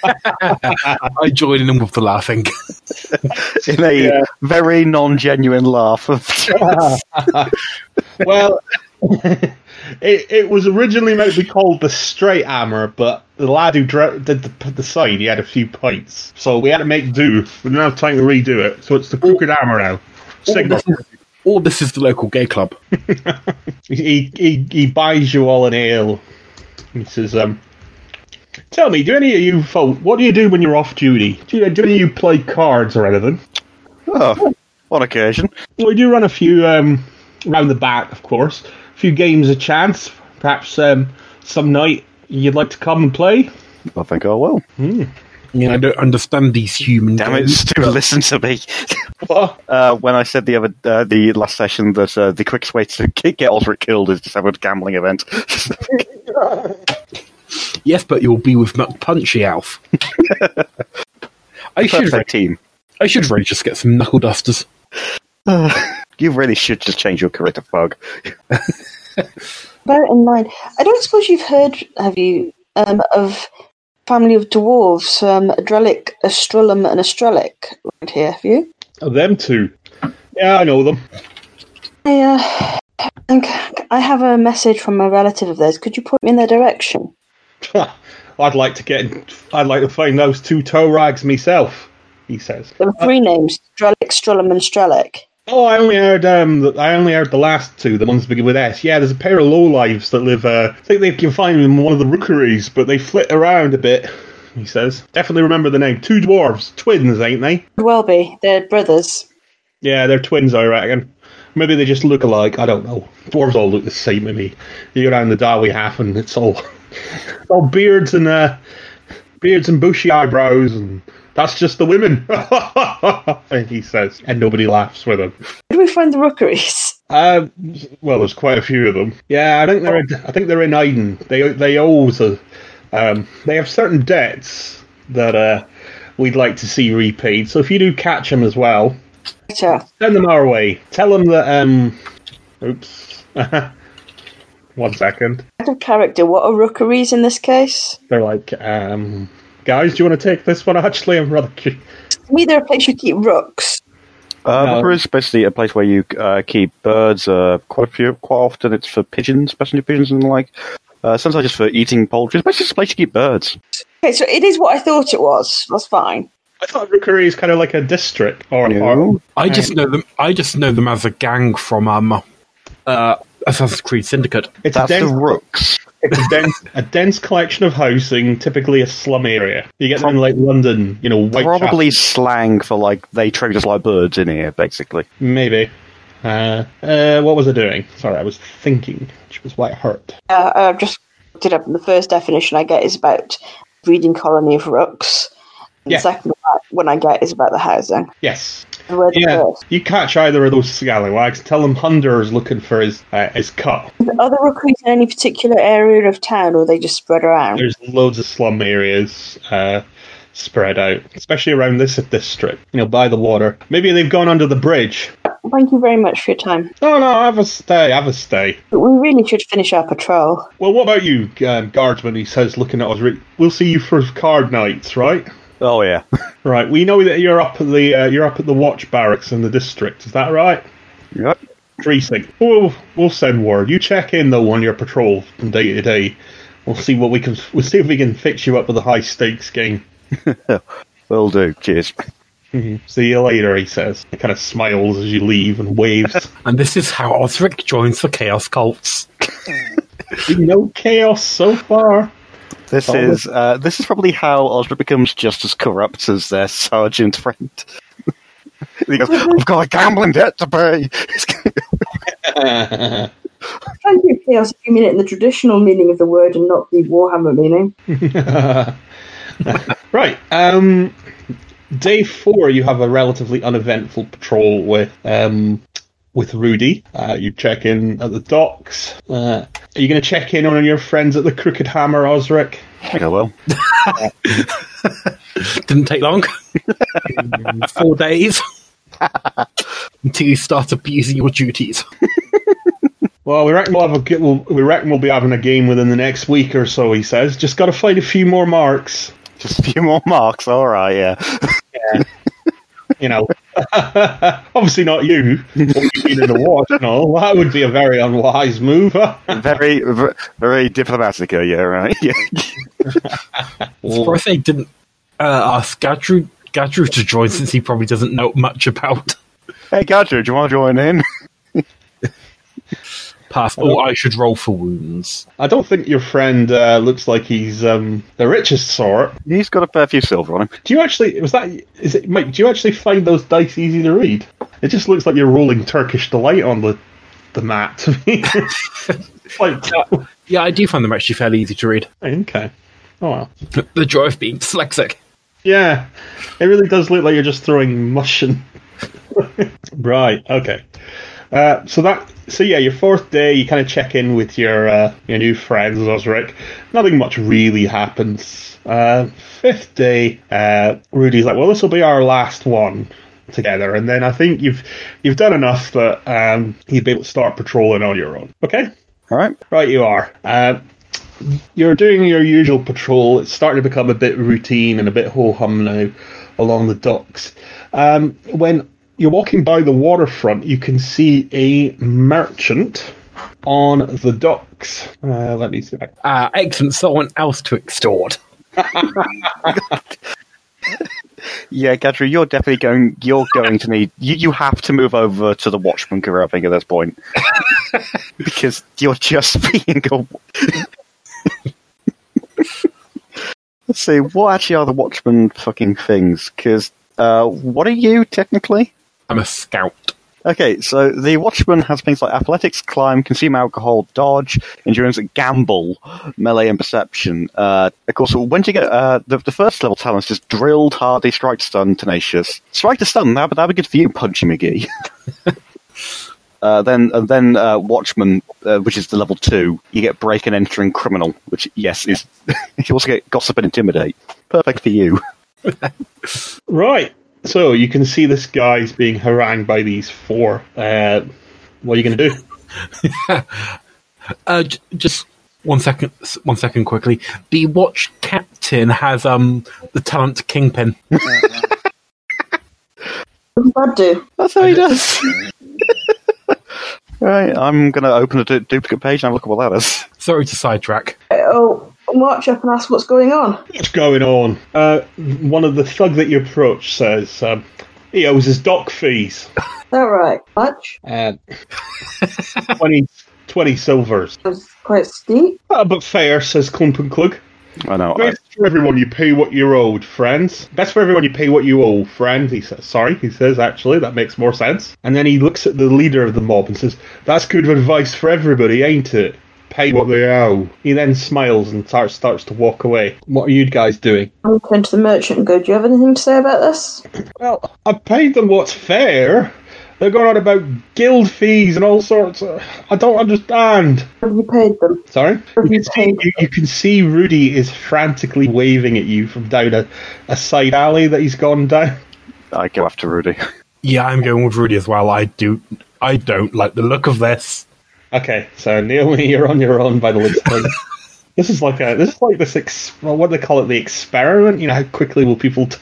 S3: I join in with the laughing.
S4: In a very non-genuine laugh. Of
S2: well, it, it was originally meant to be called the Straight Hammer, but the lad who dra- did the, the sign, he had a few pints. So we had to make do. We didn't have time to redo it. So it's the Crooked Hammer now. Signal.
S3: All Oh, this is the local gay club.
S2: He, he, he buys you all an ale. He says, um, Tell me, do any of you folk, what do you do when you're off duty? Do, you, do any of you play cards or anything?
S4: oh, on occasion,
S2: We do run a few um, round the back, of course. A few games a chance. Perhaps um, some night you'd like to come and play.
S4: I think I will.
S3: I mean, I don't understand these human
S4: Damn it,
S3: games.
S4: Stu, listen to me.
S2: What?
S4: Uh, when I said the other, uh, the last session that uh, the quickest way to get Osric killed is just have a gambling event.
S3: Yes, but you'll be with Muck Punchy Alf. I should,
S4: Perfect team.
S3: I should really just get some knuckle dusters.
S4: You really should just change your career to fog.
S5: Bear it in mind. I don't suppose you've heard, have you, um, of family of dwarves, um, Adrelic, Astrulum, and Astrelic around here, have you?
S2: Oh, them two. Yeah, I know them.
S5: I, uh, think I have a message from a relative of theirs. Could you point me in their direction?
S2: I'd like to get. I'd like to find those two toe rags myself. He says. Uh,
S5: There were three names Drellic, Strullum, and Strelic.
S2: Oh, I only heard um, the, I only heard the last two, the ones that begin with S. Yeah, there's a pair of lowlives that live. Uh, I think they can find them in one of the rookeries, but they flit around a bit. He says, "Definitely remember the name. Two dwarves, twins, ain't they?
S5: Could well be. They're brothers.
S2: Yeah, they're twins, I reckon. Maybe they just look alike. I don't know. Dwarves all look the same to me. You go down the Derby half, and it's all, it's all beards and uh, beards and bushy eyebrows, and that's just the women." he says, and nobody laughs with him.
S5: Where do we find the rookeries?
S2: Uh, well, there's quite a few of them. Yeah, I think they're in, I think they're in Aiden. They they owe us a, um, they have certain debts that uh, we'd like to see repaid. So if you do catch them as well,
S5: Sure.
S2: send them our way. Tell them that um, oops, one second.
S5: Out of character, what are rookeries in this case?
S2: They're like um, guys, do you want to take this one? Actually, I'm rather cu-
S5: To me, they're a place you keep rooks.
S4: Uh,
S2: No.
S4: Rooker is basically a place where you uh, keep birds. Uh, quite a few, quite often it's for pigeons, passenger pigeons and the like. Uh, sometimes just for eating poultry. It's basically just a place to keep birds.
S5: Okay, so it is what I thought it was. That's fine.
S2: I thought Rookery is kind of like a district or, or
S3: I just know them. I just know them as a gang from um, uh, Assassin's Creed Syndicate.
S2: it's a
S4: That's
S2: dense
S4: the rooks.
S2: It's a dense, a dense collection of housing, typically a slum area. You get them in like London, you know, white
S4: Probably slang for like they treat us like birds in here, basically.
S2: maybe. Uh, uh, what was I doing? Sorry, I was thinking, which was why it hurt.
S5: Uh, I've just looked it up, and the first definition I get is about breeding colony of rooks. And
S2: Yeah.
S5: The second one I get is about the housing.
S2: Yes,
S5: Where the
S2: yeah.
S5: first-
S2: You catch either of those scallywags, tell them Hunter is looking for his uh, his cut.
S5: Are the rookeries in any particular area of town, or are they just spread around?
S2: There's loads of slum areas uh, spread out, especially around this district. You know, by the water. Maybe they've gone under the bridge. Oh,
S5: Thank you very much for your time.
S2: No, no, have a stay, have a stay.
S5: But we really should finish our patrol.
S2: Well, what about you, um, guardsman? He says, looking at us. Re- We'll see you for card nights, right?
S4: Oh yeah,
S2: Right. We know that you're up at the uh, you're up at the watch barracks in the district. Is that right?
S4: yep.
S2: Precinct. We'll we'll send word. You check in though on your patrol from day to day. We'll see what we can. We'll see if we can fix you up with a high stakes game.
S4: Will do. Cheers.
S2: See you later, he says. He kind of smiles as you leave and waves.
S3: And this is how Osric joins the Chaos Cults.
S2: no chaos so far.
S4: This
S2: Oh.
S4: is uh, this is probably how Osric becomes just as corrupt as their sergeant friend. he goes, "I've got a gambling debt to pay."
S5: Thank you, Chaos, if you mean it in the traditional meaning of the word and not the Warhammer meaning.
S2: Right. Um, day four, you have a relatively uneventful patrol with um, with Rudy. Uh, you check in at the docks. Uh, are you going to check in on your friends at the Crooked Hammer, Osric?
S4: I go, "Well,
S3: Didn't take long. Four days. Until you start abusing your duties.
S2: Well, we reckon we'll have a g- we'll, we reckon we'll be having a game within the next week or so. He says, just got to fight a few more marks.
S4: just a few more marks, all right, yeah."
S2: You know, obviously not you. What you've been in the watch and all. That would be a very unwise move.
S4: Very, ver- very diplomatic, uh, yeah, right. Yeah.
S3: Or if they didn't uh, ask Gadru, Gadru to join since he probably doesn't know much about
S4: hey, Gadget, do you want to join in?
S3: past. Oh, I should roll for wounds.
S2: I don't think your friend uh, looks like he's um, the richest sort.
S4: He's got a fair few silver on him.
S2: Do you actually was that is it Mike? Do you actually find those dice easy to read? It just looks like you're rolling Turkish delight on the the mat to me. like
S3: Yeah, I do find them actually fairly easy to read.
S2: okay, oh well,
S3: The joy of being dyslexic.
S2: yeah, it really does look like you're just throwing mush and right. Okay, uh, so that so yeah, your fourth day, you kind of check in with your uh, your new friends, Osric. Nothing much really happens. Uh, fifth day, uh, Rudy's like, well, this will be our last one together, and then I think you've you've done enough that um, you'll be able to start patrolling on your own. Okay.
S4: All right.
S2: Right, you are. Uh, you're doing your usual patrol. It's starting to become a bit routine and a bit ho hum now along the docks. Um, when you're walking by the waterfront, you can see a merchant on the docks. Uh, let me see. if I-
S3: Ah, excellent. Someone else to extort.
S4: Yeah, Gadri, you're definitely going. You're going to need. You, you have to move over to the Watchman career. I think at this point, because you're just being a. Let's see. What actually are the Watchman fucking things? Because uh, what are you technically?
S3: I'm a scout.
S4: Okay, so the Watchman has things like athletics, climb, consume alcohol, dodge, endurance, gamble, melee, and perception. Uh, of course, when you get uh, the, the first level talents is drilled, hardy, strike, stun, tenacious. Strike to stun, that, that'd be good for you, Punchy McGee. Uh, then, and then uh, Watchman, uh, which is the level two, you get break and entering criminal, which yes is. you also get gossip and intimidate. Perfect for you.
S2: Right. So you can see this guy's being harangued by these four. Uh, what are you going to do?
S3: Uh, j- just one second, s- one second quickly. The watch captain has um the talent kingpin.
S5: What does that do?
S4: That's how he does. right, I'm going to open a du- duplicate page and have a look at what that is.
S3: Sorry to sidetrack.
S5: Oh, march up and ask what's going on.
S2: What's going on? Uh, one of the thug that you approach says um, he owes his dock fees.
S5: Is that right? Much?
S2: Uh, 20, 20 silvers.
S5: That was quite steep.
S2: Uh, but fair, says Clump and Klug.
S4: I know. I,
S2: Best for everyone you pay what you're owed, friends. Best for everyone you pay what you owe, friends. He says, sorry, he says, actually, that makes more sense. And then he looks at the leader of the mob and says, that's good advice for everybody, ain't it? Pay what they owe. He then smiles and starts, starts to walk away. What are you guys doing?
S5: I'll turn to the merchant and go, Do you have anything to say about this?
S2: Well, I paid them what's fair. They're going on about guild fees and all sorts. Of, I don't understand.
S5: Have you paid them?
S2: Sorry?
S5: Have
S2: You
S5: you paid
S2: you, you can see Rudy is frantically waving at you from down a, a side alley that he's gone down.
S4: I go after Rudy.
S3: Yeah, I'm going with Rudy as well. I do. I don't like the look of this.
S2: Okay, so Naomi, you're on your own by the looks of things. This is like a this is like this ex- well, what do they call it the experiment. You know how quickly will people? T-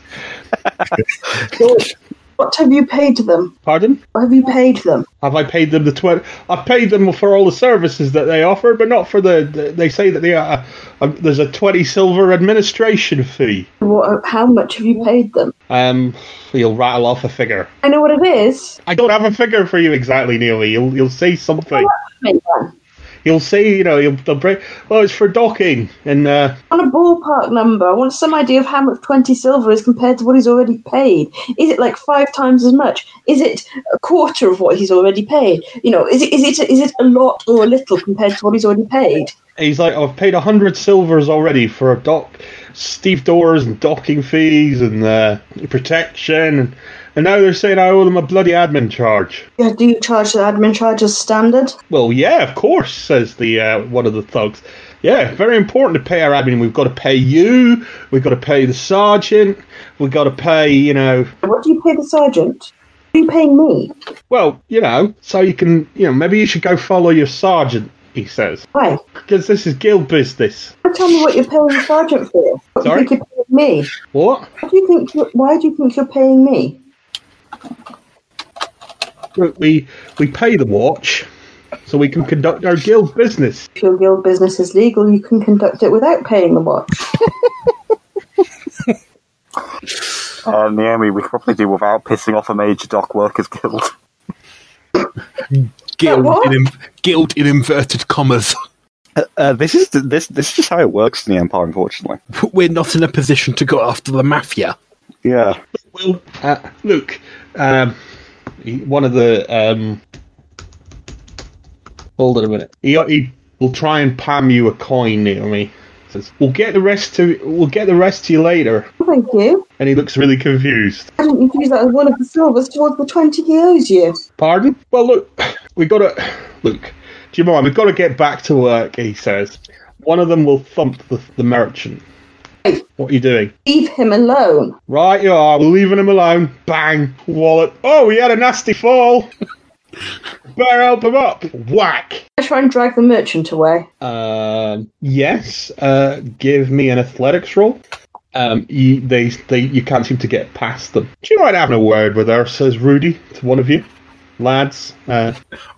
S5: What have you paid them?
S2: Pardon?
S5: What have you paid them?
S2: Have I paid them the twenty? I paid them for all the services that they offer, but not for the. the- They say that they are, uh, there's a twenty silver administration fee.
S5: What, how much have you paid them?
S2: Um, you'll rattle off a figure.
S5: I know what it is.
S2: I don't have a figure for you exactly, Naomi. You'll you'll say something.
S5: Mate, man.
S2: You'll say you know you'll they'll bring. Well, it's for docking and. uh
S5: I want a ballpark number. I want some idea of how much 20 silver is compared to what he's already paid. Is it like five times as much? Is it a quarter of what he's already paid? You know, is it, is it, is it a lot or a little compared to what he's already paid?
S2: He's like, I've paid a hundred silvers already for a dock, Steve doors and docking fees and uh, protection, and, and now they're saying I owe them a bloody admin charge.
S5: Yeah, do you charge the admin charge as standard?
S2: Well, yeah, of course, says the uh, one of the thugs. Yeah, very important to pay our admin. We've got to pay you. We've got to pay the sergeant. We've got to pay, you know,
S5: What do you pay the sergeant? What are you paying me?
S2: well, you know, so you can, you know, maybe you should go follow your sergeant. He says,
S5: Why?
S2: because this is guild business.
S5: Don't Tell me what you're paying the sergeant for. What
S2: Sorry?
S5: do you think you're paying me?
S2: What?
S5: What do you think? you- Why do you think you're paying me?
S2: We we pay the watch, so we can conduct our guild business.
S5: If your guild business is legal, you can conduct it without paying the watch.
S4: Uh, Naomi, we could probably do without pissing off a major dock workers guild.
S3: Guild
S5: what?
S3: in, in- guild in inverted commas.
S4: Uh, this is this this is just how it works in the Empire, unfortunately.
S3: We're not in a position to go after the mafia.
S4: Yeah.
S2: Well, uh, look, um, he- one of the um, hold on a minute. He, he will try and palm you a coin, Naomi. Says, "We'll get the rest to we'll get the rest to you later."
S5: Thank you.
S2: And he looks really confused.
S5: Why don't you use that as one of the silvers towards the 20 he owes you?
S2: Pardon? Well, look, we got to look. Do you mind? We've got to get back to work. He says. One of them will thump the, the merchant.
S5: Hey.
S2: What are you doing?
S5: Leave him alone.
S2: Right, you are. We're leaving him alone. Bang. Wallet. Oh, he had a nasty fall. Better help him up. Whack.
S5: I try and drag the merchant away.
S2: Um, yes. Uh, give me an athletics roll. Um, you, they, they, you can't seem to get past them. Do you mind having a word with her? Says Rudy to one of you, lads. Uh,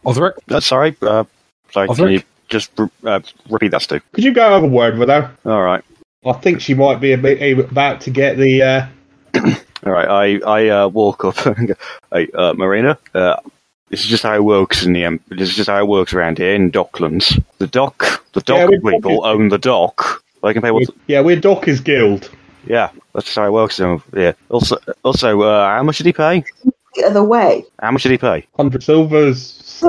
S3: Osric,
S4: Uh, sorry. Uh, sorry.
S3: Osric?
S4: Can you just re- uh, repeat that, Stu?
S2: could you go have a word with her?
S4: All right.
S2: I think she might be a bit, about to get the uh,
S4: All right, I I uh, walk up and go, hey, uh, Marina, uh, this is just how it works in the um, this is just how it works around here in Docklands. The dock, the
S2: Yeah,
S4: dock
S2: we-
S4: people own the dock. They can pay what.
S2: Yeah, we're Docky's Guild.
S4: Yeah, that's just how it works. So, yeah. Also, also, uh, how much did he pay?
S5: The other way.
S4: How much did he pay?
S2: 100 silvers.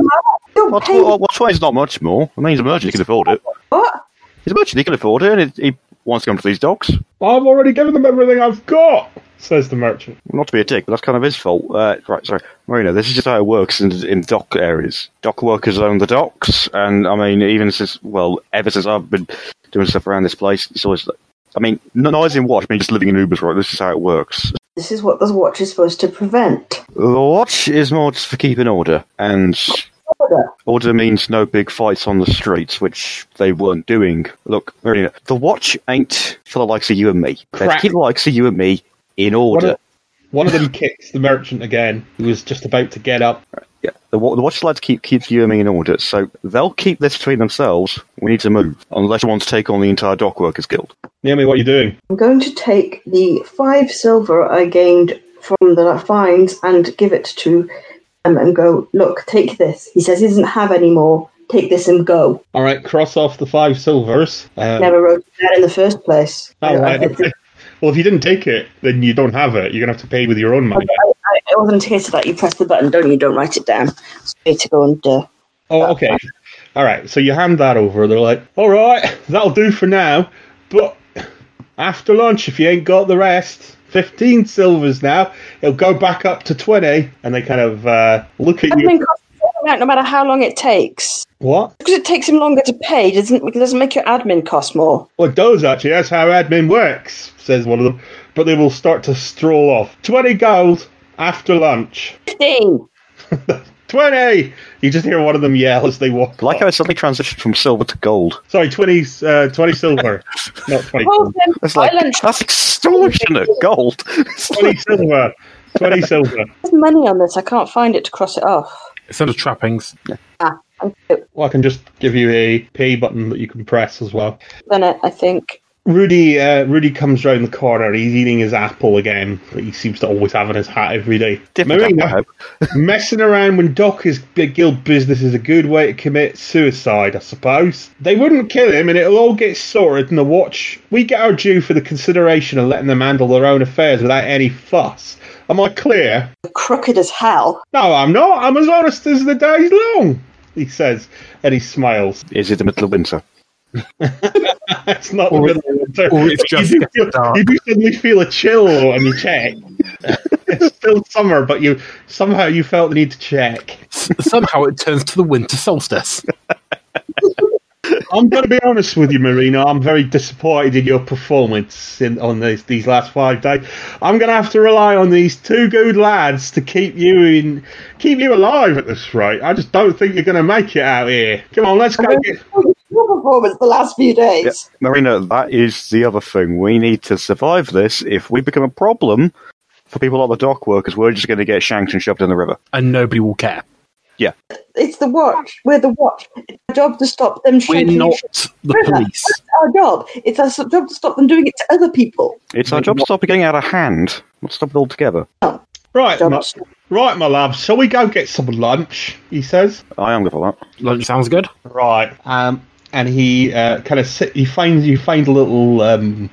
S5: Don't
S4: What's
S5: pay
S4: what, what's why it's not much more. I mean, he's a merchant; he can afford it.
S5: what?
S4: He's a merchant; he can afford it, and he, he wants to come to these docks.
S2: I've already given them everything I've got, says the merchant.
S4: Not to be a dick, but that's kind of his fault. Uh, right, sorry, Marina. This is just how it works in, in dock areas. Dock workers own the docks, and I mean, even since well, ever since I've been doing stuff around this place, it's always. like- I mean, not, not as in watch. I mean, just living in Ubers, right? This is how it works.
S5: This is what the watch is supposed to prevent.
S4: The watch is more just for keeping order, and
S5: Order.
S4: order means no big fights on the streets, which they weren't doing. Look, Marina, the watch ain't for the likes of you and me. Let's
S2: Crap.
S4: keep the likes of you and me in
S2: One
S4: order.
S2: of, one of them kicks the merchant again, who was just about to get up.
S4: Yeah, the, wa- the watch lads keep keeps you and me in order, so they'll keep this between themselves. We need to move, unless you want to take on the entire dock workers guild.
S2: Naomi, what are you doing?
S5: I'm going to take the five silver I gained from the fines and give it to him and go, look, take this. He says he doesn't have any more. Take this and go.
S2: All right, cross off the five silvers. Um,
S5: Never wrote it down in the first place.
S2: oh,
S5: I,
S2: I
S5: I,
S2: don't think- well, if you didn't take it, then you don't have it. You're going to have to pay with your own money.
S5: I- I wasn't here to that. You press the button, don't you? Don't write it down. It's way to go and uh,
S2: Oh, okay. All right. So you hand that over. They're like, all right, that'll do for now. But after lunch, if you ain't got the rest, 15 silvers now. It'll go back up to 20. And they kind of uh, look at you.
S5: admin costs the same amount no matter how long it takes.
S2: What?
S5: Because it takes him longer to pay, doesn't because it doesn't make your admin cost more.
S2: Well, it does actually. That's how admin works, says one of them. But they will start to stroll off. 20 gold after lunch.
S5: Fifteen.
S2: 20! You just hear one of them yell as they walk.
S4: Like how
S2: off.
S4: it suddenly transitioned from silver to gold.
S2: Sorry, 20, uh, 20 silver. Not 20.
S5: Well, then,
S4: That's like
S5: silence.
S4: that's extortionate gold. It's
S2: 20
S4: like-
S2: silver. 20 silver.
S5: There's money on this. I can't find it to cross it off. Ah,
S3: It's under trappings.
S2: Well, I can just give you a pay button that you can press as well.
S5: Then I, I think
S2: Rudy, uh, Rudy comes round the corner. He's eating his apple again that he seems to always have in his hat every day.
S4: different
S2: Marina,
S4: type.
S2: messing around when Doc is big guild business is a good way to commit suicide, I suppose. They wouldn't kill him, and it'll all get sorted in the watch. We get our due for the consideration of letting them handle their own affairs without any fuss. Am I clear?
S5: you're crooked as hell.
S2: No, I'm not. I'm as honest as the day's long. He says, and he smiles.
S4: Is it the middle of winter?
S2: It's not
S3: Or-
S2: the middle of winter.
S3: or it's
S2: But
S3: just
S2: you do, feel,
S3: dark.
S2: you do suddenly feel a chill on your check. it's still summer, but you somehow you felt the need to check.
S3: S- Somehow it turns to the winter solstice.
S2: I'm going to be honest with you, Marina. I'm very disappointed in your performance in, on these these last five days. I'm going to have to rely on these two good lads to keep you in, keep you alive at this rate. I just don't think you're going to make it out here. Come on, let's go. Get,
S5: Your performance the last few days.
S4: Yeah, Marina, that is the other thing. We need to survive this. If we become a problem for people like the dock workers, we're just going to get shanked and shoved in the river.
S3: And nobody will care.
S5: It's the watch. We're the watch. It's our job to stop them.
S3: We're
S5: shrinking-
S3: not the police.
S5: It's our job. It's our s- job to stop them doing it to other people.
S4: It's our job to stop it getting out of hand. Not stop it altogether.
S2: right,
S5: Job
S2: my,
S5: to-
S2: right, my love. Shall we go get some lunch? He says.
S4: I am good for that.
S3: Lunch sounds good.
S2: Right. Um, and he uh, kind of sit, he finds you find a little um,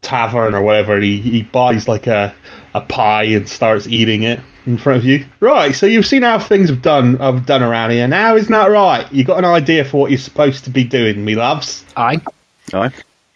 S2: tavern or whatever. And he he buys like a a pie and starts eating it in front of you. Right. So you've seen how things have done have done around here. Now isn't that right? You got an idea for what you're supposed to be doing, me loves.
S3: Aye.
S4: Aye.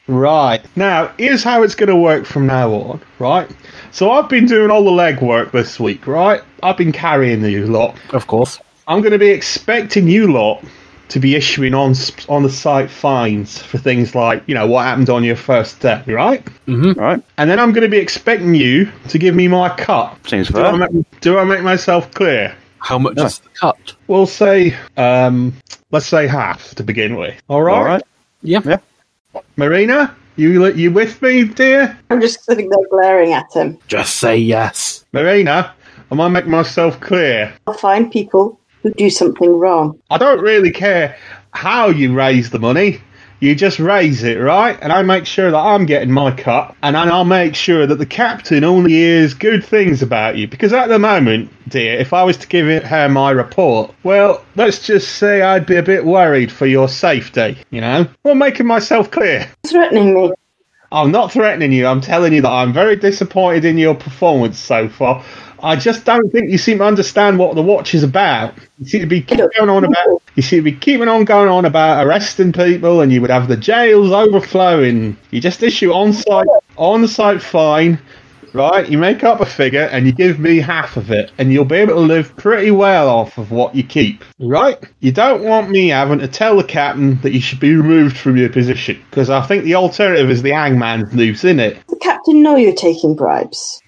S2: Right. Now, here's how it's going to work from now on, right? So I've been doing all the legwork this week, right? I've been carrying you lot.
S3: Of course.
S2: I'm going to be expecting you lot to be issuing on on the site fines for things like you know what happened on your first day, right?
S4: Right?
S2: And then I'm going to be expecting you to give me my cut.
S4: Seems
S2: Do
S4: fair.
S2: I make, do I make myself clear?
S3: How much is the cut?
S2: We'll say, um, let's say half to begin with. All right,
S4: All right.
S3: Yeah.
S4: Yeah.
S2: Marina, you you with me, dear?
S5: I'm just sitting there glaring at him.
S3: Just say yes.
S2: Marina, am I making myself clear?
S5: I'll find people who do something wrong.
S2: I don't really care how you raise the money. You just raise it, right? And I make sure that I'm getting my cut, and then I'll make sure that the captain only hears good things about you. Because at the moment, dear, if I was to give it- her my report, well, let's just say I'd be a bit worried for your safety, you know? Well, making myself clear.
S5: Threatening me.
S2: I'm not threatening you. I'm telling you that I'm very disappointed in your performance so far. I just don't think you seem to understand what the watch is about. You seem to be keep going on about you seem to be keeping on going on about arresting people, and you would have the jails overflowing. You just issue on-site on-site fine, right? You make up a figure and you give me half of it, and you'll be able to live pretty well off of what you keep, right? You don't want me having to tell the captain that you should be removed from your position because I think the alternative is the hangman loose, isn't it?
S5: The captain know you're taking bribes.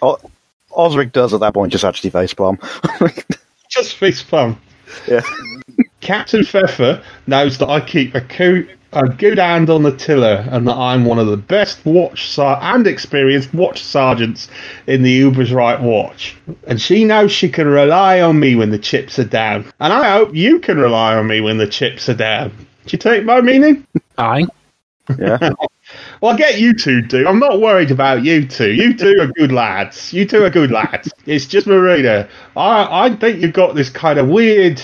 S4: O- Osric does at that point just actually facepalm.
S2: Just fist pump.
S4: yeah.
S2: Captain Pfeffer knows that I keep a, coo- a good hand on the tiller and that I'm one of the best watch ser- and experienced watch sergeants in the Uber's Right Watch. And she knows she can rely on me when the chips are down. And I hope you can rely on me when the chips are down. Do you take my meaning?
S3: Aye.
S4: Yeah.
S2: Well, I get you two do. I'm not worried about you two. You two are good lads. You two are good lads. It's just Marina. I I think you've got this kind of weird,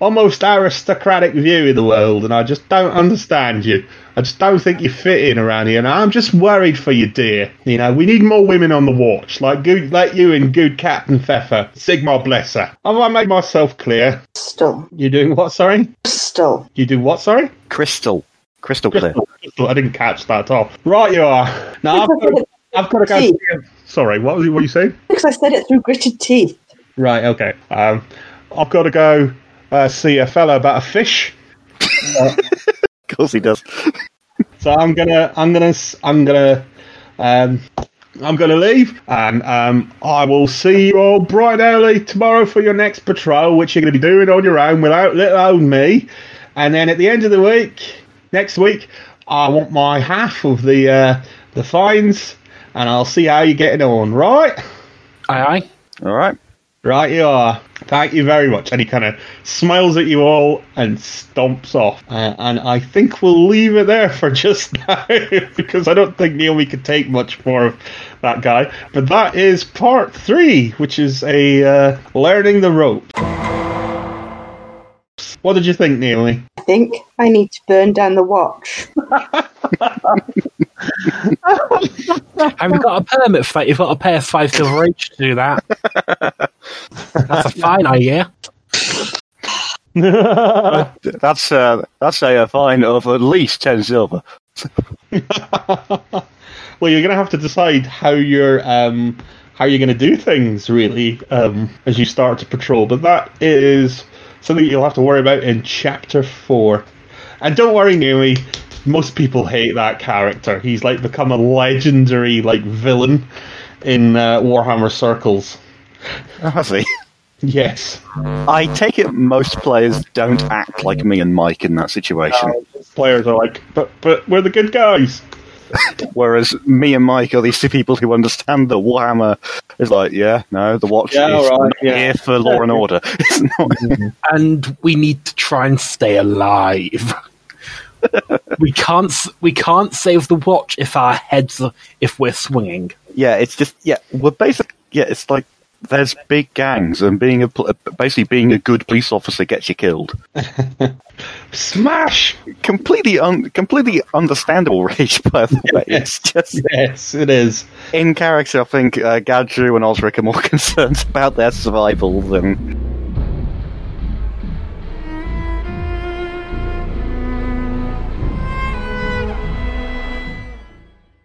S2: almost aristocratic view of the world, and I just don't understand you. I just don't think you fit in around here, and I'm just worried for you, dear. You know, we need more women on the watch, like good, like you and good Captain Pfeffer, Sigma Blesser. Have I made myself clear?
S5: Still.
S2: You doing what? Sorry,
S5: Still.
S2: you do what? Sorry.
S4: Crystal. Crystal clear.
S2: I didn't catch that at all. Right, you are. Now I've got to, I've got to go.
S5: See.
S2: Sorry, what was it, what you saying?
S5: Because I said it through gritted teeth.
S2: Right, okay. Um, I've got to go uh, see a fellow about a fish.
S4: Of course he does.
S2: So I'm gonna, I'm gonna, s- I'm gonna, um, I'm gonna leave, and um, I will see you all bright and early tomorrow for your next patrol, which you're gonna be doing on your own without little old me. And then at the end of the week, next week, I want my half of the uh, the fines, and I'll see how you're getting on. Right,
S3: Aye, aye.
S4: All right.
S2: right, you are. Thank you very much. And he kind of smiles at you all and stomps off. Uh, and I think we'll leave it there for just now because I don't think Naomi could take much more of that guy. But that is part three, which is a uh, learning the rope. What did you think, Naomi?
S5: I think I need to burn down the watch.
S3: Have you got a permit for that? You've got to pay us five silver each to do that. That's a fine, I hear.
S4: That's uh, that's a, uh, fine of at least ten silver.
S2: Well, you're gonna have to decide how you're um, how you're gonna do things really um, as you start to patrol. But that is something you'll have to worry about in chapter four. And don't worry, Naomi. Most people hate that character. He's like become a legendary like villain in uh, Warhammer circles.
S4: I see.
S2: Yes,
S4: I take it most players don't act like me and Mike in that situation,
S2: players are like, but but we're the good guys.
S4: whereas me and Mike are these two people who understand the Warhammer is like, yeah, no, the watch
S2: Yeah,
S4: is
S2: all right,
S4: not
S2: yeah. Mm-hmm.
S4: here for law and order. It's not.
S3: And we need to try and stay alive. we can't. s- We can't save the watch if our heads. are- If we're swinging.
S4: Yeah, it's just yeah. We're basic. yeah, it's like there's big gangs, and being a pl- basically being a good police officer gets you killed.
S2: Smash!
S4: Completely un- completely understandable rage, by the way. It's just
S2: Yes, it is.
S4: in character. I think uh, Gadru and Osric are more concerned about their survival than